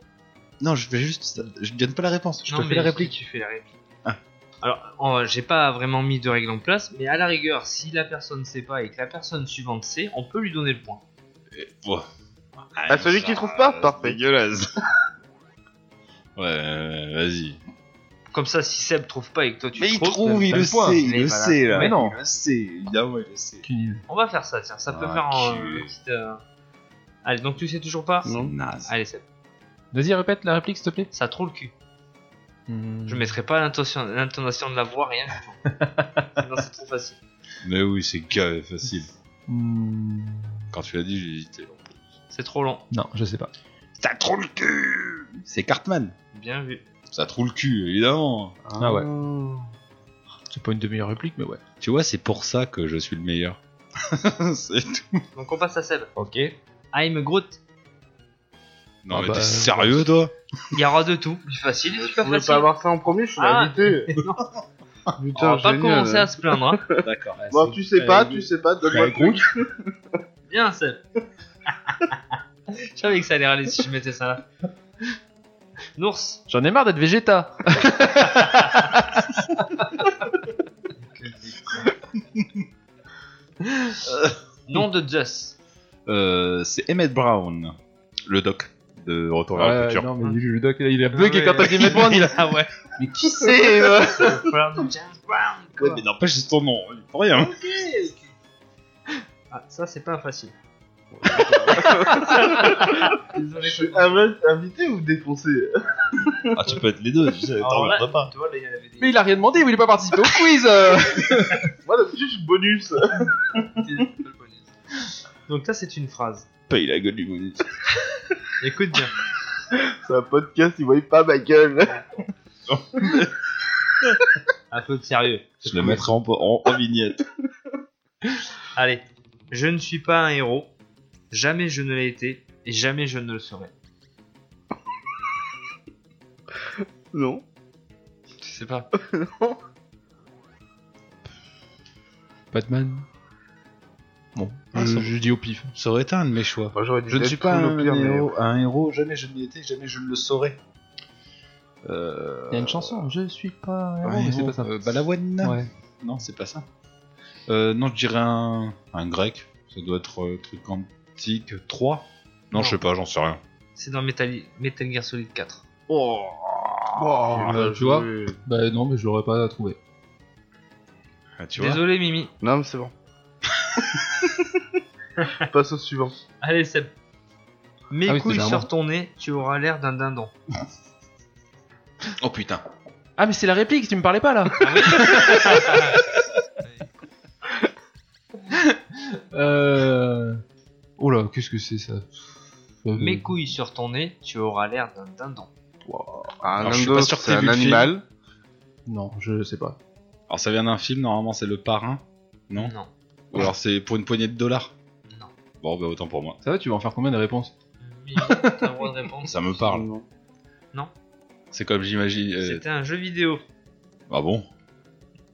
C: Non, je fais juste. Je donne pas la réponse, je
D: Non,
C: te
D: mais
C: fais la réplique.
D: Tu fais la réplique.
C: Ah.
D: Alors, en- j'ai pas vraiment mis de règle en place, mais à la rigueur, si la personne sait pas et que la personne suivante sait, on peut lui donner le point.
C: Euh, Bah,
F: Ah, celui qui trouve pas Parfait.
C: Dégueulasse Ouais, euh, vas-y.
D: Comme ça, si Seb trouve pas et que toi tu
C: Mais il
D: trouves,
C: trouve, il
A: t'as
C: le
A: le point.
C: sait, il
D: Mais
C: le
D: voilà.
C: sait là
A: Mais non.
C: Il le sait, évidemment, il le sait.
A: Qui dit-
D: on va faire ça, tiens, ça peut
C: Ah,
D: faire un
C: cul.
D: petit, euh, Allez, donc tu sais toujours pas
C: C'est naze.
D: Allez, Seb,
A: Vas-y, répète la réplique, s'il te plaît.
D: ça trouve le cul. Je mettrai pas l'intonation l'intonation de la voix, rien du tout. non, c'est trop facile.
C: Mais oui, c'est gavé facile.
A: Hmm,
C: Quand tu l'as dit, j'ai hésité.
D: C'est trop long.
A: Non, je sais pas.
C: Ça trouve le cul C'est Cartman
D: Bien vu.
C: Ça trouve le cul, évidemment
A: Ah ouais. C'est pas une des meilleures répliques, mais ouais.
C: Tu vois, c'est pour ça que je suis le meilleur. c'est tout.
D: Donc on passe à Seb.
A: Ok.
D: I'm Groot.
C: Non,
A: Ah
C: mais
A: bah,
C: t'es sérieux, toi
D: Il y aura de tout, du facile et du
F: Je
D: pas
F: voulais
D: facile.
F: pas avoir ça en premier, je suis
D: Ah.
F: l'invité.
D: Non.
F: Putain,
D: On va pas
F: génial.
D: commencer à se plaindre. hein.
C: D'accord.
F: Bon, tu sais pas, tu sais pas, donne-moi le truc.
D: Bien, Seb. Je savais que ça allait râler si je mettais ça là. Nours.
A: J'en ai marre d'être Vegeta.
D: Nom de Zeus.
C: Euh, c'est Emmett Brown, le doc de Retour vers le
A: Ouais,
C: futur.
A: non, mais le doc, là, il a bugué
D: Ouais.
A: quand t'as dit Matt Brown, Ah il a.
D: Ah ouais.
A: Mais qui c'est euh
D: Frère de James Brown.
C: Ouais,
D: quoi.
C: mais n'empêche, c'est ton nom, il faut rien.
D: Ah, ça, c'est pas facile.
F: Je suis
A: Ah,
F: aveugle, invité ou défoncé
C: Ah, tu peux être les deux, tu sais,
D: Alors
C: t'en
D: là,
C: veux pas.
D: Tu vois, là, il y en avait des.
A: Mais il a rien demandé, il voulait pas participer au quiz euh.
F: Moi, d'habitude, je suis bonus.
D: Donc, ça, c'est une phrase.
C: Paye la gueule du monique.
D: Écoute bien.
F: C'est un podcast, ils voient pas ma gueule.
D: Un peu de sérieux.
C: Je le mettrai en, en, en vignette.
D: Allez, je ne suis pas un héros, jamais je ne l'ai été, et jamais je ne le serai.
F: Non.
D: Je sais pas.
A: Batman. Bon,
C: Ah,
A: je,
C: ça-
A: je dis au pif.
C: Ça aurait été un de mes choix.
F: Moi, j'aurais dit
C: Je ne suis
F: Deadpool
C: pas
F: au
C: un,
F: pire, mais-
C: héros, un héros, jamais je ne l'ai été, jamais je ne le saurais. Euh...
A: Il y a une chanson, je suis pas.
C: un
A: héros, mais c'est
C: héros,
A: pas ça.
C: euh, Balavoine
A: Ouais.
C: Non, c'est pas ça. Euh, non, je dirais un, un grec. Ça doit être euh, truc antique 3. Non,
D: Non.
C: je sais pas, j'en sais rien.
D: C'est dans Metal, Metal Gear Solid 4.
C: Oh
F: Oh.
A: bah, tu vois Bah non, mais je l'aurais pas trouvé.
C: Ah, Tu vois
D: Désolé Mimi.
F: Non, mais c'est bon. Passe au suivant.
D: Allez Seb. Mes
A: Ah oui,
D: couilles
A: c'était
D: sur
A: vraiment.
D: ton nez, tu auras l'air d'un dindon.
C: Oh putain.
A: Ah, mais c'est la réplique, tu me parlais pas là Euh. Oh là, qu'est-ce que c'est ça Euh,
D: Mes couilles sur ton nez, tu auras l'air d'un dindon.
F: Ah,
C: Alors, je suis
F: Nando,
C: pas sûr que
F: c'est
C: t'aies vu
F: un
C: le film.
F: animal.
A: Non, je sais pas.
C: Alors ça vient d'un film, normalement c'est le parrain. Non
D: Non.
C: Ou alors c'est pour une poignée de dollars
D: Non.
C: Bon, bah autant pour moi.
A: Ça va, tu vas en faire combien de réponses
D: Mimi, t'as le droit de répondre.
C: Ça me parle.
F: Non.
C: C'est comme j'imagine. euh,
D: C'était un jeu vidéo.
C: Ah bon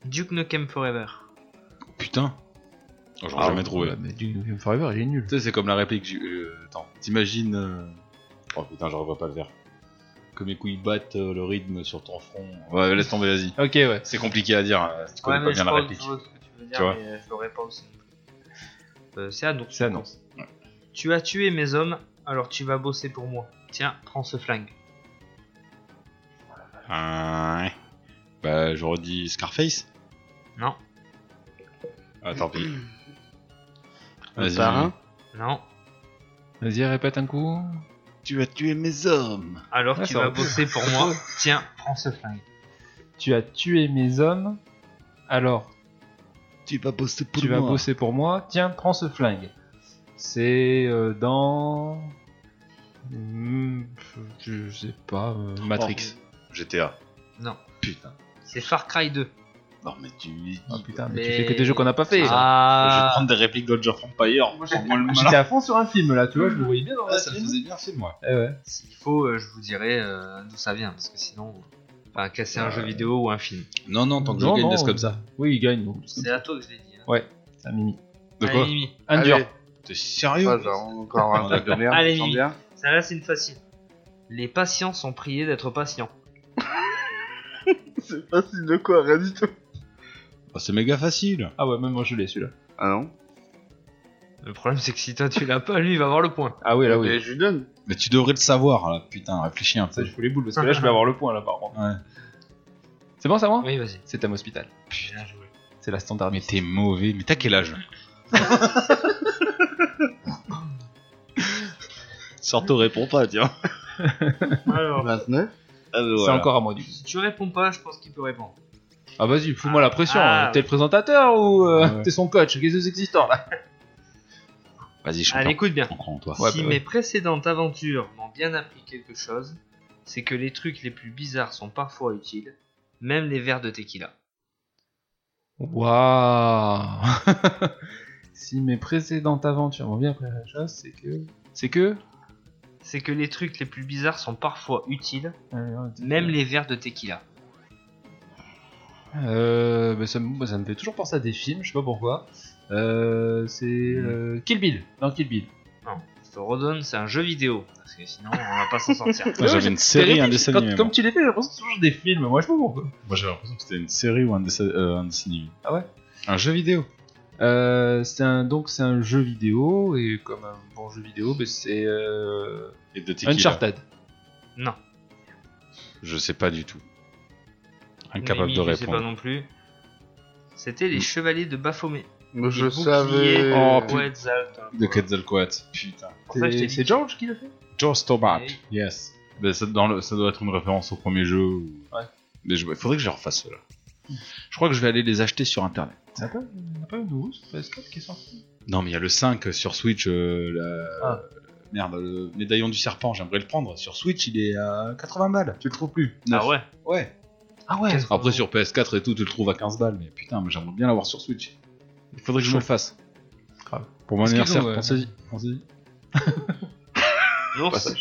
D: Duke Nukem Forever.
C: Putain. Oh, J'aurais jamais trouvé.
A: Ouais, Ah, mais du Nukem Forever, il est nul.
C: Tu sais, c'est comme la réplique. du- euh, attends, t'imagines. euh, Oh putain, j'arriverai pas à le faire. Que mes couilles battent euh, le rythme sur ton front. Ouais, laisse tomber, vas-y.
A: Ok, ouais.
C: C'est compliqué à dire, euh, si tu connais pas bien la
D: crois que
C: réplique.
D: je vois ce que tu veux dire,
C: Tu vois
D: mais euh, je l'aurais pas aussi. non plus. Euh, c'est à nous.
A: C'est à nous.
D: Tu as tué mes hommes, alors tu vas bosser pour moi. Tiens, prends ce flingue.
C: Hein. Bah, j'aurais dit Scarface
D: Non.
C: Ah, tant pis.
E: Un
C: Vas-y.
E: parrain
D: Non.
A: Vas-y, répète un coup.
C: Tu as tué mes hommes
D: Alors
A: Ouais,
D: qu'il
A: ça
D: va
A: aurait pu.
D: bosser pour moi. Tiens, prends ce flingue.
A: Tu as tué mes hommes. Alors,
C: Tu vas bosser pour
A: tu vas bosser pour moi. Tiens, prends ce flingue. C'est euh, dans. Hmm, Je je sais pas. euh, Matrix.
C: GTA.
D: Non.
C: Putain.
D: C'est Far Cry 2.
C: Non, mais tu.
A: Ah putain, mais, tu
D: Mais-
A: fais que des jeux qu'on n'a pas fait.
C: Ah, Je vais
D: Ah.
C: prendre des répliques de Geoffrey Empire. Moi, j'ai le malin.
A: J'étais à fond sur un film là, tu vois, je le voyais bien dans
C: Ah,
A: la
C: ça me
A: film.
C: faisait bien film, moi.
A: Eh ouais.
D: S'il faut, euh, je vous dirai euh, d'où ça vient, parce que sinon, enfin, casser
C: Euh,
D: un jeu vidéo ou un film.
C: Non, non, tant que
A: Non,
C: je gagne
A: non,
C: des comme ça.
A: Oui, il gagne donc.
D: C'est à toi que je l'ai dit. hein.
A: C'est un mimi.
C: De
D: Allez,
C: quoi
D: Mimi.
A: Un dur.
C: T'es sérieux
F: Ça, j'en ai encore un tas de merde,
D: Allez,
F: j'en
D: Mimi.
F: viens.
D: Celle-là, c'est une facile. Les patients sont priés d'être patients.
F: C'est facile de quoi, rien du tout.
C: Oh, C'est méga facile.
A: Ah ouais, même moi je l'ai celui-là.
F: Ah non
D: Le problème, c'est que si toi tu l'as pas, lui, il va avoir le point.
A: Ah oui, là
F: Mais
A: oui.
F: je lui donne.
C: Mais tu devrais le savoir, là. Putain, réfléchis un
A: Ça,
C: peu.
A: je fous les boules parce que là je vais avoir le point là par contre.
C: Ouais.
A: C'est bon, ça moi
D: Oui, vas-y.
A: C'est Tam Hospital.
D: Bien joué.
A: C'est la standard.
C: Mais t'es mauvais. Mais t'as quel âge Surtout réponds pas, tiens.
D: Alors,
C: Ah, bah,
F: 29
A: C'est
C: voilà.
A: encore à moi du coup.
D: si tu réponds pas, je pense qu'il peut répondre.
A: Ah vas-y, fous-moi la pression.
D: Ah,
A: hein.
D: ouais.
A: T'es le présentateur ou euh,
C: Ouais.
A: t'es son coach Qu'est-ce que c'est existant là
C: Vas-y, je
D: Ah, Allez, écoute bien.
C: On croit en toi.
A: Ouais,
D: si
A: bah
D: mes précédentes aventures m'ont bien appris quelque chose, c'est que les trucs les plus bizarres sont parfois utiles, même les verres de tequila.
A: Waouh Si mes précédentes aventures m'ont bien appris la chose, c'est que. C'est que.
D: C'est que les trucs les plus bizarres sont parfois utiles, même les verres de tequila.
A: Euh, bah, ça, me- moi, ça me fait toujours penser à des films, je sais pas pourquoi. Euh, c'est
C: Mm.
A: euh, Kill Bill, dans Kill Bill.
D: Non, je te redonne, c'est un jeu vidéo, parce que sinon on va pas s'en sortir.
C: Moi,
A: Ouais,
C: j'avais une série,
A: C'est
C: un
A: ridicule,
C: dessin
A: quand-
C: animé.
A: Comme tu les fais, j'ai l'impression que c'est toujours des films. Moi, je sais pas pourquoi.
C: Moi, j'avais l'impression que c'était une série ou un dessin, euh, un dessin animé.
A: Ah ouais
C: Un jeu vidéo.
A: Euh, c'est un, donc c'est un jeu vidéo et comme un bon jeu vidéo, bah, c'est euh,
C: Et de tequila.
A: Uncharted.
D: Non,
C: Je sais pas du tout. Incapable
D: Mimi,
C: de
D: je sais pas
C: répondre. Mm.
D: non plus. C'était les chevaliers de Baphomet.
F: Mais je
D: Les boucliers
F: savais.
D: de
C: Oh, putain.
D: Quetzalcoatl.
C: De Quetzalcoatl. Putain.
D: Pour ça, je t'ai
A: C'est
D: dit.
A: c'est George qui l'a fait
C: George Tobat.
D: Oui.
C: Yes. Ben, ça, dans le- ça doit être une référence au premier jeu. ou-
A: Ouais.
C: Mais je- il faudrait que je les refasse ceux-là. Je crois que je vais aller les acheter sur internet.
A: C'est pas, y a pas un nouveau sur PS4 qui est sorti
C: Non, mais il y a le 5 sur Switch. euh, la-
A: Ah.
C: Merde, le médaillon du serpent, j'aimerais le prendre. Sur Switch, il est à 80 balles. Tu le trouves plus.
D: Ah ouais
C: Ouais.
A: Ah ouais
C: Après, sur PS4 et tout, tu le trouves à 15 balles. Mais putain, mais j'aimerais bien l'avoir sur Switch. Il faudrait que je me le fasse.
A: Grave.
C: Pour mon
A: Excuse-nous,
C: anniversaire,
A: ouais.
C: pensez-y. Pensez-y.
D: L'ours,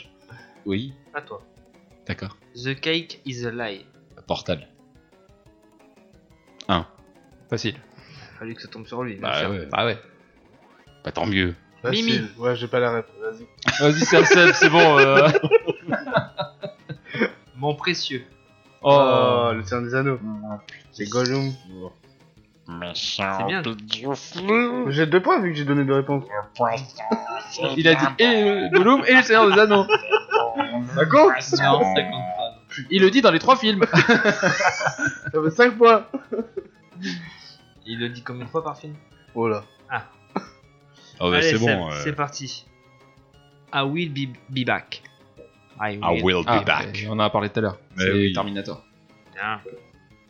C: Oui,
D: à toi.
C: d'accord.
D: The cake is a lie.
C: Portal.
A: Facile.
D: Fallait que ça tombe sur lui. bien
C: Bah
D: sûr.
C: ouais.
A: Bah ouais.
C: Bah tant mieux.
F: Facile.
D: Mimi.
F: Ouais, j'ai pas la réponse. Vas-y.
A: Vas-y, c'est un sub, c'est bon. euh.
D: Mon précieux.
A: Oh,
F: le Seigneur des Anneaux. C'est Gollum.
D: C'est bien.
F: J'ai deux points vu que j'ai donné deux réponses.
A: il a dit et euh, Gollum et le Seigneur des Anneaux.
F: D'accord
D: Non, ça compte pas. non.
A: Il le dit dans les trois films.
F: Ça fait 5 points
D: Il le dit combien de fois par film
F: Oh là.
C: Oh, bah,
D: Allez,
C: c'est
D: Seb,
C: bon. euh,
D: c'est parti. I will be, be back. I will.
C: I will be
A: Ah,
C: back.
A: mais on en a parlé tout à l'heure.
C: Mais
A: C'est
C: oui.
A: Terminator.
D: Bien.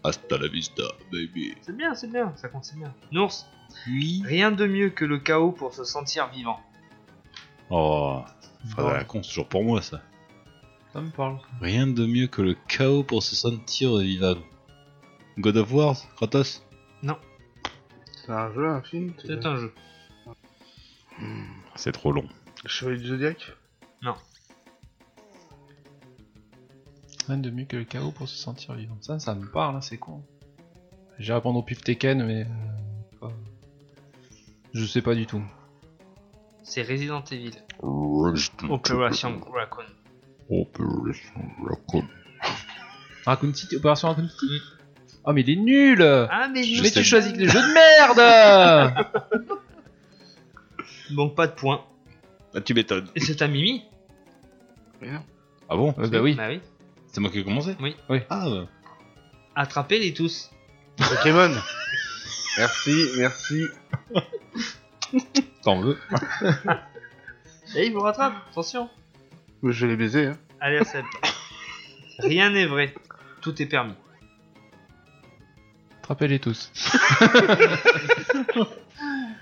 C: Hasta la vista, baby.
D: C'est bien, c'est bien, ça compte, c'est bien. Nours,
C: Oui.
D: rien de mieux que le chaos pour se sentir vivant.
C: Oh, phrase à la con, c'est toujours pour moi ça.
A: Ça me parle.
C: Rien de mieux que le chaos pour se sentir vivable. God of War, Kratos
F: C'est un jeu, un film c'est
D: C'est
F: bien.
D: un jeu.
C: C'est trop long.
F: Le Chevalier du Zodiac
A: Rien de mieux que le chaos pour se sentir vivant. Ça, ça me parle, hein, c'est con. J'ai à répondre au pif Tekken, mais. euh, pas- Je sais pas du tout.
D: C'est Resident Evil. Opération Raccoon.
A: Raccoon City, Opération Raccoon City Oh, mais il est nul
D: Ah, mais je
A: Mais
C: sais.
A: tu choisis que des jeux de merde
D: Donc pas de points.
C: Ah, tu m'étonnes.
D: Et c'est à Mimi
C: Ah bon
A: Ouais, Bah oui,
D: Bah oui.
C: Ah C'est moi qui ai commencé
D: Oui.
A: Oui.
C: Ah, bah.
D: Attrapez-les tous.
F: Pokémon Merci, merci.
C: T'en veux
D: Et ils vous rattrapent, attention.
F: Mais Je vais les baiser. Hein.
D: Allez, Arsène. Rien n'est vrai. Tout est permis.
A: Attrapez-les tous.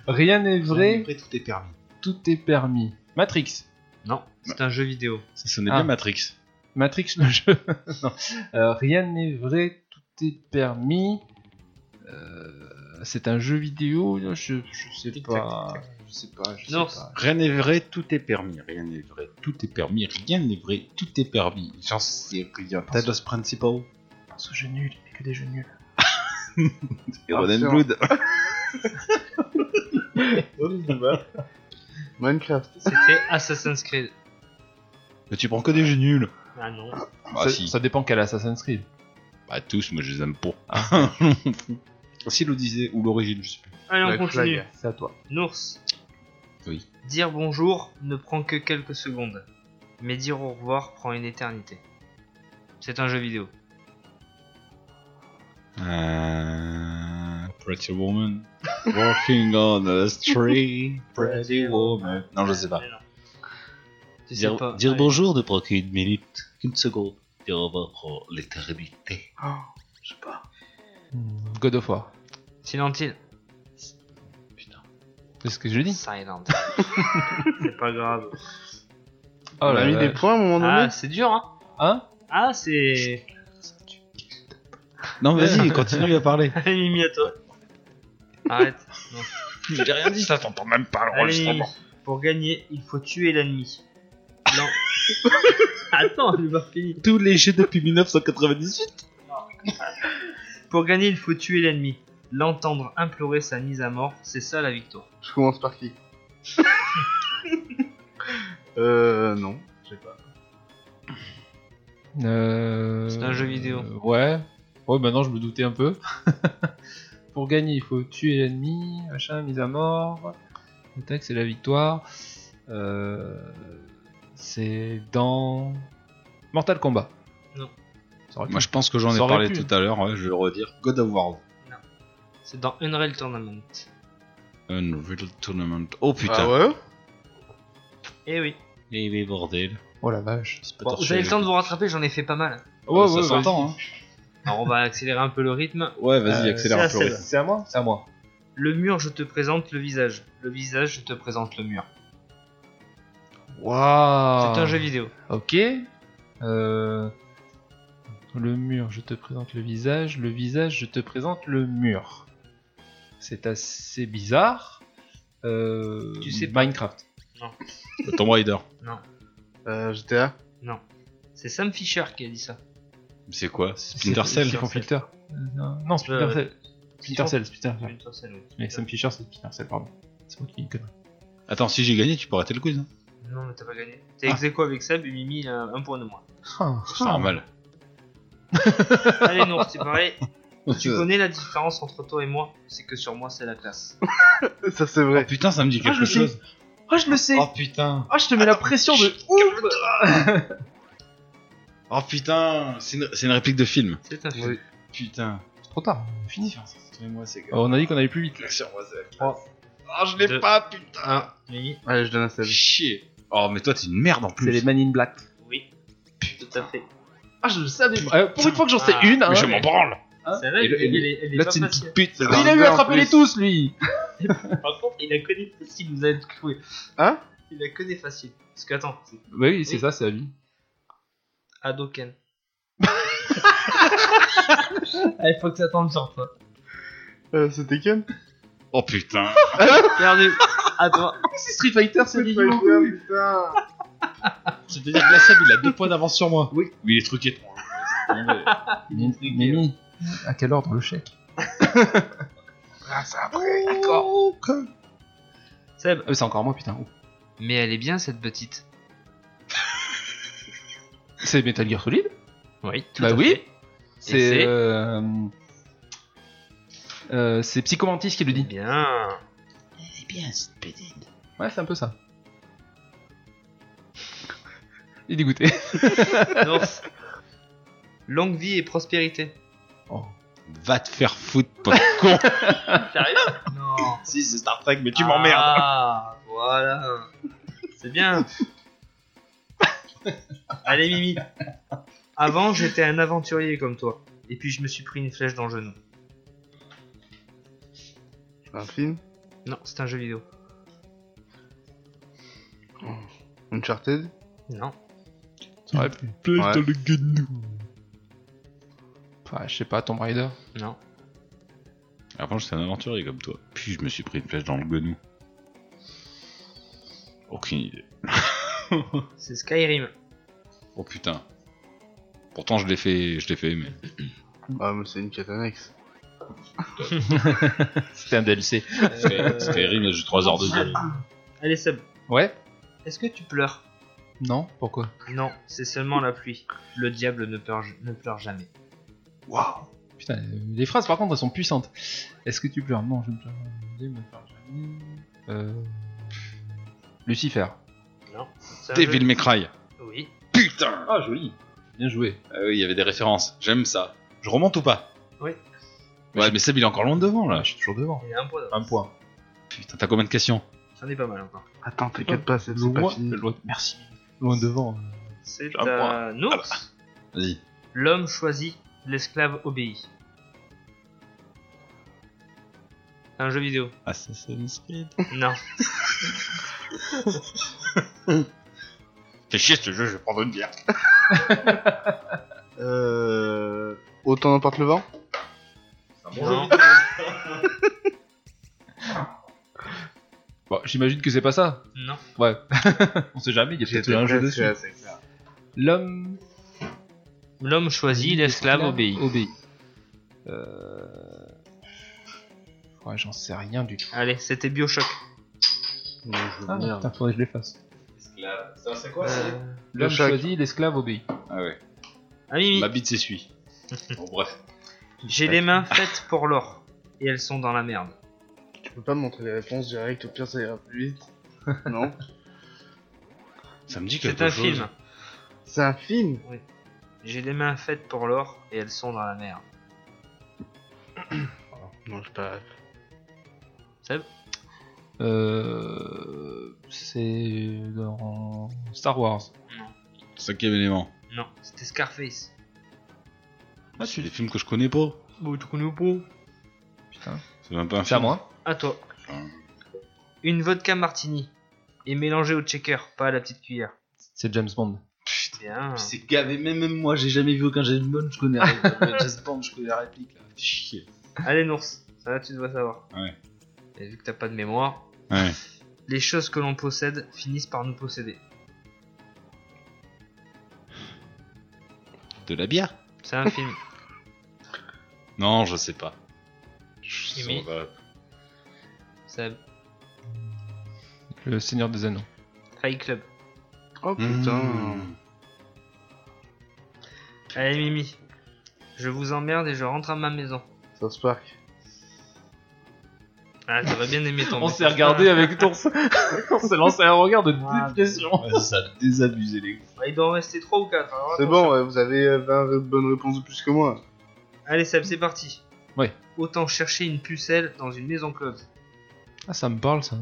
A: Rien n'est vrai,
E: Après, tout est permis.
A: tout est permis. Matrix.
D: Non, c'est un jeu vidéo.
C: Ça sonnait
A: Ah.
C: bien Matrix.
A: Matrix le jeu. Non. Euh, rien n'est vrai, tout est permis. Euh, c'est un jeu vidéo, je, je sais pas. Je sais pas, je sais
D: Non,
A: pas.
C: Rien n'est vrai, tout est permis. Rien n'est vrai, tout est permis. Rien n'est vrai, tout est permis. J'en sais rien. Talos Principal.
A: Parce que je nul, il y a que des jeux nuls.
C: Iron
F: Ah,
C: and Blood.
F: Minecraft.
D: C'était Assassin's Creed.
C: Mais tu prends que des jeux nuls.
D: Ah non.
C: Ah
A: ça,
C: si.
A: ça dépend quel Assassin's Creed.
C: Bah tous, moi je les aime pour. Ah. si l'Odyssée ou l'origine, je sais plus.
D: Allez, on
F: Black
D: continue.
F: Flag.
A: C'est à toi.
D: Nours.
C: Oui.
D: Dire bonjour ne prend que quelques secondes. Mais dire au revoir prend une éternité. C'est un jeu vidéo.
C: Euh... Pretty Woman. Walking on the street. Pretty Woman. Non, je sais pas.
D: Mais non. Tu sais
C: Ah. Dire,
D: pas.
C: dire
D: Allez.
C: bonjour ne prend qu'une minute, qu'une seconde. Dire au revoir prend l'éternité.
F: Je sais pas.
A: God of War.
D: Silent Hill.
C: Putain.
A: C'est ce que je dis.
D: Silent. c'est pas grave.
A: Oh
F: On a
A: là
F: mis
A: là.
F: des points à un moment donné
D: Ah, c'est dur, hein.
A: Hein
D: Ah, c'est.
C: Non, vas-y, continue à parler.
D: Allez, Mimi, à toi. Arrête. Non.
C: Je n'ai rien dit, ça t'entends même pas
D: Allez, Mimi. Pour gagner, il faut tuer l'ennemi. Non. Attends, j'ai pas fini.
C: Tous les jeux depuis 1998.
D: Pour gagner, il faut tuer l'ennemi. L'entendre implorer sa mise à mort, c'est ça la victoire.
A: Ah.
F: Je commence par qui Euh, non. Je sais pas.
A: Euh,
D: C'est un jeu vidéo.
A: euh, ouais. Ouais, maintenant je me doutais un peu. Pour gagner, il faut tuer l'ennemi, machin, mise à mort. Le tac, c'est la victoire. Euh, c'est dans Mortal Kombat.
D: Non.
A: Ça aurait pu.
C: Moi, je pense que j'en
A: Ça
C: ai
A: aurait
C: parlé
A: pu.
C: tout à l'heure, ouais, je vais le redire. God of War.
D: C'est dans Unreal Tournament.
C: Unreal Tournament. Oh putain.
F: Ah ouais
D: Eh oui.
C: Et mais bordel.
A: Oh la vache.
C: C'est pas
D: Bon, vous
C: torché,
D: avez le temps de
C: là.
D: vous rattraper, j'en ai fait pas mal.
A: Ouais,
C: ça
A: ouais,
C: s'entend, hein.
D: Alors on va accélérer un peu le rythme.
C: Ouais, vas-y,
A: Euh,
C: accélère
D: c'est
C: un peu.
D: assez,
C: ouais.
A: C'est à moi C'est à moi.
D: Le mur, je te présente le visage. Le visage, je te présente le mur.
A: Waouh.
C: Ah.
D: C'est un jeu vidéo.
A: Ok. Euh, Le mur, je te présente le visage. Le visage, je te présente le mur. C'est assez bizarre. Euh,
D: Tu sais pas.
A: Minecraft.
C: Tomb Raider.
F: euh, GTA
D: Non. C'est Sam Fisher qui a dit ça.
C: C'est quoi C'est Splinter
A: C'est-
C: Cell
A: c'est en filter. Euh, non, non, Splinter
D: Euh,
A: Cell. Splinter Cell, Splinter Cell.
D: Splinter Cell, oui.
A: Mais Sam Fisher, c'est Splinter Cell, pardon. C'est moi qui dis une connerie.
C: Attends, si j'ai gagné, tu peux arrêter le quiz. hein.
D: Non, mais t'as pas gagné. T'es
C: Ah.
D: ex aequo avec Seb et Mimi, il a un point de moins.
A: Ah,
C: C'est normal.
D: Allez, non, c'est pareil. Tu connais la différence entre toi et moi C'est que sur moi, c'est la classe.
F: Ça c'est
C: Oh
F: vrai.
C: putain, ça me dit
A: Ah, je
C: quelque
A: le sais.
C: chose.
A: Oh, je le sais.
C: Oh putain.
A: Oh, je te mets la pression de ouf.
C: Oh putain. C'est une, c'est une réplique de film.
D: C'est un film.
C: Putain.
A: C'est trop tard. Fini.
C: moi, c'est que.
A: On a dit qu'on allait plus vite.
C: Oh, je l'ai
D: Deux.
C: pas, putain.
A: Ah,
D: Mimi
F: Allez, je donne à Seb.
C: Chier. Oh, mais toi, t'es une merde en
A: C'est les
C: plus.
A: Man in Black.
D: Oui. Tout à fait.
A: Ah, je le savais. moi. Euh, pour une fois que j'en sais
D: Ah.
A: une. hein,
C: Mais je
A: mais-
C: m'en branle.
A: Hein
D: Celle-là,
C: Et
D: elle,
C: le- et
D: elle est- elle est
C: Là,
D: pas
C: t'es une
D: facile.
C: petite pute.
F: C'est
C: là.
A: Il a eu
F: Barber, en
A: attraper les
F: plus.
A: tous, lui.
D: Par contre, il a que des faciles, vous allez trouver.
F: Hein
D: Il a que des faciles. Parce que, attends, c'est
A: Bah oui, c'est ça, c'est la vie.
D: Hadoken. Ah, Il faut que ça tombe sur toi.
F: Euh, C'était Ken
C: Oh putain.
D: Perdu. À toi.
A: C'est Street Fighter, c'est
F: Street
A: Liu.
F: Fighter, putain
C: C'est-à-dire que la Seb, il a deux points d'avance sur moi. Oui. Mais il est truqué.
A: Mimi, à quelle ordre le chèque
F: Ah, c'est après
A: Oh,
D: Seb.
A: Euh, C'est encore moi, putain.
D: Mais elle est bien, cette petite.
A: C'est Metal Gear Solid
D: Oui. tout
A: Bah
D: à
A: oui.
D: fait.
A: C'est.
D: c'est
A: euh, euh, c'est Psychomantis qui le dit.
D: Bien.
A: Ouais, c'est un peu ça. Il est dégoûté.
D: North. Longue vie et prospérité.
C: Va te faire foutre, pauvre con
D: Non.
C: Si, c'est Star Trek, mais tu
D: Ah, voilà. C'est bien. Allez, Mimi. Avant, j'étais un aventurier comme toi. Et puis, je me suis pris une flèche dans le genou.
F: Un film
D: Non, c'est un jeu vidéo.
F: Uncharted
D: Non.
C: Plus
F: Ouais. dans
C: le genou.
A: Enfin, je sais pas, Tomb Raider.
D: Non.
C: Avant, j'étais un aventurier comme toi. Puis je me suis pris une flèche dans le genou. Aucune idée.
D: C'est Skyrim.
C: Oh putain. Pourtant, je l'ai fait, je l'ai fait, mais.
F: Ah, mais c'est une quête annexe.
A: C'était un DLC.
C: Sky- Skyrim, là, j'ai 3
A: Ah,
C: heures de jeu.
D: Euh, Allez, Seb.
A: Ouais
D: Est-ce que tu pleures
A: Non Pourquoi
D: Non, c'est seulement la pluie. Le diable ne pleure, ne pleure jamais.
A: Putain, euh, les phrases par contre elles sont puissantes. Est-ce que tu pleures Non, je ne pleure je ne pleure jamais. Euh... Lucifer.
D: Non. c'est un
C: Devil
D: jeu-
C: May Cry.
D: Oui.
C: Putain
A: Ah, joli. Bien joué.
C: Ah oui, il y avait des références. J'aime ça. Je remonte ou pas
D: Oui.
C: Ouais, mais Seb, il est encore loin devant, là. Je suis toujours devant.
D: Il y a un point.
A: Un point.
C: Putain, t'as combien de questions
D: J'en ai pas mal encore.
F: Attends, t'inquiète
A: Oh.
F: pas, c'est c'est pas
A: Loin,
F: fini.
A: loin- merci. Loin devant.
D: C'est
C: Un
D: à nous.
C: Vas-y.
D: L'homme choisit, l'esclave obéit. C'est un jeu vidéo.
C: Assassin's Creed.
D: Non.
C: Fais chier ce jeu, je vais prendre une bière.
F: Euh... Autant n'importe le vent
D: Non.
A: Bon, j'imagine que c'est pas ça.
D: Non.
A: Ouais. On sait jamais, il y a peut-être un jeu dessus. L'homme
D: L'homme choisit, l'esclave obéit.
A: Obéit. Euh... Ouais, j'en sais rien du tout.
D: Allez, c'était Bioshock.
A: Ah, putain, faudrait que je l'efface.
C: C'est quoi
D: Euh...
A: L'homme
F: choc.
A: choisit, l'esclave obéit.
C: Ah ouais.
D: Ah Mimi,
C: Ma bite s'essuie. bon, bref.
D: j'ai les mains faites pour l'or. Et elles sont dans la merde.
F: Tu peux pas me montrer les réponses directes, au pire ça ira plus vite. non
C: Ça me dit quelque
D: C'est
C: chose.
D: un film.
F: C'est un film
D: J'ai les mains faites pour l'or et elles sont dans la merde.
F: Non, j'ai pas...
D: Seb
A: Euh... C'est dans Star Wars.
C: Cinquième élément.
D: Non, c'était Scarface.
C: Ah, c'est des films que je connais pas.
D: Bon, tu connais pas
C: C'est même pas un
A: C'est à
C: film.
A: moi.
D: À toi.
C: Hum.
D: Une vodka martini. Et mélangée au checker, pas à la petite cuillère.
A: C'est James Bond.
D: Bien.
C: C'est gavé, même, même moi, j'ai jamais vu aucun James Bond, je connais James Bond, je connais la réplique là. Chier.
D: Allez, Nours, ça là tu dois savoir.
C: Ouais.
D: Et vu que t'as pas de mémoire,
C: Ouais.
D: les choses que l'on possède finissent par nous posséder.
C: De la bière
D: C'est un film.
C: Non, je sais pas. Je sais
D: Mimi
C: pas.
D: C'est
A: Le Seigneur des Anneaux.
D: Fight Club.
F: Oh putain
C: Mmh.
D: Allez, Mimi. Je vous emmerde et je rentre à ma maison.
F: South Park.
D: Ah, j'aurais bien aimé tomber.
A: On s'est regardé avec ton... On s'est lancé un regard de
D: Ah,
A: dépression.
C: Ouais, ça a désabusé les
D: Ah, Il doit en rester 3 ou hein. 4.
F: Ah, C'est bon, ouais, vous avez euh, 20 bonnes réponses de plus que moi.
D: Allez, Seb, c'est parti.
A: Ouais.
D: Autant chercher une pucelle dans une maison close.
A: Ah, ça me parle, ça.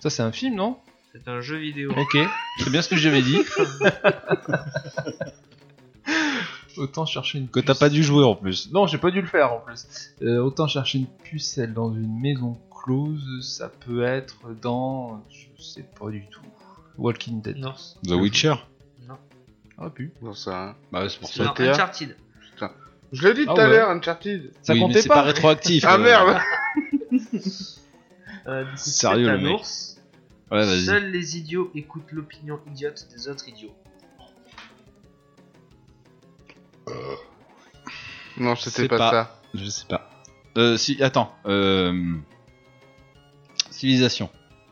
A: Ça, c'est un film, non
D: C'est un jeu vidéo.
A: Ok, c'est bien ce que j'avais dit. Autant chercher une
C: Que t'as pas dû jouer en plus.
A: Non, j'ai pas dû le faire en plus. Euh, autant chercher une pucelle dans une maison close, ça peut être dans. Je sais pas du tout. Walking Dead.
D: Non.
C: The Witcher
D: Non.
A: Ah, pu.
F: Non, ça... hein.
C: Bah ouais, c'est pour ça.
D: Non,
F: t'es là
D: Uncharted.
F: Je l'ai dit tout
A: Ah
F: à
A: ouais.
F: l'heure, Uncharted
A: Ça
C: oui, mais
A: comptait
C: c'est pas
A: pas.
C: rétroactif.
F: Ah
C: euh.
F: merde
D: Euh, du coup,
C: Sérieux,
D: c'est
C: le
D: un
C: mec.
D: ours.
C: Ouais, vas-y.
D: Seuls les idiots écoutent l'opinion idiote des autres idiots.
F: Non, c'était
C: C'est
F: pas,
C: pas-
F: ça.
C: Je sais pas. Euh, si, attends. Euh... Civilisation.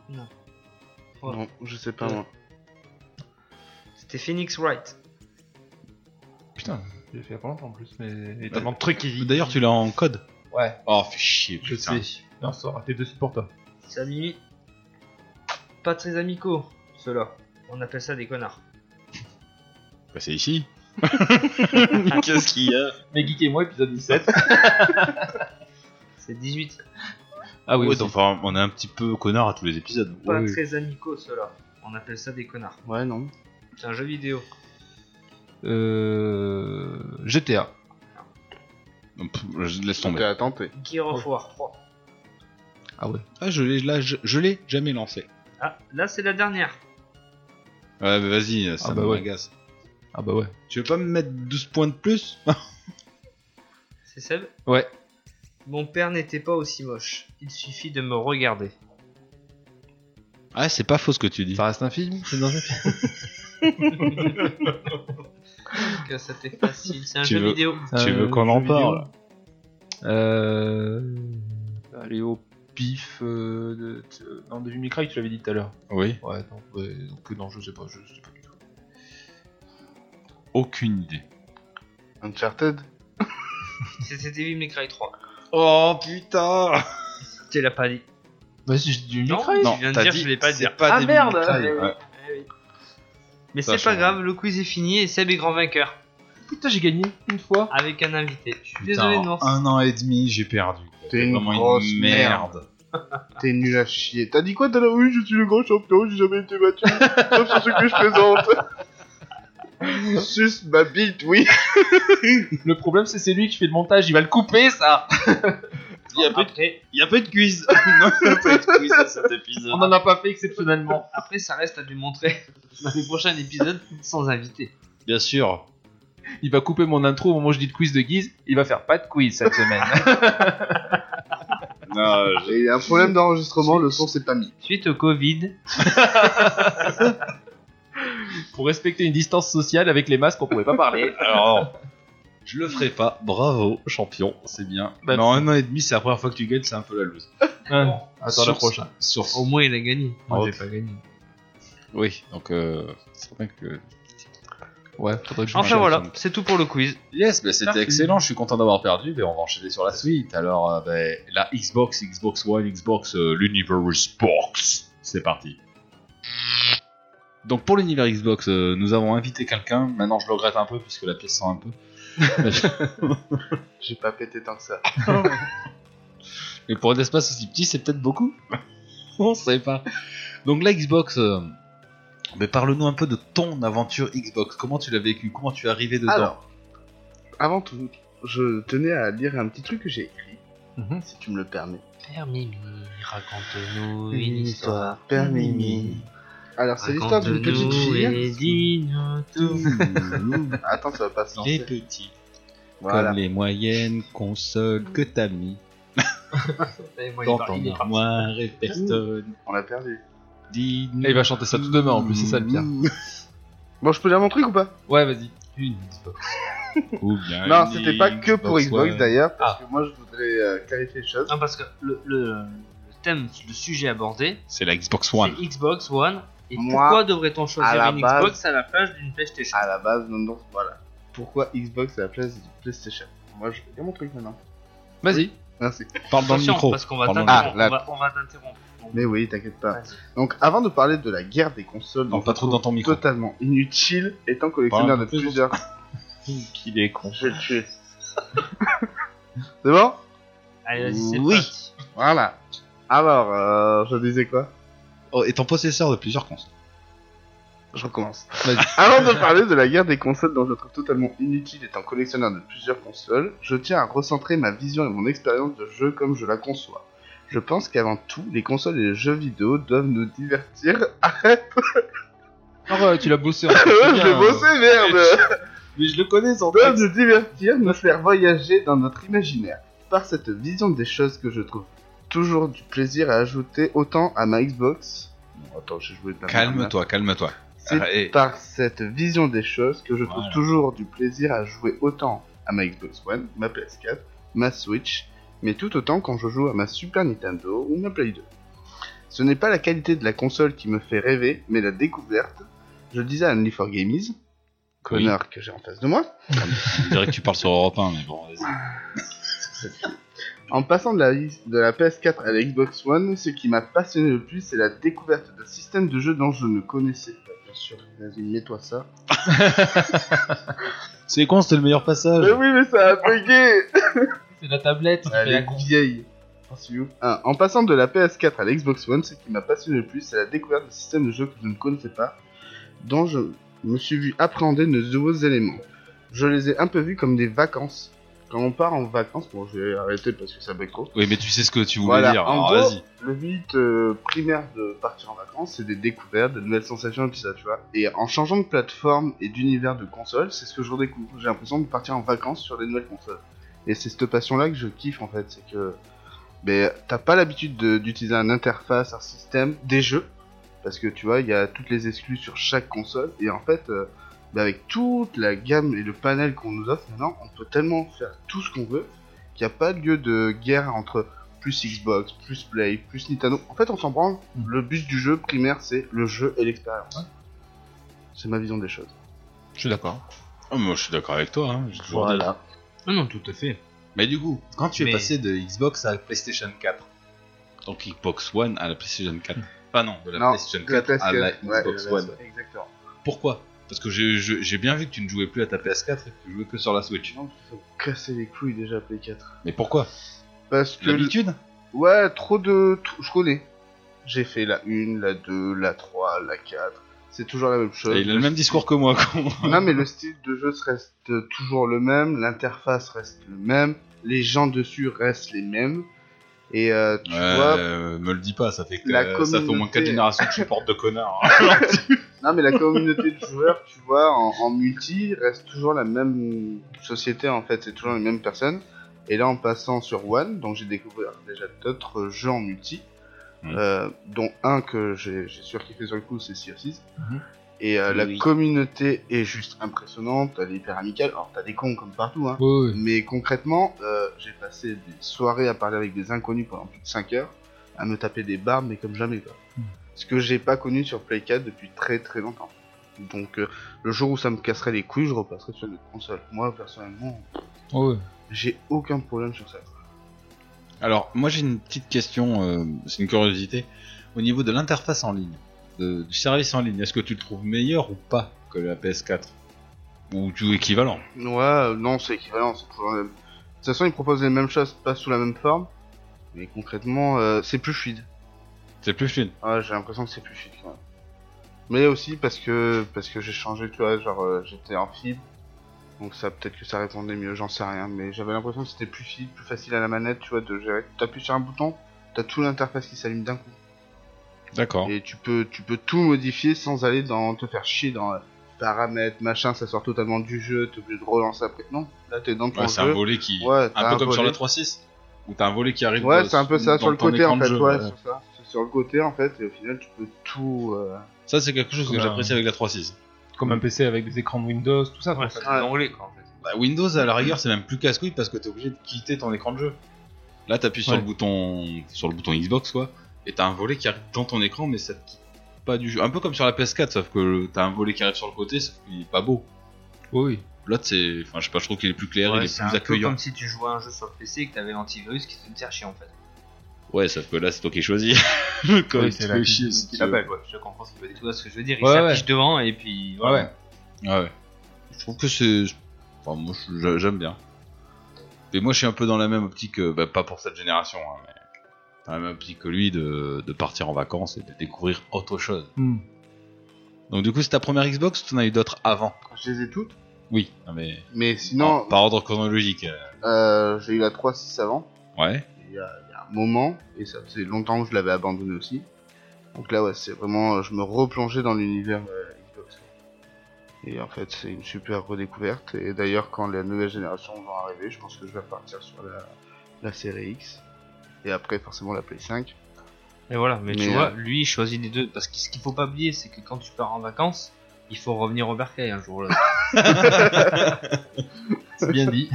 D: Ouais.
F: Non, je sais pas moi.
D: C'était Phoenix Wright.
A: Putain, j'ai fait il y a pas longtemps en plus, mais.
C: tellement
A: de trucs qui.
C: D'ailleurs, tu l'as en code
A: Ouais,
C: Oh, fais chier,
A: je
C: putain.
A: sais. Non, ça aurait été dessus pour toi.
D: Salut. Pas très amicaux, ceux-là. On appelle ça des connards.
C: Bah, c'est ici.
G: Qu'est-ce qu'il y a
A: Mais Geek et moi, épisode 17.
D: C'est 18.
A: Ah oui,
E: Oui,
A: aussi.
E: donc, enfin, on est un petit peu connard à tous les épisodes.
D: Pas
E: Oui.
D: très amicaux ceux-là. On appelle ça des connards.
F: Ouais, non.
D: C'est un jeu vidéo.
A: Euh, GTA.
E: Pff, Je laisse
F: Donc,
E: tomber.
F: à tenter.
D: Gear of War 3.
E: Ah, je l'ai, là, je, je l'ai jamais lancé.
D: Ah, là c'est la dernière.
E: Ouais, mais vas-y, euh, ça
A: Ah, bah
E: me
A: ouais.
E: agace.
A: Ah bah ouais.
E: Tu veux pas me mettre 12 points de plus
D: C'est Seb
A: Ouais.
D: Mon père n'était pas aussi moche. Il suffit de me regarder.
E: Ah, c'est pas faux ce que tu dis.
A: Ça reste un film C'est dans un film.
D: Que ça fait facile. C'est un
E: Tu
D: jeu
E: veux-
D: vidéo.
E: Tu veux qu'on en parle
A: Euh... Allez, au pif euh, de... t- euh, Non, de Jimmy Craig, tu l'avais dit tout à l'heure.
E: Oui.
A: Ouais, donc, ouais, donc euh, non, je sais pas, je sais pas du tout.
E: Aucune idée.
F: Uncharted
D: C'était Devil May Cry 3.
E: Oh putain
D: Tu l'as pas dit.
A: Bah si, j'ai dit Jimmy
D: Non.
A: Craig
D: Tu viens de dire, je l'ai pas
E: c'est
D: dire.
E: pas
D: Ah,
E: Devil
D: merde,
E: May Cry.
D: ah, oui.
E: Ouais.
D: Mais
E: Ça
D: c'est pas
E: change.
D: grave, le quiz est fini et Seb est grand vainqueur.
A: Putain, j'ai gagné une fois.
D: Avec un invité. Je suis
E: Putain,
D: désolé de voir.
E: un an et demi, j'ai perdu.
F: T'es une
E: Vraiment
F: grosse
E: une
F: merde.
E: merde.
F: T'es nul à chier. T'as dit quoi T'as dit oui, je suis le grand champion, j'ai jamais été battu. Sauf sur ce que je présente. Sus ma bite, oui.
A: Le problème, c'est c'est lui qui fait le montage, il va le couper, ça
G: Il y a peu de-
D: Après,
G: il y a peu de quiz. Non, il y a peu de quiz à cet épisode.
A: On en a pas fait exceptionnellement.
D: après, ça reste à démontrer dans les prochains épisodes sans invité.
E: Bien sûr.
A: Il va couper mon intro au moment où je dis le quiz de Guise, il va faire pas de quiz cette semaine.
G: Non,
F: Et il y a un problème d'enregistrement, le son s'est pas mis.
D: Suite au Covid,
A: Pour respecter une distance sociale avec les masques, on pouvait pas parler.
E: Alors, je le ferai pas. Bravo, champion, c'est bien.
A: Bah,
E: Mais en un an et demi, c'est la première fois que tu gagnes, c'est un peu la loose.
A: Hein, Attends le
E: Sur-
A: prochain.
E: Sur...
D: au moins il a gagné.
A: Moi,
E: Oh,
A: j'ai pas gagné.
E: Oui, donc euh, c'est vrai que.
A: Ouais, faudrait que je
D: Enfin
E: Ouais,
D: voilà,
E: donc.
D: c'est tout pour le quiz.
E: Yes, mais c'était
A: Merci.
E: excellent, je suis content d'avoir perdu, mais on va enchaîner sur la suite. Alors, euh, ben, la Xbox, Xbox One, Xbox, euh, l'Universe Box. C'est parti. Donc pour l'univers Xbox, euh, nous avons invité quelqu'un. Maintenant, je le regrette un peu puisque la pièce sent un peu.
F: J'ai pas pété tant que ça.
E: Mais pour un espace aussi petit, c'est peut-être beaucoup. on sait pas. Donc la Xbox, euh, mais parle-nous un peu de ton aventure Xbox. Comment tu l'as vécu Comment tu es arrivé dedans
F: Alors, avant tout, je tenais à lire un petit truc que j'ai écrit,
A: Mhm.
F: si tu me le permets.
D: Père Mimi, raconte-nous une histoire.
F: Père Mimi. Alors, c'est l'histoire d'une petite fille.
D: dis-nous tout.
F: Attends, ça va pas se
E: Les
F: lancer.
E: petits,
F: Voilà.
E: comme les moyennes consoles que t'as mis dans ton armoire et personne.
F: On l'a perdu.
E: dit
A: Et
D: Eh
A: il va chanter ça tout demain en plus, c'est ça le pire.
F: Bon, je peux lire mon truc ou pas
A: Ouais, vas-y.
E: Une Xbox.
D: ben,
E: Ou bien
F: Non,
E: une
F: c'était pas que pour Xbox
E: One.
F: d'ailleurs, parce que moi je voudrais euh, clarifier les choses.
D: Non, parce que le, le- le thème, le sujet abordé,
E: C'est la Xbox
D: c'est
E: One.
D: Xbox One. Et
F: Moi,
D: pourquoi devrait-on
F: à
D: choisir
F: la
D: une
F: base-
D: Xbox à la place d'une PlayStation
F: À la base, non, non, voilà. Pourquoi Xbox à la place du PlayStation Moi je vais lire mon truc maintenant.
A: Vas-y.
F: Merci.
E: Parle dans le
D: Attention,
E: micro.
D: parce qu'on va
E: Pardon.
D: t'interrompre.
F: Ah, là.
D: on va- On va t'interrompre. Donc,
F: Mais oui, t'inquiète pas.
D: vas-y.
F: Donc, avant de parler de la guerre des consoles,
E: Non,
F: donc,
E: pas trop dans ton micro.
F: totalement inutile, étant collectionneur
E: Parle un
F: de
E: peu plus
F: plusieurs.
E: Qu'il est con.
F: je vais le tuer. C'est bon
D: Allez, vas-y, c'est
E: Oui.
D: parti.
F: Voilà. Alors, euh, je disais quoi
E: Oh, étant possesseur de plusieurs consoles.
F: Je recommence.
E: Vas-y.
F: Avant de parler de la guerre des consoles dont je trouve totalement inutile étant collectionneur de plusieurs consoles, je tiens à recentrer ma vision et mon expérience de jeu comme je la conçois. Je pense qu'avant tout, les consoles et les jeux vidéo doivent nous divertir. Arrête
A: Ah ouais, tu l'as bossé. en fait, c'est
F: Je
A: bien,
F: l'ai
A: euh.
F: bossé, merde
A: Mais je le connais, sans
F: Doivent nous divertir, nous faire voyager dans notre imaginaire. Par cette vision des choses que je trouve toujours du plaisir à ajouter autant à ma Xbox... Bon, attends, j'ai joué de la merde, là.
E: Calme-toi, calme-toi.
F: C'est
E: Ah, et-
F: par cette vision des choses que je trouve
E: Voilà.
F: toujours du plaisir à jouer autant à ma Xbox One, ma PS4, ma Switch, mais tout autant quand je joue à ma Super Nintendo ou ma Play 2. Ce n'est pas la qualité de la console qui me fait rêver, mais la découverte. Je le disais à Only for Gamies, connard que j'ai en face de moi,
E: Je dirais que tu parles sur Europe 1, mais bon, vas-y.
F: En passant de la, de la PS4 à la Xbox One, ce qui m'a passionné le plus, c'est la découverte d'un système de jeu dont je ne connaissais pas, sûr. Vas-y, mets-toi ça.
E: C'est con, c'était le meilleur passage.
F: Mais Euh, oui, mais ça a bugué
A: C'est la tablette.
F: Elle est vieille. Ah, en passant de la PS4 à la Xbox One, ce qui m'a passionné le plus, c'est la découverte de systèmes de jeu que je ne connaissais pas, dont je me suis vu appréhender de nouveaux éléments. Je les ai un peu vus comme des vacances. Quand on part en vacances, bon, je vais arrêter parce que ça va trop.
E: Oui, mais tu sais ce que tu voulais
F: Voilà,
E: dire.
F: en
E: Alors,
F: gros,
E: vas-y.
F: le but euh, primaire de partir en vacances, c'est des découvertes, de nouvelles sensations et tout ça, tu vois. Et en changeant de plateforme et d'univers de console, c'est ce que je redécouvre. J'ai l'impression de partir en vacances sur des nouvelles consoles. Et c'est cette passion-là que je kiffe, en fait. C'est que ben, t'as pas l'habitude de- d'utiliser un interface, un système, des jeux. Parce que, tu vois, il y a toutes les exclus sur chaque console. Et en fait... euh, ben, avec toute la gamme et le panel qu'on nous offre maintenant, on peut tellement faire tout ce qu'on veut qu'il n'y a pas lieu de guerre entre plus Xbox, plus Play, plus Nintendo. En fait, on s'en branle. Le but du jeu primaire, c'est le jeu et l'expérience. C'est ma vision des choses.
E: Je suis d'accord. Ah, moi, je suis d'accord avec toi. hein, j'ai toujours dit.
H: Voilà.
D: Non, non, tout à fait.
E: Mais du coup, quand tu es
D: Mais-
E: passé de Xbox à la PlayStation 4, donc Xbox One à la PlayStation 4,
F: Hum.
E: pas non, de la
F: Non,
E: PlayStation 4 à la
F: PS4, ouais,
E: Xbox
F: la- la-
E: One.
F: Exactement.
E: Pourquoi Parce que j'ai- je- j'ai bien vu que tu ne jouais plus à ta PS4 et que tu jouais que sur la Switch.
F: Non, faut casser les couilles déjà Play 4.
E: Mais pourquoi
F: Parce que
E: L'habitude
F: ouais, trop de trop- je connais. J'ai fait la 1, la 2, la 3, la 4. C'est toujours la même chose.
E: Et Il a le même discours que moi. con.
F: Non, mais le style de jeu reste toujours le même, l'interface reste le même, les gens dessus restent les mêmes. Et euh, tu vois,
E: Euh, me le dis pas, ça fait que
F: La
E: ça fait au moins
F: communauté-
E: 4 générations que je porte de connard. hein.
F: Non, mais la communauté de joueurs, tu vois, en, en multi, reste toujours la même société, en fait, c'est toujours les mêmes personnes. Et là, en passant sur One, donc j'ai découvert déjà d'autres jeux en multi,
E: Mhm.
F: euh, dont un que j'ai j'ai surkiffé sur le coup, c'est Sea of Thieves.
A: Mhm.
F: Et euh, la
H: Oui.
F: communauté est juste impressionnante, elle est hyper amicale. Alors, t'as des cons comme partout, hein. Mais concrètement, euh, j'ai passé des soirées à parler avec des inconnus pendant plus de 5 heures, à me taper des barres, mais comme jamais. Quoi. Ce que j'ai pas connu sur Play 4 depuis très très longtemps. Donc euh, le jour où ça me casserait les couilles, je repasserai sur une autre console. Moi, personnellement, j'ai aucun problème sur ça.
E: Alors, moi j'ai une petite question, euh, c'est une curiosité. Au niveau de l'interface en ligne, de- du service en ligne, est-ce que tu le trouves meilleur ou pas que la PS4 Ou tu équivalent
F: Ouais, euh, non, c'est équivalent, c'est toujours la même. De toute façon, ils proposent les mêmes choses, pas sous la même forme. Mais concrètement, euh, c'est plus fluide.
E: C'est plus fluide.
F: Ouais, Ah, j'ai l'impression que c'est plus chic. ouais. Mais aussi parce que parce que j'ai changé, tu vois, genre euh, j'étais en fibre, donc ça peut-être que ça répondait mieux, j'en sais rien. Mais j'avais l'impression que c'était plus fluide, plus facile à la manette, tu vois, de gérer. T'appuies sur un bouton, t'as tout l'interface qui s'allume d'un coup,
E: D'accord.
F: et tu peux tu peux tout modifier sans aller dans te faire chier dans euh, paramètres, machin, ça sort totalement du jeu, t'es obligé de relancer après. Non, là t'es dans ton
E: Ouais, c'est un
F: jeu.
E: volet qui.
F: ouais, t'as
E: un peu comme sur
F: volet.
E: la 3.6 Où t'as un volet qui arrive.
F: Ouais,
E: de-
F: c'est un peu ça
E: dans
F: sur le
E: ton
F: côté
E: écran
F: en
E: de
F: fait,
E: jeu,
F: ouais,
E: ouais.
F: c'est ça. C'est sur le côté en fait, et au final tu peux tout. euh,
E: Ça, c'est quelque chose que
A: Ouais.
E: j'apprécie avec la 3.6.
A: Comme un PC avec des écrans de Windows, tout ça.
D: Ouais, c'est des anglais, quoi, en fait.
E: Bah, Windows, à la
D: Mm-hmm.
E: rigueur, c'est même plus casse-couille parce que t'es obligé de quitter ton écran de jeu. Là, t'appuies sur
A: Ouais.
E: le bouton sur le bouton Xbox, quoi, et t'as un volet qui arrive dans ton écran, mais ça te quitte pas du jeu. Un peu comme sur la PS4, sauf que le- t'as un volet qui arrive sur le côté, sauf qu'il est pas beau.
A: Oui.
E: L'autre, c'est, enfin, je sais pas, je trouve qu'il est plus clair, il
D: Ouais,
E: est
D: c'est un
E: plus
D: peu
E: accueillant.
D: comme si tu jouais à un jeu sur le PC et que t'avais l'antivirus qui te faisait chercher en fait.
E: Ouais, sauf que là, c'est toi qui choisis. Le code,
A: Oui,
E: tu
A: c'est
E: fais
A: la-
D: C'est
E: chier, si
D: ce qu'il
E: tu veux.
D: appelle, quoi. Je comprends ce qu'il veut dire. Tu vois ce que je veux dire. Il
A: Ouais,
D: s'affiche
A: ouais.
D: devant et puis.
A: Ouais,
D: voilà.
A: ouais.
E: Ah Ouais. Je trouve que c'est. Enfin, moi, je- j'aime bien. Et moi, je suis un peu dans la même optique, euh, bah, pas pour cette génération, hein, mais dans la même optique que lui, de, de partir en vacances et de découvrir autre chose.
A: Hmm.
E: Donc, du coup, c'est ta première Xbox ou t'en as eu d'autres avant
F: Je les ai toutes.
E: Oui, non, mais.
F: Mais sinon,
E: Par- Par ordre chronologique. euh,
F: euh, j'ai eu la 3.6 avant,
E: Ouais.
F: il y, a, il y a un moment, et ça faisait longtemps que je l'avais abandonné aussi. Donc là, ouais, c'est vraiment, euh, je me replongeais dans l'univers euh, Xbox. Et en fait, c'est une super redécouverte. Et d'ailleurs, quand les nouvelles générations vont arriver, je pense que je vais repartir sur la, la série X. Et après, forcément, la Play 5.
D: Et voilà, mais, tu
F: Mais,
D: vois, lui il choisit les deux. Parce que ce qu'il faut pas oublier, c'est que quand tu pars en vacances, il faut revenir au bercail un jour. ou l'autre.
A: C'est bien dit.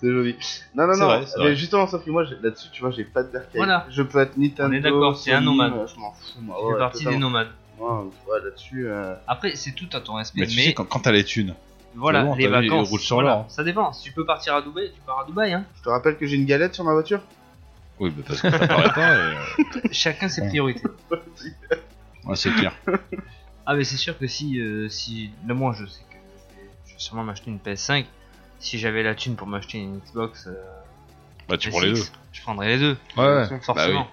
F: C'est joli. Non, non,
E: C'est
F: non.
E: vrai, c'est
F: mais
E: vrai.
F: justement, sauf que moi, j'ai- là-dessus, tu vois, j'ai pas de vercaille.
D: Voilà.
F: Je peux être Nintendo.
D: On est d'accord, c'est un
F: Sony,
D: nomade.
F: euh, Je m'en fous, moi.
D: Il
F: ouais,
D: fait partie des
F: totalement.
D: nomades.
F: Moi, tu vois, là-dessus. euh,
D: Après, c'est tout à ton respect.
E: Mais
D: Mais,
E: tu sais, quand, quand t'as les thunes.
D: voilà,
E: c'est bon,
D: les
E: t'as vu,
D: vacances.
E: roule sur
D: voilà,
E: l'or.
D: ça dépend. Si tu peux partir à Dubaï, tu pars à Dubaï. Hein.
F: Je te rappelle que j'ai une galette sur ma voiture
E: Oui, bah, parce que ça paraît pas, et, euh,
D: Chacun ses priorités.
E: ouais, c'est clair.
D: Ah mais c'est sûr que si, euh, si là moi je sais que je vais- je vais sûrement m'acheter une PS5. Si j'avais la thune pour m'acheter une Xbox, euh,
C: Bah, tu prends les deux.
D: PS6, je prendrais les deux,
A: Ouais,
D: forcément.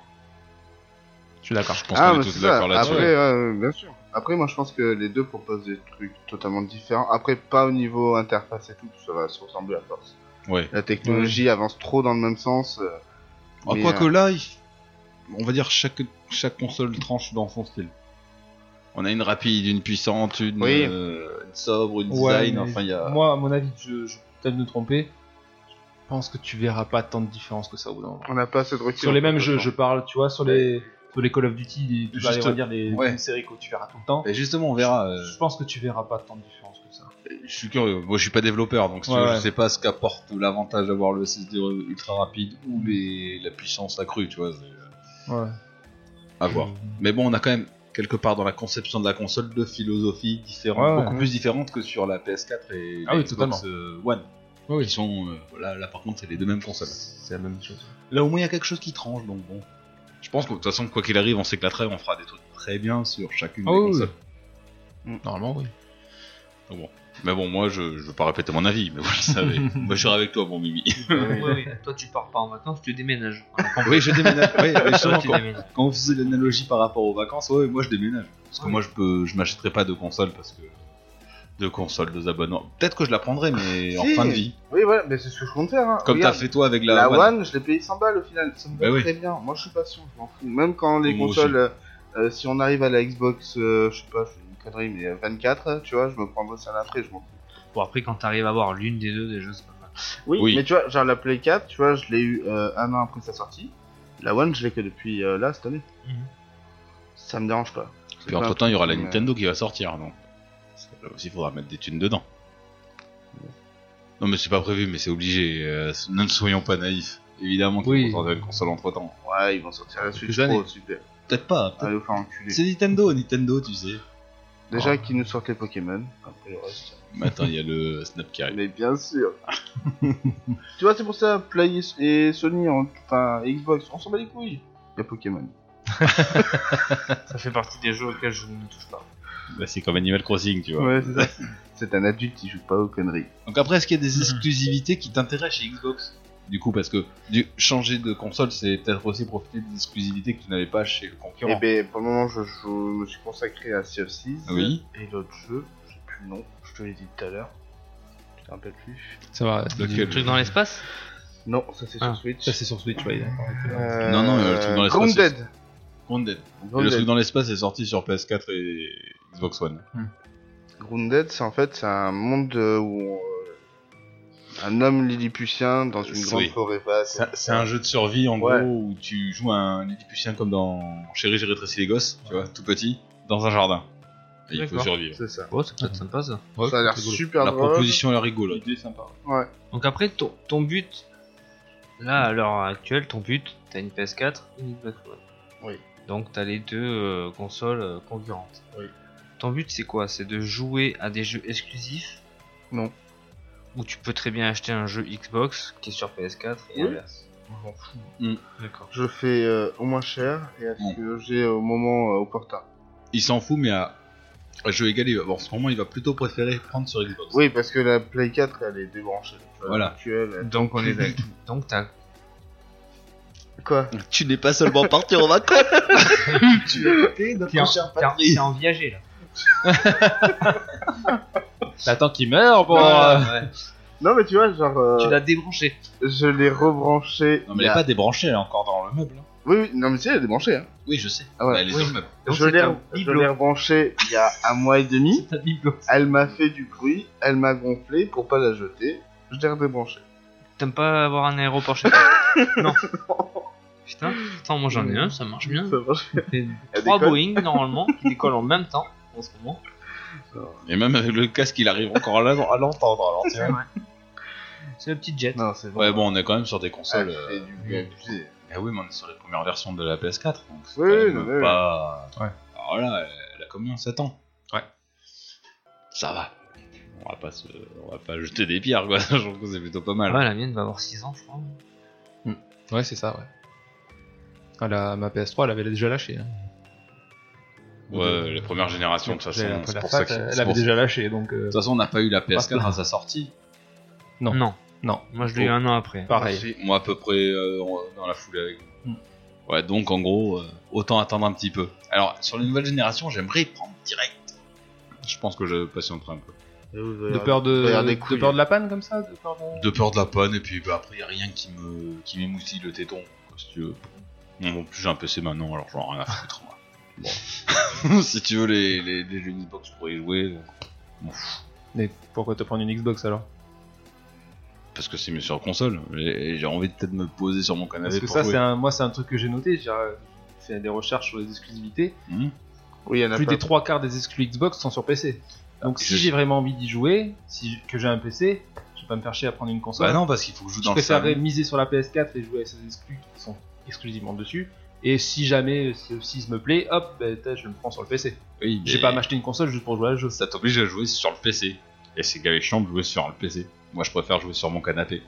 A: je suis d'accord.
C: Je pense
F: Ah,
C: qu'on
F: mais
C: est tous
F: c'est ça.
C: d'accord là-dessus.
F: Après, euh, bien sûr. Après, moi, je pense que les deux proposent des trucs totalement différents. Après, pas au niveau interface et tout, ça va se ressembler à force.
C: Ouais.
F: La technologie avance trop dans le même sens. euh,
C: Ah,
F: mais,
C: Quoique
F: euh,
C: là, il- on va dire chaque chaque console tranche dans son style. On a une rapide, une puissante, une,
F: Oui.
C: euh, une sobre, une
A: Ouais,
C: design,
A: mais
C: enfin il y a.
A: Moi, à mon avis, je, je peux peut-être me tromper. Je pense que tu verras pas tant de différence que ça au bout d'un moment.
F: On n'a pas assez de recul.
A: Sur les
F: en fait,
A: mêmes jeux,
F: de toute
A: je parle, tu vois, sur les, sur les Call of Duty, tu vas
C: Juste-
A: aller dire des
C: ouais.
A: des séries que tu verras tout le temps.
C: Et justement, on verra. euh,
A: Je pense que tu verras pas tant de différence que ça.
C: je suis curieux. Moi, je suis pas développeur, donc si tu
A: Ouais,
C: veux, je
A: ouais.
C: sais pas ce qu'apporte l'avantage d'avoir le SSD ultra rapide ou les, la puissance accrue, tu vois. c'est-
A: Ouais.
C: À voir. Mais bon, on a quand même quelque part dans la conception de la console deux philosophies différentes,
A: Ouais, ouais.
C: beaucoup plus différentes que sur la PS4 et
A: Ah
C: la
A: oui,
C: Xbox
A: totalement.
C: euh, One.
A: Oui.
C: Qui sont euh, là, là, par contre, c'est les deux mêmes consoles.
A: C'est la même chose.
C: Là, au moins, il y a quelque chose qui tranche, donc bon. Je pense que de toute façon, quoi qu'il arrive, on s'éclaterait, on fera des trucs très bien sur chacune
A: Ah
C: des
A: oui, Mm. oui.
C: consoles.
A: Normalement, oui.
C: Donc bon. Mais bon, moi, je, je veux pas répéter mon avis, mais vous le savez. moi, je serai avec toi, mon Mimi.
D: Ouais, ouais. Toi tu pars pas en vacances, tu déménages. On a compris.
C: oui, je déménage. Oui, mais
D: Toi,
C: justement,
D: tu
C: quand,
D: déménages.
C: quand on faisait l'analogie par rapport aux vacances, ouais, moi, je déménage. Parce que moi, je peux, je m'achèterai pas de console parce que. Deux consoles, deux abonnements. Peut-être que je la prendrai, mais en
F: Si.
C: fin de vie.
F: façon. Oui, voilà, mais c'est ce que je compte faire. hein.
C: Comme t'as
F: Regarde,
C: fait toi avec la,
F: La
C: One.
F: One, je l'ai payé 100 balles au final. Ça me
C: Bah
F: va
C: oui.
F: très bien. Moi, je suis patient, je m'en fous. Même quand les
C: Moi
F: consoles, euh, euh, si on arrive à la Xbox, euh, je sais pas, je fais une connerie, mais euh, 24, tu vois, je me prendrai ça après, je m'en fous.
D: Bon après quand t'arrives à voir l'une des deux déjà c'est pas mal.
C: Oui.
F: Mais tu vois, genre la Play 4, tu vois, je l'ai eu euh, un an après sa sortie. La One, je l'ai que depuis euh, là, cette année.
D: Mhm.
F: Ça me dérange pas.
C: Puis entre temps, il y aura la
F: Mais-
C: Nintendo qui va sortir, non Là aussi, il faudra mettre des thunes dedans. Non, mais c'est pas prévu, mais c'est obligé. euh, ne soyons pas naïfs. Évidemment qu'ils
A: Oui.
C: vont sortir une console entre temps.
F: Ouais, ils vont sortir la Switch
C: années.
F: Pro, super.
C: Peut-être pas. peut-être-
F: Allez vous faire enculer.
C: C'est Nintendo, Nintendo, tu sais.
F: Déjà
C: Ah.
F: qu'ils nous sortent les Pokémon. Après le reste.
C: Mais attends, il y a le Snap qui arrive.
F: Mais bien sûr. tu vois, c'est pour ça, Play et Sony, on- enfin Xbox, on s'en bat les couilles. Il y a Pokémon.
D: Ça fait partie des jeux auxquels je ne touche pas.
C: Bah, c'est comme Animal Crossing, tu vois.
F: Ouais, c'est ça. c'est un adulte qui joue pas aux conneries.
C: Donc après, est-ce qu'il y a des exclusivités qui t'intéressent chez Xbox Du coup, parce que du, changer de console, c'est peut-être aussi profiter des exclusivités que tu n'avais pas chez le
F: Et
C: concurrent.
F: ben, pour le moment, je, joue- me suis consacré à Sea of Thieves.
C: Ah Oui.
F: Et l'autre jeu, je sais plus le nom, je te l'ai dit tout à l'heure. Je te rappelle plus.
A: Ça va.
C: Lequel
D: Le truc dans l'espace
F: Non, ça c'est
D: Ah,
F: sur Switch.
A: Ça, c'est sur Switch, ouais.
F: Euh,
C: Non, non, euh, le truc dans l'espace,
F: Grounded.
C: Grounded. Et Le
F: Grounded.
C: truc dans l'espace est sorti sur PS4 et Xbox One.
F: Grounded, c'est en fait c'est un monde euh, où on- un homme lilliputien dans une
C: Oui.
F: grande forêt vaste.
C: C'est c'est un jeu de survie en
F: Ouais.
C: gros où tu joues un Lilliputien comme dans Chérie, j'ai rétréci les gosses, tu vois, tout petit, dans un jardin. Et il faut
D: D'accord.
C: survivre.
F: C'est ça.
D: Oh c'est peut-être sympa ça.
F: ça a l'air super
C: La
F: drôle.
C: proposition est rigolote. sympa.
F: Ouais.
D: Donc après, ton, ton but, là à l'heure actuelle, ton but, t'as une PS4 et une Xbox One.
F: Oui.
D: Donc t'as les deux euh, consoles euh, concurrentes.
F: Oui.
D: Ton but c'est quoi C'est de jouer à des jeux exclusifs
F: Non.
D: Ou tu peux très bien acheter un jeu Xbox qui est sur PS4 et
F: Oui.
D: inverse.
F: Je m'en fous.
C: Hmm.
D: D'accord.
F: Je fais euh, au moins cher et à
C: Bon.
F: ce que j'ai au moment euh, opportun.
C: Il s'en fout, mais à, à jeu égal, il va- bon, en ce moment, il va plutôt préférer prendre sur Xbox.
F: Oui, parce que la Play 4 elle est débranchée. Tu vois,
C: Voilà.
F: actuelle, elle-
D: Donc on est d'accord. Donc t'as.
F: Quoi
C: Tu n'es pas seulement parti en vacances
D: T'es en, t'es en- t'es en viager là.
A: T'attends qu'il meure pour. euh,
D: Ah, Ouais.
F: Non, mais tu vois, genre, euh,
D: Tu l'as débranché.
F: je l'ai rebranché.
C: Non, mais
F: il y
C: elle
F: a-
C: n'est pas débranchée, elle est encore dans le meuble. hein.
F: Oui, oui, non, mais si, elle est débranchée. Hein.
C: Oui, je sais.
F: Ah ouais.
C: Bah, elle est
D: Oui.
C: dans le meuble.
D: Donc
F: je
D: c'est
F: l'ai
D: un
F: je
D: bibelot.
F: l'ai rebranchée il y a un mois et demi.
D: T'as mis le-
F: Elle m'a fait du bruit, elle m'a gonflé pour pas la jeter. Je l'ai redébranché.
D: T'aimes pas avoir un aéroport chez toi Non. Putain, attends, moi j'en ai un, ça marche bien.
F: Ça marche.
D: Fait
F: Elle
D: Trois
F: décolle.
D: Boeing normalement qui décollent en même temps en ce moment.
C: Et même avec le casque, il arrive encore là à l'entendre. Alors, tu vois.
D: C'est le petit jet.
F: Non, c'est vrai.
C: ouais, bon, on est quand même sur des
F: Elle
C: consoles. euh,
F: fait du bruit abusé.
C: Ah oui, mais on est sur les premières versions de la PS4. Donc c'est
F: Oui,
C: quand même
F: non, mais oui.
C: pas...
A: Ouais.
C: Alors là, elle a combien 7 ans
A: Ouais.
C: Ça va. On va pas, se... on va pas jeter des pierres, quoi. Je trouve que c'est plutôt pas mal.
D: Ouais, la mienne va avoir 6 ans, je crois.
A: Ouais, c'est ça, ouais. Ah, la- ma PS3, elle avait déjà lâché. hein.
E: Ouais, les premières générations, de toute façon.
A: J'ai-
E: C'est
A: la
E: pour
A: fat,
E: Ah, ça que. c'est
A: elle
E: pour
A: avait
E: ça- De
A: déjà lâché, donc euh,
E: toute façon, on n'a pas eu la PS4
A: Parce
E: à sa sortie.
A: Non.
D: Non.
A: Non.
D: Moi, je l'ai eu un an après.
A: pareil.
E: Moi, si, Moi, à peu près euh, en- dans la foulée avec vous.
A: Mm.
E: Ouais, donc en gros, euh, autant attendre un petit peu. Alors, sur les nouvelles générations, j'aimerais y prendre direct. Je pense que je patienterai un peu.
A: De peur de,
F: D'ailleurs, des
A: de
F: couilles.
A: peur de la panne comme ça de peur de-
E: De peur de la panne, et puis bah, après, y a rien qui me qui m'émoustille le téton, quoi, si tu veux. Non, en plus, j'ai un PC maintenant, alors j'en ai rien à foutre, moi. Bon. si tu veux, les, les, les jeux Xbox, je pourrais y jouer, donc,
A: Mais pourquoi te prendre une Xbox alors
E: parce que c'est mieux sur console. Et J'ai envie de peut-être me poser sur mon
A: Parce
E: canapé
A: que
E: pour
A: ça,
E: jouer.
A: c'est un, moi, c'est un truc que j'ai noté. J'ai euh, fait des recherches sur les exclusivités.
E: Hmm
F: Oui, il y en a
A: Plus
F: pas.
A: des trois quarts des exclus Xbox sont sur PC. Donc,
E: Ah,
A: si
E: je-
A: j'ai vraiment envie d'y jouer, si j- que j'ai un PC, je vais pas me faire chier à prendre une console.
E: Bah non, parce qu'il faut que je joue
A: je
E: dans le
A: préférerais
E: salon.
A: miser sur la PS4 et jouer à ces exclus qui sont exclusivement dessus. Et si jamais euh, si, si je me plaît, hop, bah, t'as, je le prends sur le PC.
E: Oui,
A: J'ai
E: mais-
A: pas à m'acheter une console juste pour jouer à le jeu.
E: ça t'oblige à jouer sur le PC. Et c'est galéchant de jouer sur le PC. Moi, je préfère jouer sur mon canapé.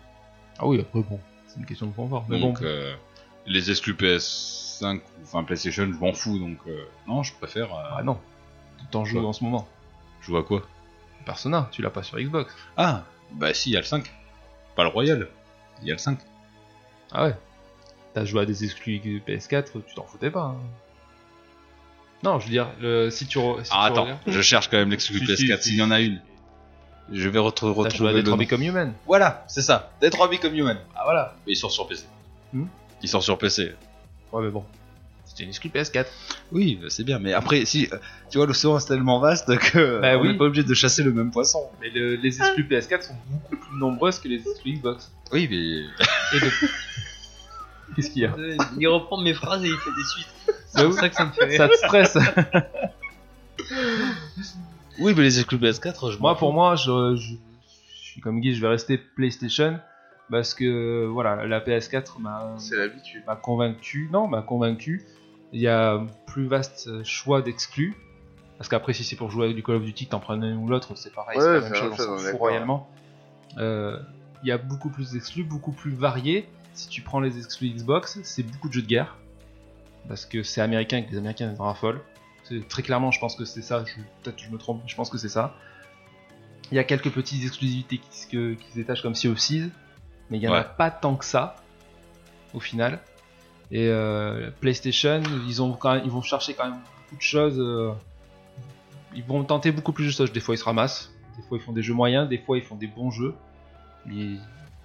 A: Ah oui, après bon, c'est une question de confort. Mais
E: donc,
A: bon,
E: euh, les exclus PS5 ou enfin PlayStation, je m'en fous. Donc, euh, non, je préfère euh,
A: ah non, t'en joues
E: Quoi
A: en ce moment.
E: jouer à quoi
A: Persona, tu l'as pas sur Xbox.
E: Ah, bah si, il y a le 5. Pas le Royal. Il y a le 5.
A: Ah ouais. T'as joué à des exclus PS4, tu t'en foutais pas. hein. Non, je veux dire, le- si tu. re- Si
E: Ah,
A: tu
E: attends,
A: regardes-
E: je cherche quand même l'exclus
A: Si,
E: PS4
A: si,
E: s'il y en a une. Je vais
A: T'as
E: retrouver
A: joué à
E: retrouver
A: des
E: le nom.
A: Become Human.
E: Voilà, c'est ça. Detroit Become Human.
A: Ah voilà.
E: Mais il sort sur PC.
A: Hmm.
E: il sort sur PC.
A: Ouais, mais bon. C'était une exclu PS4.
E: Oui, bah, c'est bien, mais après, si euh, tu vois, l'océan est tellement vaste que
A: Bah
E: on
A: oui.
E: n'est pas obligé de chasser le même poisson.
A: Mais le- les exclus PS4 sont beaucoup plus nombreuses que les exclus Xbox.
E: Oui, mais
A: Et de... Qu'est-ce qu'il y a
D: Euh, Il reprend mes phrases et il fait des suites.
A: Bah oui,
D: ça que ça me fait
A: Ça te stresse.
E: oui, mais les exclus PS4, je
A: moi, pour moi, je, je- je suis comme Guy, je vais rester PlayStation. Parce que, voilà, la PS4 m'a.
F: C'est l'habitude.
A: m'a convaincu. Non, m'a convaincu. Il y a un plus vaste euh, choix d'exclus. Parce qu'après, si c'est pour jouer avec du Call of Duty, que t'en prends un ou l'autre, c'est pareil,
F: Ouais,
A: c'est la
F: c'est
A: même
F: la
A: chose,
F: même
A: on
F: chose,
A: s'en
F: on est
A: fout
F: d'accord.
A: royalement. Euh, Il y a beaucoup plus d'exclus, beaucoup plus variés. Si tu prends les exclus Xbox, c'est beaucoup de jeux de guerre. Parce que c'est américain et que les américains ils en raffolent. C'est- Très clairement, je pense que c'est ça. je- Peut-être que je me trompe, je pense que c'est ça. Il y a quelques petites exclusivités qui, se- que- qui se détachent comme Sea of Thieves, mais il n'y en a
E: Ouais.
A: pas tant que ça au final. Et euh, PlayStation, ils, ont quand même- ils vont chercher quand même beaucoup de choses. euh, ils vont tenter beaucoup plus de choses. Des fois, ils se ramassent. Des fois, ils font des jeux moyens. Des fois, ils font des bons jeux. Ils,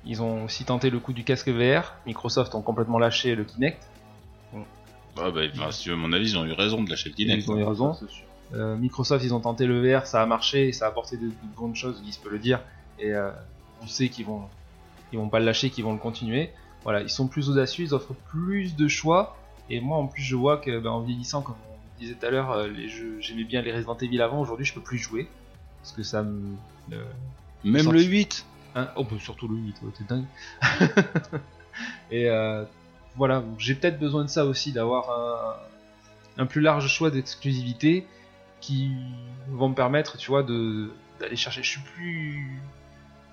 A: ils ont aussi tenté le coup du casque VR. Microsoft ont complètement lâché le Kinect.
E: Ah bah, bah, si tu veux mon avis, ils ont eu raison de lâcher le
A: Et
E: Kinect.
A: ils ont eu raison. Euh, Microsoft, ils ont tenté le VR, ça a marché, ça a apporté de, de bonnes choses, Guy se peut le dire, et euh, on sait qu'ils vont, ils vont pas le lâcher, qu'ils vont le continuer. Voilà, ils sont plus audacieux, ils offrent plus de choix, et moi en plus je vois que ben, en vieillissant, comme on disait tout à l'heure, euh, les jeux, j'aimais bien les Resident Evil avant, aujourd'hui je peux plus y jouer, parce que ça me... le-
E: Même
A: Sorti.
E: le 8
A: hein, oh, bah, surtout le 8, ouais, t'es dingue. et euh, voilà, j'ai peut-être besoin de ça aussi, d'avoir un, un plus large choix d'exclusivité qui vont me permettre, tu vois, de d'aller chercher. Je suis plus,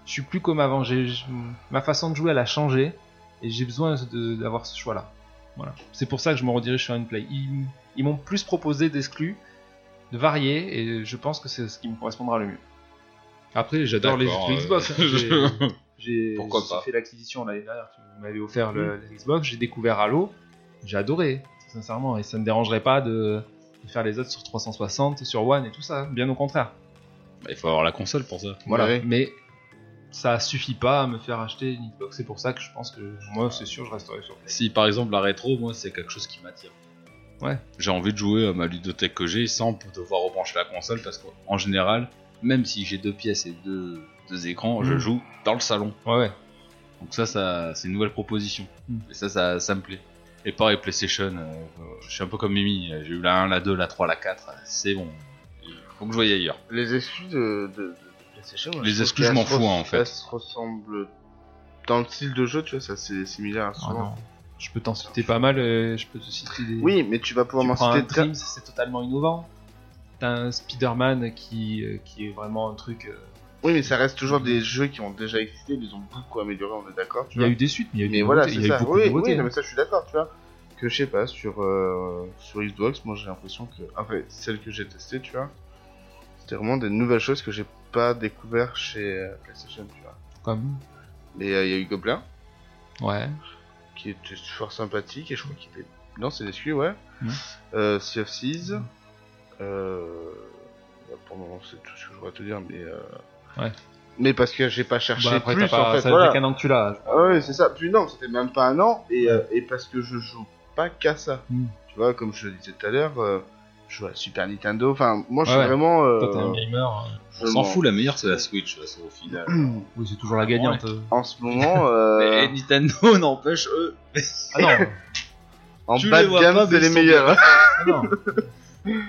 A: je suis plus comme avant. J'ai je- ma façon de jouer, elle a changé et j'ai besoin de- d'avoir ce choix-là. Voilà, c'est pour ça que je me redirige sur une play. Ils, ils m'ont plus proposé d'exclus, de varier, et je pense que c'est ce qui me correspondra le mieux. Après, j'adore les
E: D'accord,
A: exclus
E: euh,
A: Xbox. hein. J'ai- j'ai
E: Pourquoi
A: j'ai
E: pas.
A: fait l'acquisition l'année dernière, tu m'avais offert le, la Xbox, j'ai découvert Halo, j'ai adoré, sincèrement, et ça ne me dérangerait pas de, de faire les autres sur 360, sur One et tout ça, bien au contraire.
E: Bah, il faut avoir la console pour ça.
A: Voilà.
F: Ouais.
A: Mais ça suffit pas à me faire acheter une Xbox, c'est pour ça que je pense que moi, c'est sûr, je resterai sur Play.
E: Si par exemple la rétro, moi c'est quelque chose qui m'attire.
A: Ouais.
E: J'ai envie de jouer à ma ludothèque que j'ai sans devoir rebrancher la console parce qu'en général, même si j'ai deux pièces et deux, deux écrans, je
A: Mhm.
E: joue dans le salon.
A: Ouais, ouais.
E: Donc ça, ça c'est une nouvelle proposition.
A: Mhm.
E: Et ça, ça, ça me plaît. Et pareil, PlayStation, euh, euh, je suis un peu comme Mimi, euh, j'ai eu la 1, la 2, la 3, la 4, euh, c'est bon. Il faut que je voie ailleurs.
F: Les exclus de, de, de PlayStation.
E: Les
F: trouve
E: exclus,
F: qu'elles
E: je m'en
F: se
E: fous, hein,
F: res-
E: en fait.
F: Elles se ressemblent. Dans le style de jeu, tu vois, ça c'est similaire à ce
A: Ah
F: moment.
A: non. Je peux t'en citer pas mal, euh, je peux te citer des.
F: Oui, mais tu vas pouvoir
A: Tu
F: m'en
A: prends un
F: citer très-
A: Dreams, c'est totalement innovant. T'as un Spider-Man qui, euh, qui est vraiment un truc. euh,
F: Oui, mais ça reste toujours des jeux qui ont déjà existé, mais ils ont beaucoup amélioré, on est d'accord. tu
A: Il y a
F: vois.
A: eu des suites, mais il y a eu,
F: Mais
A: des
F: voilà,
A: nouveautés,
F: c'est
A: il y a eu
F: ça.
A: beaucoup
F: Oui,
A: de
F: oui,
A: nouveautés. hein.
F: non, mais ça je suis d'accord, tu vois. que je sais pas, sur, euh, sur Xbox, moi j'ai l'impression que. Après, celle que j'ai testée, tu vois, c'était vraiment des nouvelles choses que j'ai pas découvert chez euh, PlayStation, tu vois.
A: Comme.
F: Mais euh, il y a eu Goblin,
A: Ouais.
F: qui était fort sympathique, et je crois qu'il était. Non, c'est exclu, ouais.
A: Mhm.
F: Euh, sea of Thieves. Euh... bah, Pour le moment, c'est tout ce que je voudrais te dire, mais. euh,
A: Ouais.
F: Mais parce que j'ai pas cherché
A: Bah, après,
F: plus
A: t'as pas.
F: en fait.
A: ça
F: voilà.
A: fait qu'un an que tu l'as.
F: Ah ouais, c'est ça. Puis non, c'était même pas un an, et, euh, et parce que je joue pas qu'à ça.
A: Mm.
F: Tu vois, comme je le disais tout à l'heure, euh, je joue à Super Nintendo. Enfin, moi, je suis
A: Ouais, ouais.
F: vraiment. euh,
A: Toi, t'es un gamer.
F: je
C: On s'en
F: m'en-
C: fout, la meilleure c'est la Switch, de toute façon, au final.
A: Oui, c'est toujours la gagnante.
F: En ce moment, euh,
C: Et Nintendo n'empêche eux.
A: Ah non,
F: en
C: tu
F: bas
C: les
F: de
C: vois
F: gamme,
C: pas,
F: c'est
C: mais
F: les
C: ils sont
F: meilleurs.
A: ah non.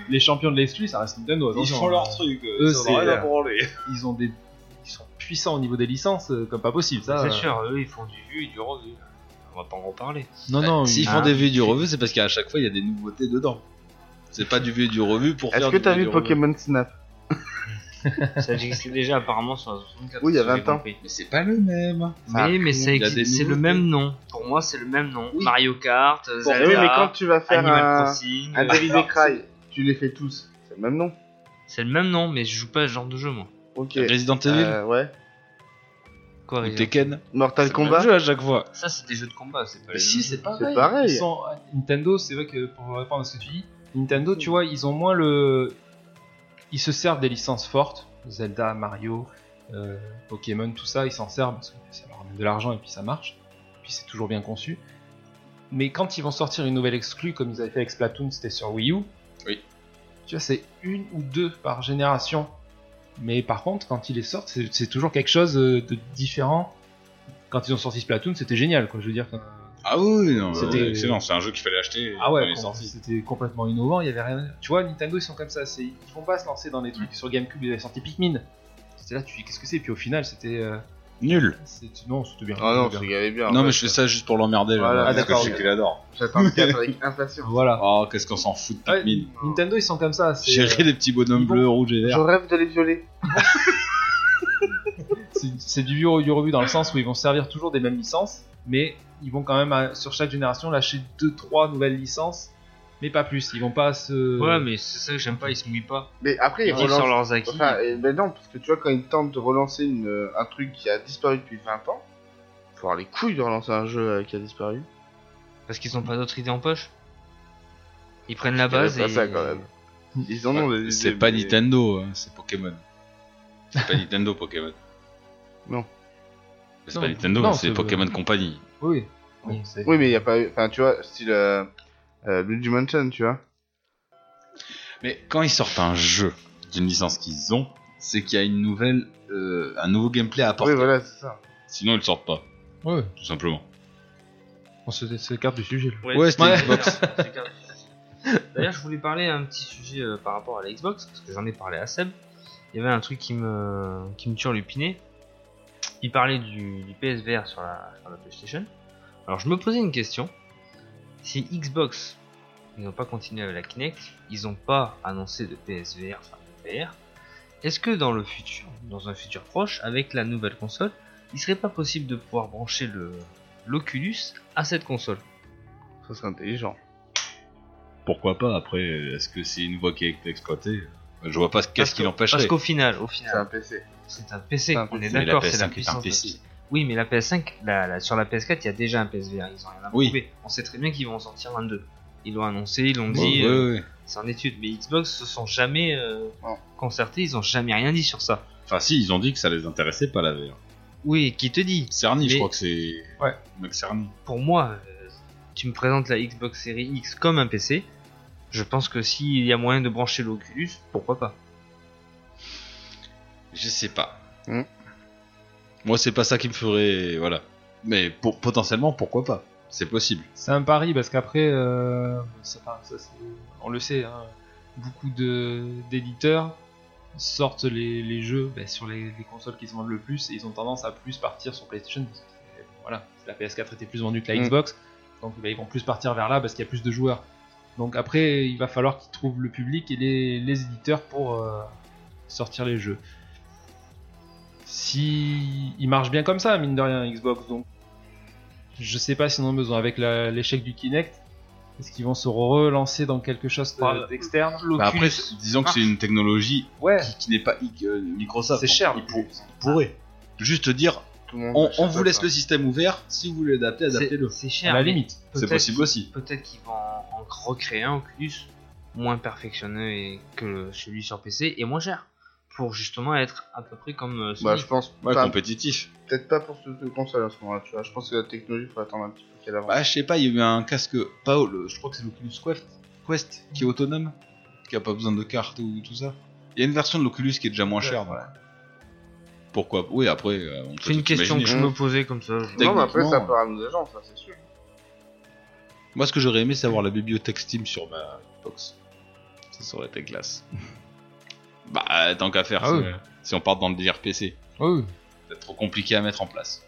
A: Les champions de l'exclu, ça reste Nintendo.
C: Ils
A: attention.
C: font leur truc,
A: Eux,
C: eux, c'est
A: c'est,
C: rien à
A: euh,
C: branler.
A: Ils ont des. Ils sont puissants au niveau des licences, euh, comme pas possible, ça.
D: C'est
A: euh.
D: sûr, eux ils font du vu et du revu. On va pas en reparler.
A: Non, non.
C: S'ils
A: ils-
C: font
A: Ah.
C: des vues du revu, c'est parce qu'à chaque fois il y a des nouveautés dedans. C'est pas du vu et du revu pour faire
F: Est-ce que
C: du
F: t'as
C: vu et
F: vu
C: du revu.
F: Pokémon Snap
D: Ça existait déjà apparemment sur la 64.
F: Oui, il y a
D: si j'ai
F: 20 ans.
D: compris.
C: Mais c'est pas le même.
F: Ça a
D: Mais, mais
F: pris-
D: ça
C: il y a
D: existe-
C: des
D: c'est le
C: nouveautés.
D: même nom. Pour moi, c'est le même nom.
C: Oui.
D: Mario Kart,
F: Bon,
D: Zelda,
F: oui, mais quand tu vas faire
D: Animal
F: un,
D: Crossing.
F: un
D: euh,
F: Devil May Cry, tu les fais tous. C'est le même nom.
D: C'est le même nom, mais je joue pas à ce genre de jeu, moi.
F: Ok.
C: Resident Evil
F: Euh, ouais.
D: Quoi,
C: ou
D: Resident
C: Tekken
F: Mortal
C: C'est le même
F: Kombat.
C: jeu Ah, à chaque fois.
D: Ça, c'est des jeux de combat, c'est pas
A: Mais
D: les
A: Bah si,
D: mêmes
A: c'est
D: jeux.
A: pareil.
F: Bah, C'est pareil.
A: Ils sont- euh, Nintendo, c'est vrai que pour répondre à ce que tu dis, Nintendo, tu vois, ils ont moins le. Ils se servent des licences fortes, Zelda, Mario, euh, Pokémon, tout ça, ils s'en servent parce que ça leur ramène de l'argent et puis ça marche. Puis c'est toujours bien conçu. Mais quand ils vont sortir une nouvelle exclue, comme ils avaient fait avec Splatoon, c'était sur Wii U.
C: Oui.
A: Tu vois, c'est une ou deux par génération. Mais par contre, quand ils les sortent, c'est c'est toujours quelque chose euh, de différent. Quand ils ont sorti Splatoon, c'était génial, quoi. Je veux dire, quand-
C: Ah oui, non,
A: C'était-
C: c'était excellent, c'est un jeu qu'il fallait acheter
A: ah
C: quand il
A: ouais,
C: est
A: com-
C: sorti.
A: c'était complètement innovant, il y avait rien. Tu vois, Nintendo ils sont comme ça, c'est ils font pas se lancer dans les trucs. Sur GameCube ils avaient sorti Pikmin. C'était là, tu dis qu'est-ce que c'est Puis au final c'était, euh,
C: Nul.
A: c'est- non c'était bien.
F: Ah non,
A: c'était
F: c'est
A: bien.
F: gavé bien.
C: non,
F: ouais.
C: mais je fais ça juste pour l'emmerder, là,
F: Voilà,
C: parce que
A: d'accord,
C: je sais
A: ok.
C: qu'il adore.
F: J'attends le 4 avec impatience.
A: Voilà.
C: Oh, qu'est-ce qu'on s'en fout de Pikmin.
A: Ouais, Nintendo ils sont comme ça. c'est,
C: Gérer
A: euh,
C: des petits bonhommes
A: ils vont-
C: bleus, rouges et
F: Je
C: verts.
F: rêve de les violer.
A: c'est- C'est du bureau du revu dans le sens où ils vont servir toujours des mêmes licences, mais ils vont quand même à- sur chaque génération lâcher deux trois nouvelles licences, mais pas plus. Ils vont pas se.
D: Ouais, mais c'est ça que j'aime pas, ils se mouillent pas.
F: Mais après,
D: Ils
F: ils
D: vivent
F: relancent
D: sur leurs acquis.
F: Enfin, euh, ben non, parce que tu vois, quand ils tentent de relancer une, euh, un truc qui a disparu depuis 20 ans, faut avoir les couilles de relancer un jeu euh, qui a disparu.
D: Parce qu'ils ont pas d'autres idées en poche. Ils prennent la
C: Ah
F: Je
C: bah,
F: dirais
D: base
F: pas
D: et.
F: ça, quand même. Ils en ont des
C: C'est
F: idées,
C: pas
F: mais-
C: Nintendo, hein, c'est Pokémon. C'est pas Nintendo, Pokémon.
F: Non.
C: C'est
A: Non,
C: pas Nintendo,
A: non,
C: c'est
A: c'est-
C: Pokémon Company.
A: Oui. Oui, c'est-
F: Oui, mais il y a pas eu. Enfin, tu vois, style euh, euh, Luigi Mansion, tu vois.
C: Mais quand ils sortent un jeu d'une licence qu'ils ont, c'est qu'il y a une nouvelle, euh, un nouveau gameplay à apporter.
F: Oui, voilà, c'est ça.
C: Sinon, ils le sortent pas,
A: Ouais,
C: tout simplement.
A: On se se écarte du sujet. là.
C: Ouais, c'était
D: c'est
C: Xbox.
D: clair, c'est clair. D'ailleurs, je voulais parler un petit sujet euh, par rapport à la Xbox, parce que j'en ai parlé à Seb. Il y avait un truc qui me, qui me turlupinait. Il parlait du, du PSVR sur la, sur la PlayStation. Alors, je me posais une question. Si Xbox, ils n'ont pas continué avec la Kinect, ils n'ont pas annoncé de PSVR, enfin de VR, est-ce que dans le futur, dans un futur proche, avec la nouvelle console, il serait pas possible de pouvoir brancher le l'Oculus à cette console
F: Ça serait intelligent.
C: Pourquoi pas, après, est-ce que c'est une voie qui est exploitée Je vois pas qu'est-ce qui
D: Parce
C: l'empêcherait.
D: qu'au final, au
F: C'est un
D: final,
F: PC.
D: c'est un PC.
F: c'est un
D: On est
F: PC.
C: Mais la
D: d'accord, c'est la
C: PS5 est un
D: puissance. de-
C: PC.
D: Oui, mais la PS5, la- la- sur la PS4, il y a déjà un PSVR. Ils ont rien
C: Oui.
D: prouvé. On sait très bien qu'ils vont en sortir un 2. Ils l'ont annoncé, ils l'ont
C: Ouais,
D: dit.
C: ouais,
D: euh,
C: ouais.
D: C'est en étude. Mais Xbox se sont jamais euh,
F: Non.
D: concertés. Ils ont jamais rien dit sur ça.
C: Enfin, si, ils ont dit que ça les intéressait pas la VR.
D: Oui, qui te dit
C: Cerny, je
D: Mais-
C: crois que c'est.
A: Ouais.
C: Max Cerny.
D: Pour moi, euh, tu me présentes la Xbox Series X comme un PC. Je pense que s'il y a moyen de brancher l'Oculus, pourquoi pas
C: Je sais pas.
F: Hmm.
C: Moi, c'est pas ça qui me ferait. Voilà. Mais pour- potentiellement, pourquoi pas C'est possible.
A: C'est un pari parce qu'après, euh, ça- enfin, ça, c'est- on le sait, hein, beaucoup de- d'éditeurs sortent les, les jeux bah, sur les, les consoles qui se vendent le plus et ils ont tendance à plus partir sur PlayStation. parce que, euh, voilà, la PS4 était plus vendue que la
F: Mm.
A: Xbox, donc bah, ils vont plus partir vers là parce qu'il y a plus de joueurs. Donc après, il va falloir qu'ils trouvent le public et les, les éditeurs pour euh, sortir les jeux. Si il marche bien comme ça, mine de rien, Xbox, donc je sais pas s'ils en ont besoin. Avec la- l'échec du Kinect, Est-ce qu'ils vont se relancer dans quelque chose de-
D: Par-
A: d'externe
C: Bah, après,
A: L'Oculus.
C: c'est- disons que c'est une technologie
A: Ouais,
C: qui, qui n'est pas i- euh, Microsoft.
A: c'est cher.
C: Ils pour- pourraient juste dire
F: Tout le monde
C: on,
F: achète
C: on vous
F: ça,
C: laisse
F: quoi.
C: le système ouvert, si vous voulez l'adapter, adaptez-le.
D: C'est
A: À
D: cher.
A: la
D: mais
A: limite.
C: C'est
D: peut-être
C: possible
D: qu'il-
C: aussi.
D: Peut-être qu'ils vont en recréer un Oculus moins perfectionné que le- celui sur PC et moins cher. Pour justement être à peu près comme euh,
F: Bah,
D: Sony.
F: je pense
C: Ouais,
F: pas-
C: compétitif.
F: peut-être pas pour cette console à ce moment-là, tu vois. Je pense que la technologie, faut attendre un petit peu qu'elle avance.
C: Bah, je sais pas, il y a eu un casque, pas, le- je crois que c'est l'Oculus Quest, Quest qui est autonome, qui a pas besoin de carte ou tout ça. Il y a une version de l'Oculus qui est déjà moins chère, voilà. Pourquoi Oui, après, euh, on peut
D: C'est une
C: tout
D: question que
C: imaginer.
D: je me posais comme ça. je-
F: non, mais après, ça
C: Bah, techniquement,
F: parle à nos agents, ça, c'est sûr.
C: Moi, ce que j'aurais aimé, c'est avoir la bibliothèque Steam sur ma box. Ça, ça aurait été classe. bah, tant qu'à faire,
A: Ah
C: c'est-
A: oui.
C: si on part dans le délire PC,
D: Ah
A: Oui,
C: c'est trop compliqué à mettre en place.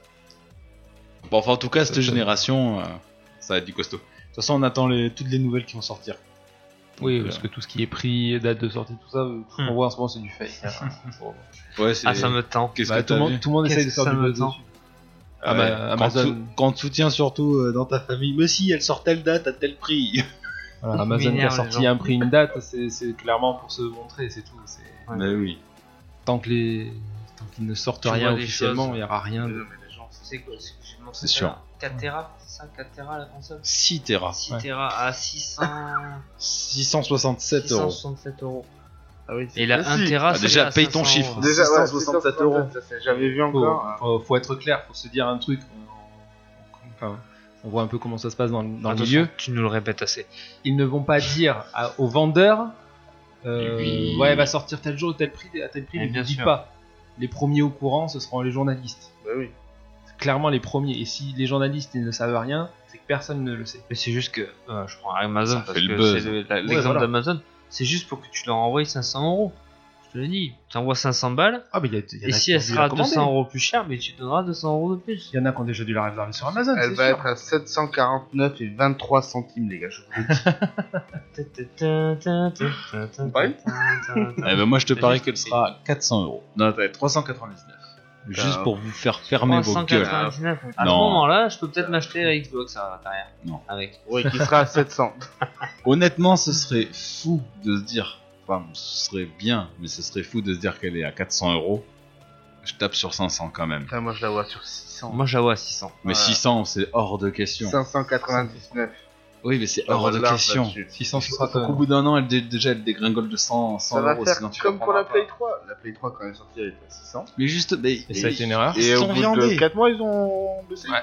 C: Bon, enfin, en tout cas, cette génération, euh, ça va être du costaud. De toute façon, on attend les- toutes les nouvelles qui vont sortir.
A: oui,
C: Donc,
A: parce que tout ce qui est prix, date de sortie, tout ça, euh,
D: Hmm.
A: on voit en ce moment, c'est du fake. hein. Bon.
C: Ouais, c'est.
D: Ah, ça me tend.
C: Qu'est-ce
A: Bah,
C: que
A: tout, le monde, tout le monde
D: Qu'est-ce
A: essaye de
D: que
A: faire
D: ça
A: du
D: me
A: buzz hein.
D: tend
A: dessus. Ah, bah,
C: Amazon.
A: Amazon.
C: Quand, tu soutiens surtout euh, dans ta famille, mais si elle sort telle date à tel prix.
A: Voilà, Amazon qui a
D: M'énerve, les
A: sorti
D: gens.
A: un prix, une date, c'est c'est clairement pour se montrer, c'est tout. c'est-
D: Ouais.
C: Mais Bah oui.
A: Tant que les, tant qu'ils ne sortent
D: Tu
A: rien
D: vois des
A: officiellement,
D: choses.
A: il n'y aura rien. de-
D: C'est quoi c'est- j'ai mon-
C: C'est sûr.
D: 4 Tera, c'est ça 4 Tera la console
C: 6 Tera,
D: 6
A: Ouais.
D: Tera à 600...
C: 667 euros.
D: 667 euros.
F: Ah oui,
D: Et la 1 Tera,
C: Bah,
D: c'est
C: déjà,
D: à
C: paye
D: 500
C: ton chiffre.
D: euros.
F: Déjà,
C: 667
F: 667
C: euros. Oh.
F: euros. Ça, c'est- J'avais vu
A: Faut,
F: encore. hein.
A: Oh, faut- faut être clair, faut se dire un truc. on- enfin, on voit un peu comment ça se passe dans, le- dans le
D: Attention,
A: milieu.
D: Tu nous le répètes assez.
A: Ils ne vont pas dire à- aux vendeurs, euh,
C: Oui.
A: ouais, elle va sortir tel jour, tel prix, à tel prix.
D: Mais
A: Ils ne
D: bien
A: disent
D: sûr.
A: pas. Les premiers au courant, ce seront les journalistes.
F: Bah oui.
A: Clairement les premiers. Et si les journalistes ils ne savent rien, c'est que personne ne le sait.
D: Mais c'est juste que euh, je prends Amazon
C: Ça
D: parce
C: fait le
D: que
C: buzz.
D: c'est le- la- l'exemple
A: voilà.
D: d'Amazon. C'est juste pour que tu leur envoies 500 euros. Je te le dis, t'envoies 500 balles
A: Ah, mais il y a- il y en a
D: et si
A: qui ont
D: elle
A: dû
D: sera
A: la commander.
C: hein.
D: 200 euros plus chère, mais tu donneras 200 euros de plus.
A: Il y en a qui ont déjà dû la réserver sur Amazon.
F: Elle
A: c'est
F: va
A: sûr.
F: être à 749 et 23 centimes, les gars. je vous le dis.
C: Eh ben, moi, je te
D: C'est
C: parie
D: juste-
C: qu'elle sera à 400 euros. Non, t'as 399. Juste
F: Ah.
C: pour vous faire fermer vos gueules.
D: 399. À ce
C: Non.
D: moment-là, je peux peut-être m'acheter la Xbox à l'intérieur.
C: Non.
D: Avec.
F: Oui, qui sera à 700.
C: Honnêtement, ce serait fou de se dire. Enfin, ce serait bien, mais ce serait fou de se dire qu'elle est à 400 euros. Je tape sur 500 quand même.
F: Putain, moi, je la vois sur 600.
D: Moi, j'avoue à 600.
C: Mais 600, c'est hors de question.
F: 599.
C: Oui, mais c'est
F: Ah,
C: hors de
F: voilà,
C: question.
F: là-dessus.
A: 660
C: Au
A: euros.
C: bout d'un an, elle dé- déjà elle dégringole de 100, 100
F: Ça va
C: euros.
F: faire
C: sinon tu
F: comme pour la
C: comprendras
F: Play 3. La Play 3, quand elle est sortie, elle était à 600.
C: pas. Mais juste, mais
A: Et ça a été une erreur.
C: Ils
F: Et au
C: sont
F: bout
C: viandés.
F: de 4 mois, ils ont baissé.
A: Ouais.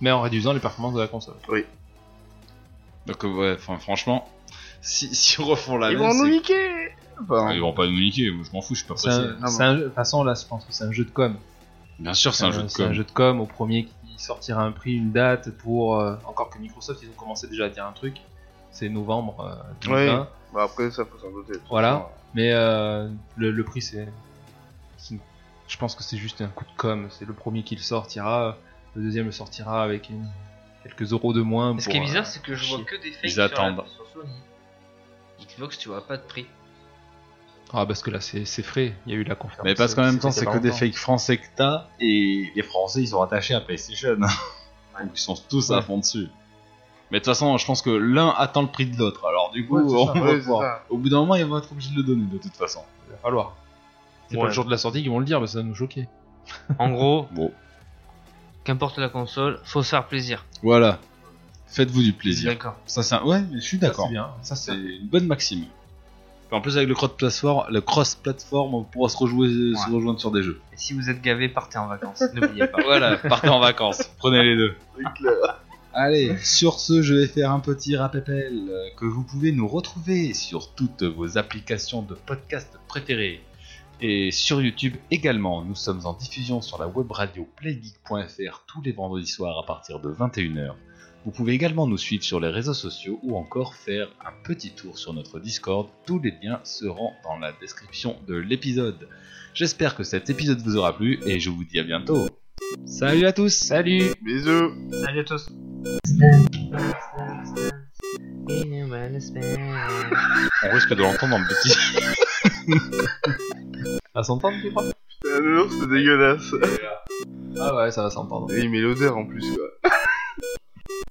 A: Mais en réduisant les performances de la console.
C: Donc euh, ouais, enfin franchement, si, si on refont la
F: Ils
C: même,
F: vont nous
C: c'est-
F: niquer
C: Ah,
F: Enfin,
C: ils vont pas nous niquer. moi, Je m'en fous, je suis pas
A: C'est
C: pressé.
A: un- c'est un jeu- de toute façon, là, je pense que c'est un jeu de com.
C: Bien sûr, c'est un
A: Euh,
C: jeu de
A: c'est un
C: com.
A: jeu de com. Au premier qui sortira un prix, une date pour. euh, encore que Microsoft, ils ont commencé déjà à dire un truc. C'est novembre euh, 2020.
F: Ouais. bah après, ça, faut s'en douter. de toute
A: Voilà.
F: façon.
A: Mais euh, le, le prix, c'est. c'est- Je pense que c'est juste un coup de com. C'est le premier qui le sortira. Le deuxième le sortira avec une- quelques euros de moins.
D: Ce qui est
A: pour, euh,
D: bizarre, c'est que je vois
A: chier.
D: que des fakes
C: Ils
D: sur la-
C: attendent.
D: sur Sony. Xbox, tu vois pas de prix.
A: Ah, parce que là, c'est c'est frais. Il y a eu la conférence.
C: Mais parce qu'en
A: euh,
C: même temps,
A: c'était
C: c'est
A: pas
C: que des
A: longtemps.
C: fakes français que t'as, et les Français, ils sont rattachés à PlayStation. Donc ils sont tous à
A: Ouais.
C: fond dessus. Mais de toute façon, je pense que l'un attend le prix de l'autre. Alors du coup,
A: Ouais, c'est
C: on
A: ça.
C: va
F: Ouais, c'est
C: voir.
F: ça.
C: Au bout d'un moment, ils vont être obligés de le donner de toute façon.
A: Il va falloir. C'est
D: Ouais.
A: pas le jour de la sortie qu'ils vont le dire, mais ça va nous choquer.
D: En gros,
C: Bon,
D: qu'importe la console, faut se faire plaisir.
C: voilà. Faites-vous du plaisir.
D: D'accord.
C: Ça, c'est un- Ouais, mais je suis d'accord.
A: Ça, c'est bien. Ça,
C: C'est
A: c'est.
C: une bonne maxime. Enfin, en plus, avec le cross-platform, le cross-platform, on pourra se, rejouer, se
D: Ouais.
C: rejoindre sur des jeux.
D: Et si vous êtes gavé, partez en vacances. N'oubliez pas.
C: Voilà, partez en vacances, prenez les deux. Allez, sur ce, je vais faire un petit rappel euh, que vous pouvez nous retrouver sur toutes vos applications de podcast préférées et sur YouTube également. Nous sommes en diffusion sur la web radio playgeek.fr tous les vendredis soirs à partir de 21h. Vous pouvez également nous suivre sur les réseaux sociaux ou encore faire un petit tour sur notre Discord. Tous les liens seront dans la description de l'épisode. J'espère que cet épisode vous aura plu et je vous dis à bientôt. Salut à tous Salut
F: Bisous.
D: Salut à tous.
C: On risque de l'entendre dans le petit...
A: Ça va s'entendre, tu crois
F: Putain, le lourd, c'est dégueulasse.
A: Ah ouais, ça va s'entendre.
F: Et il met l'odeur en plus, quoi.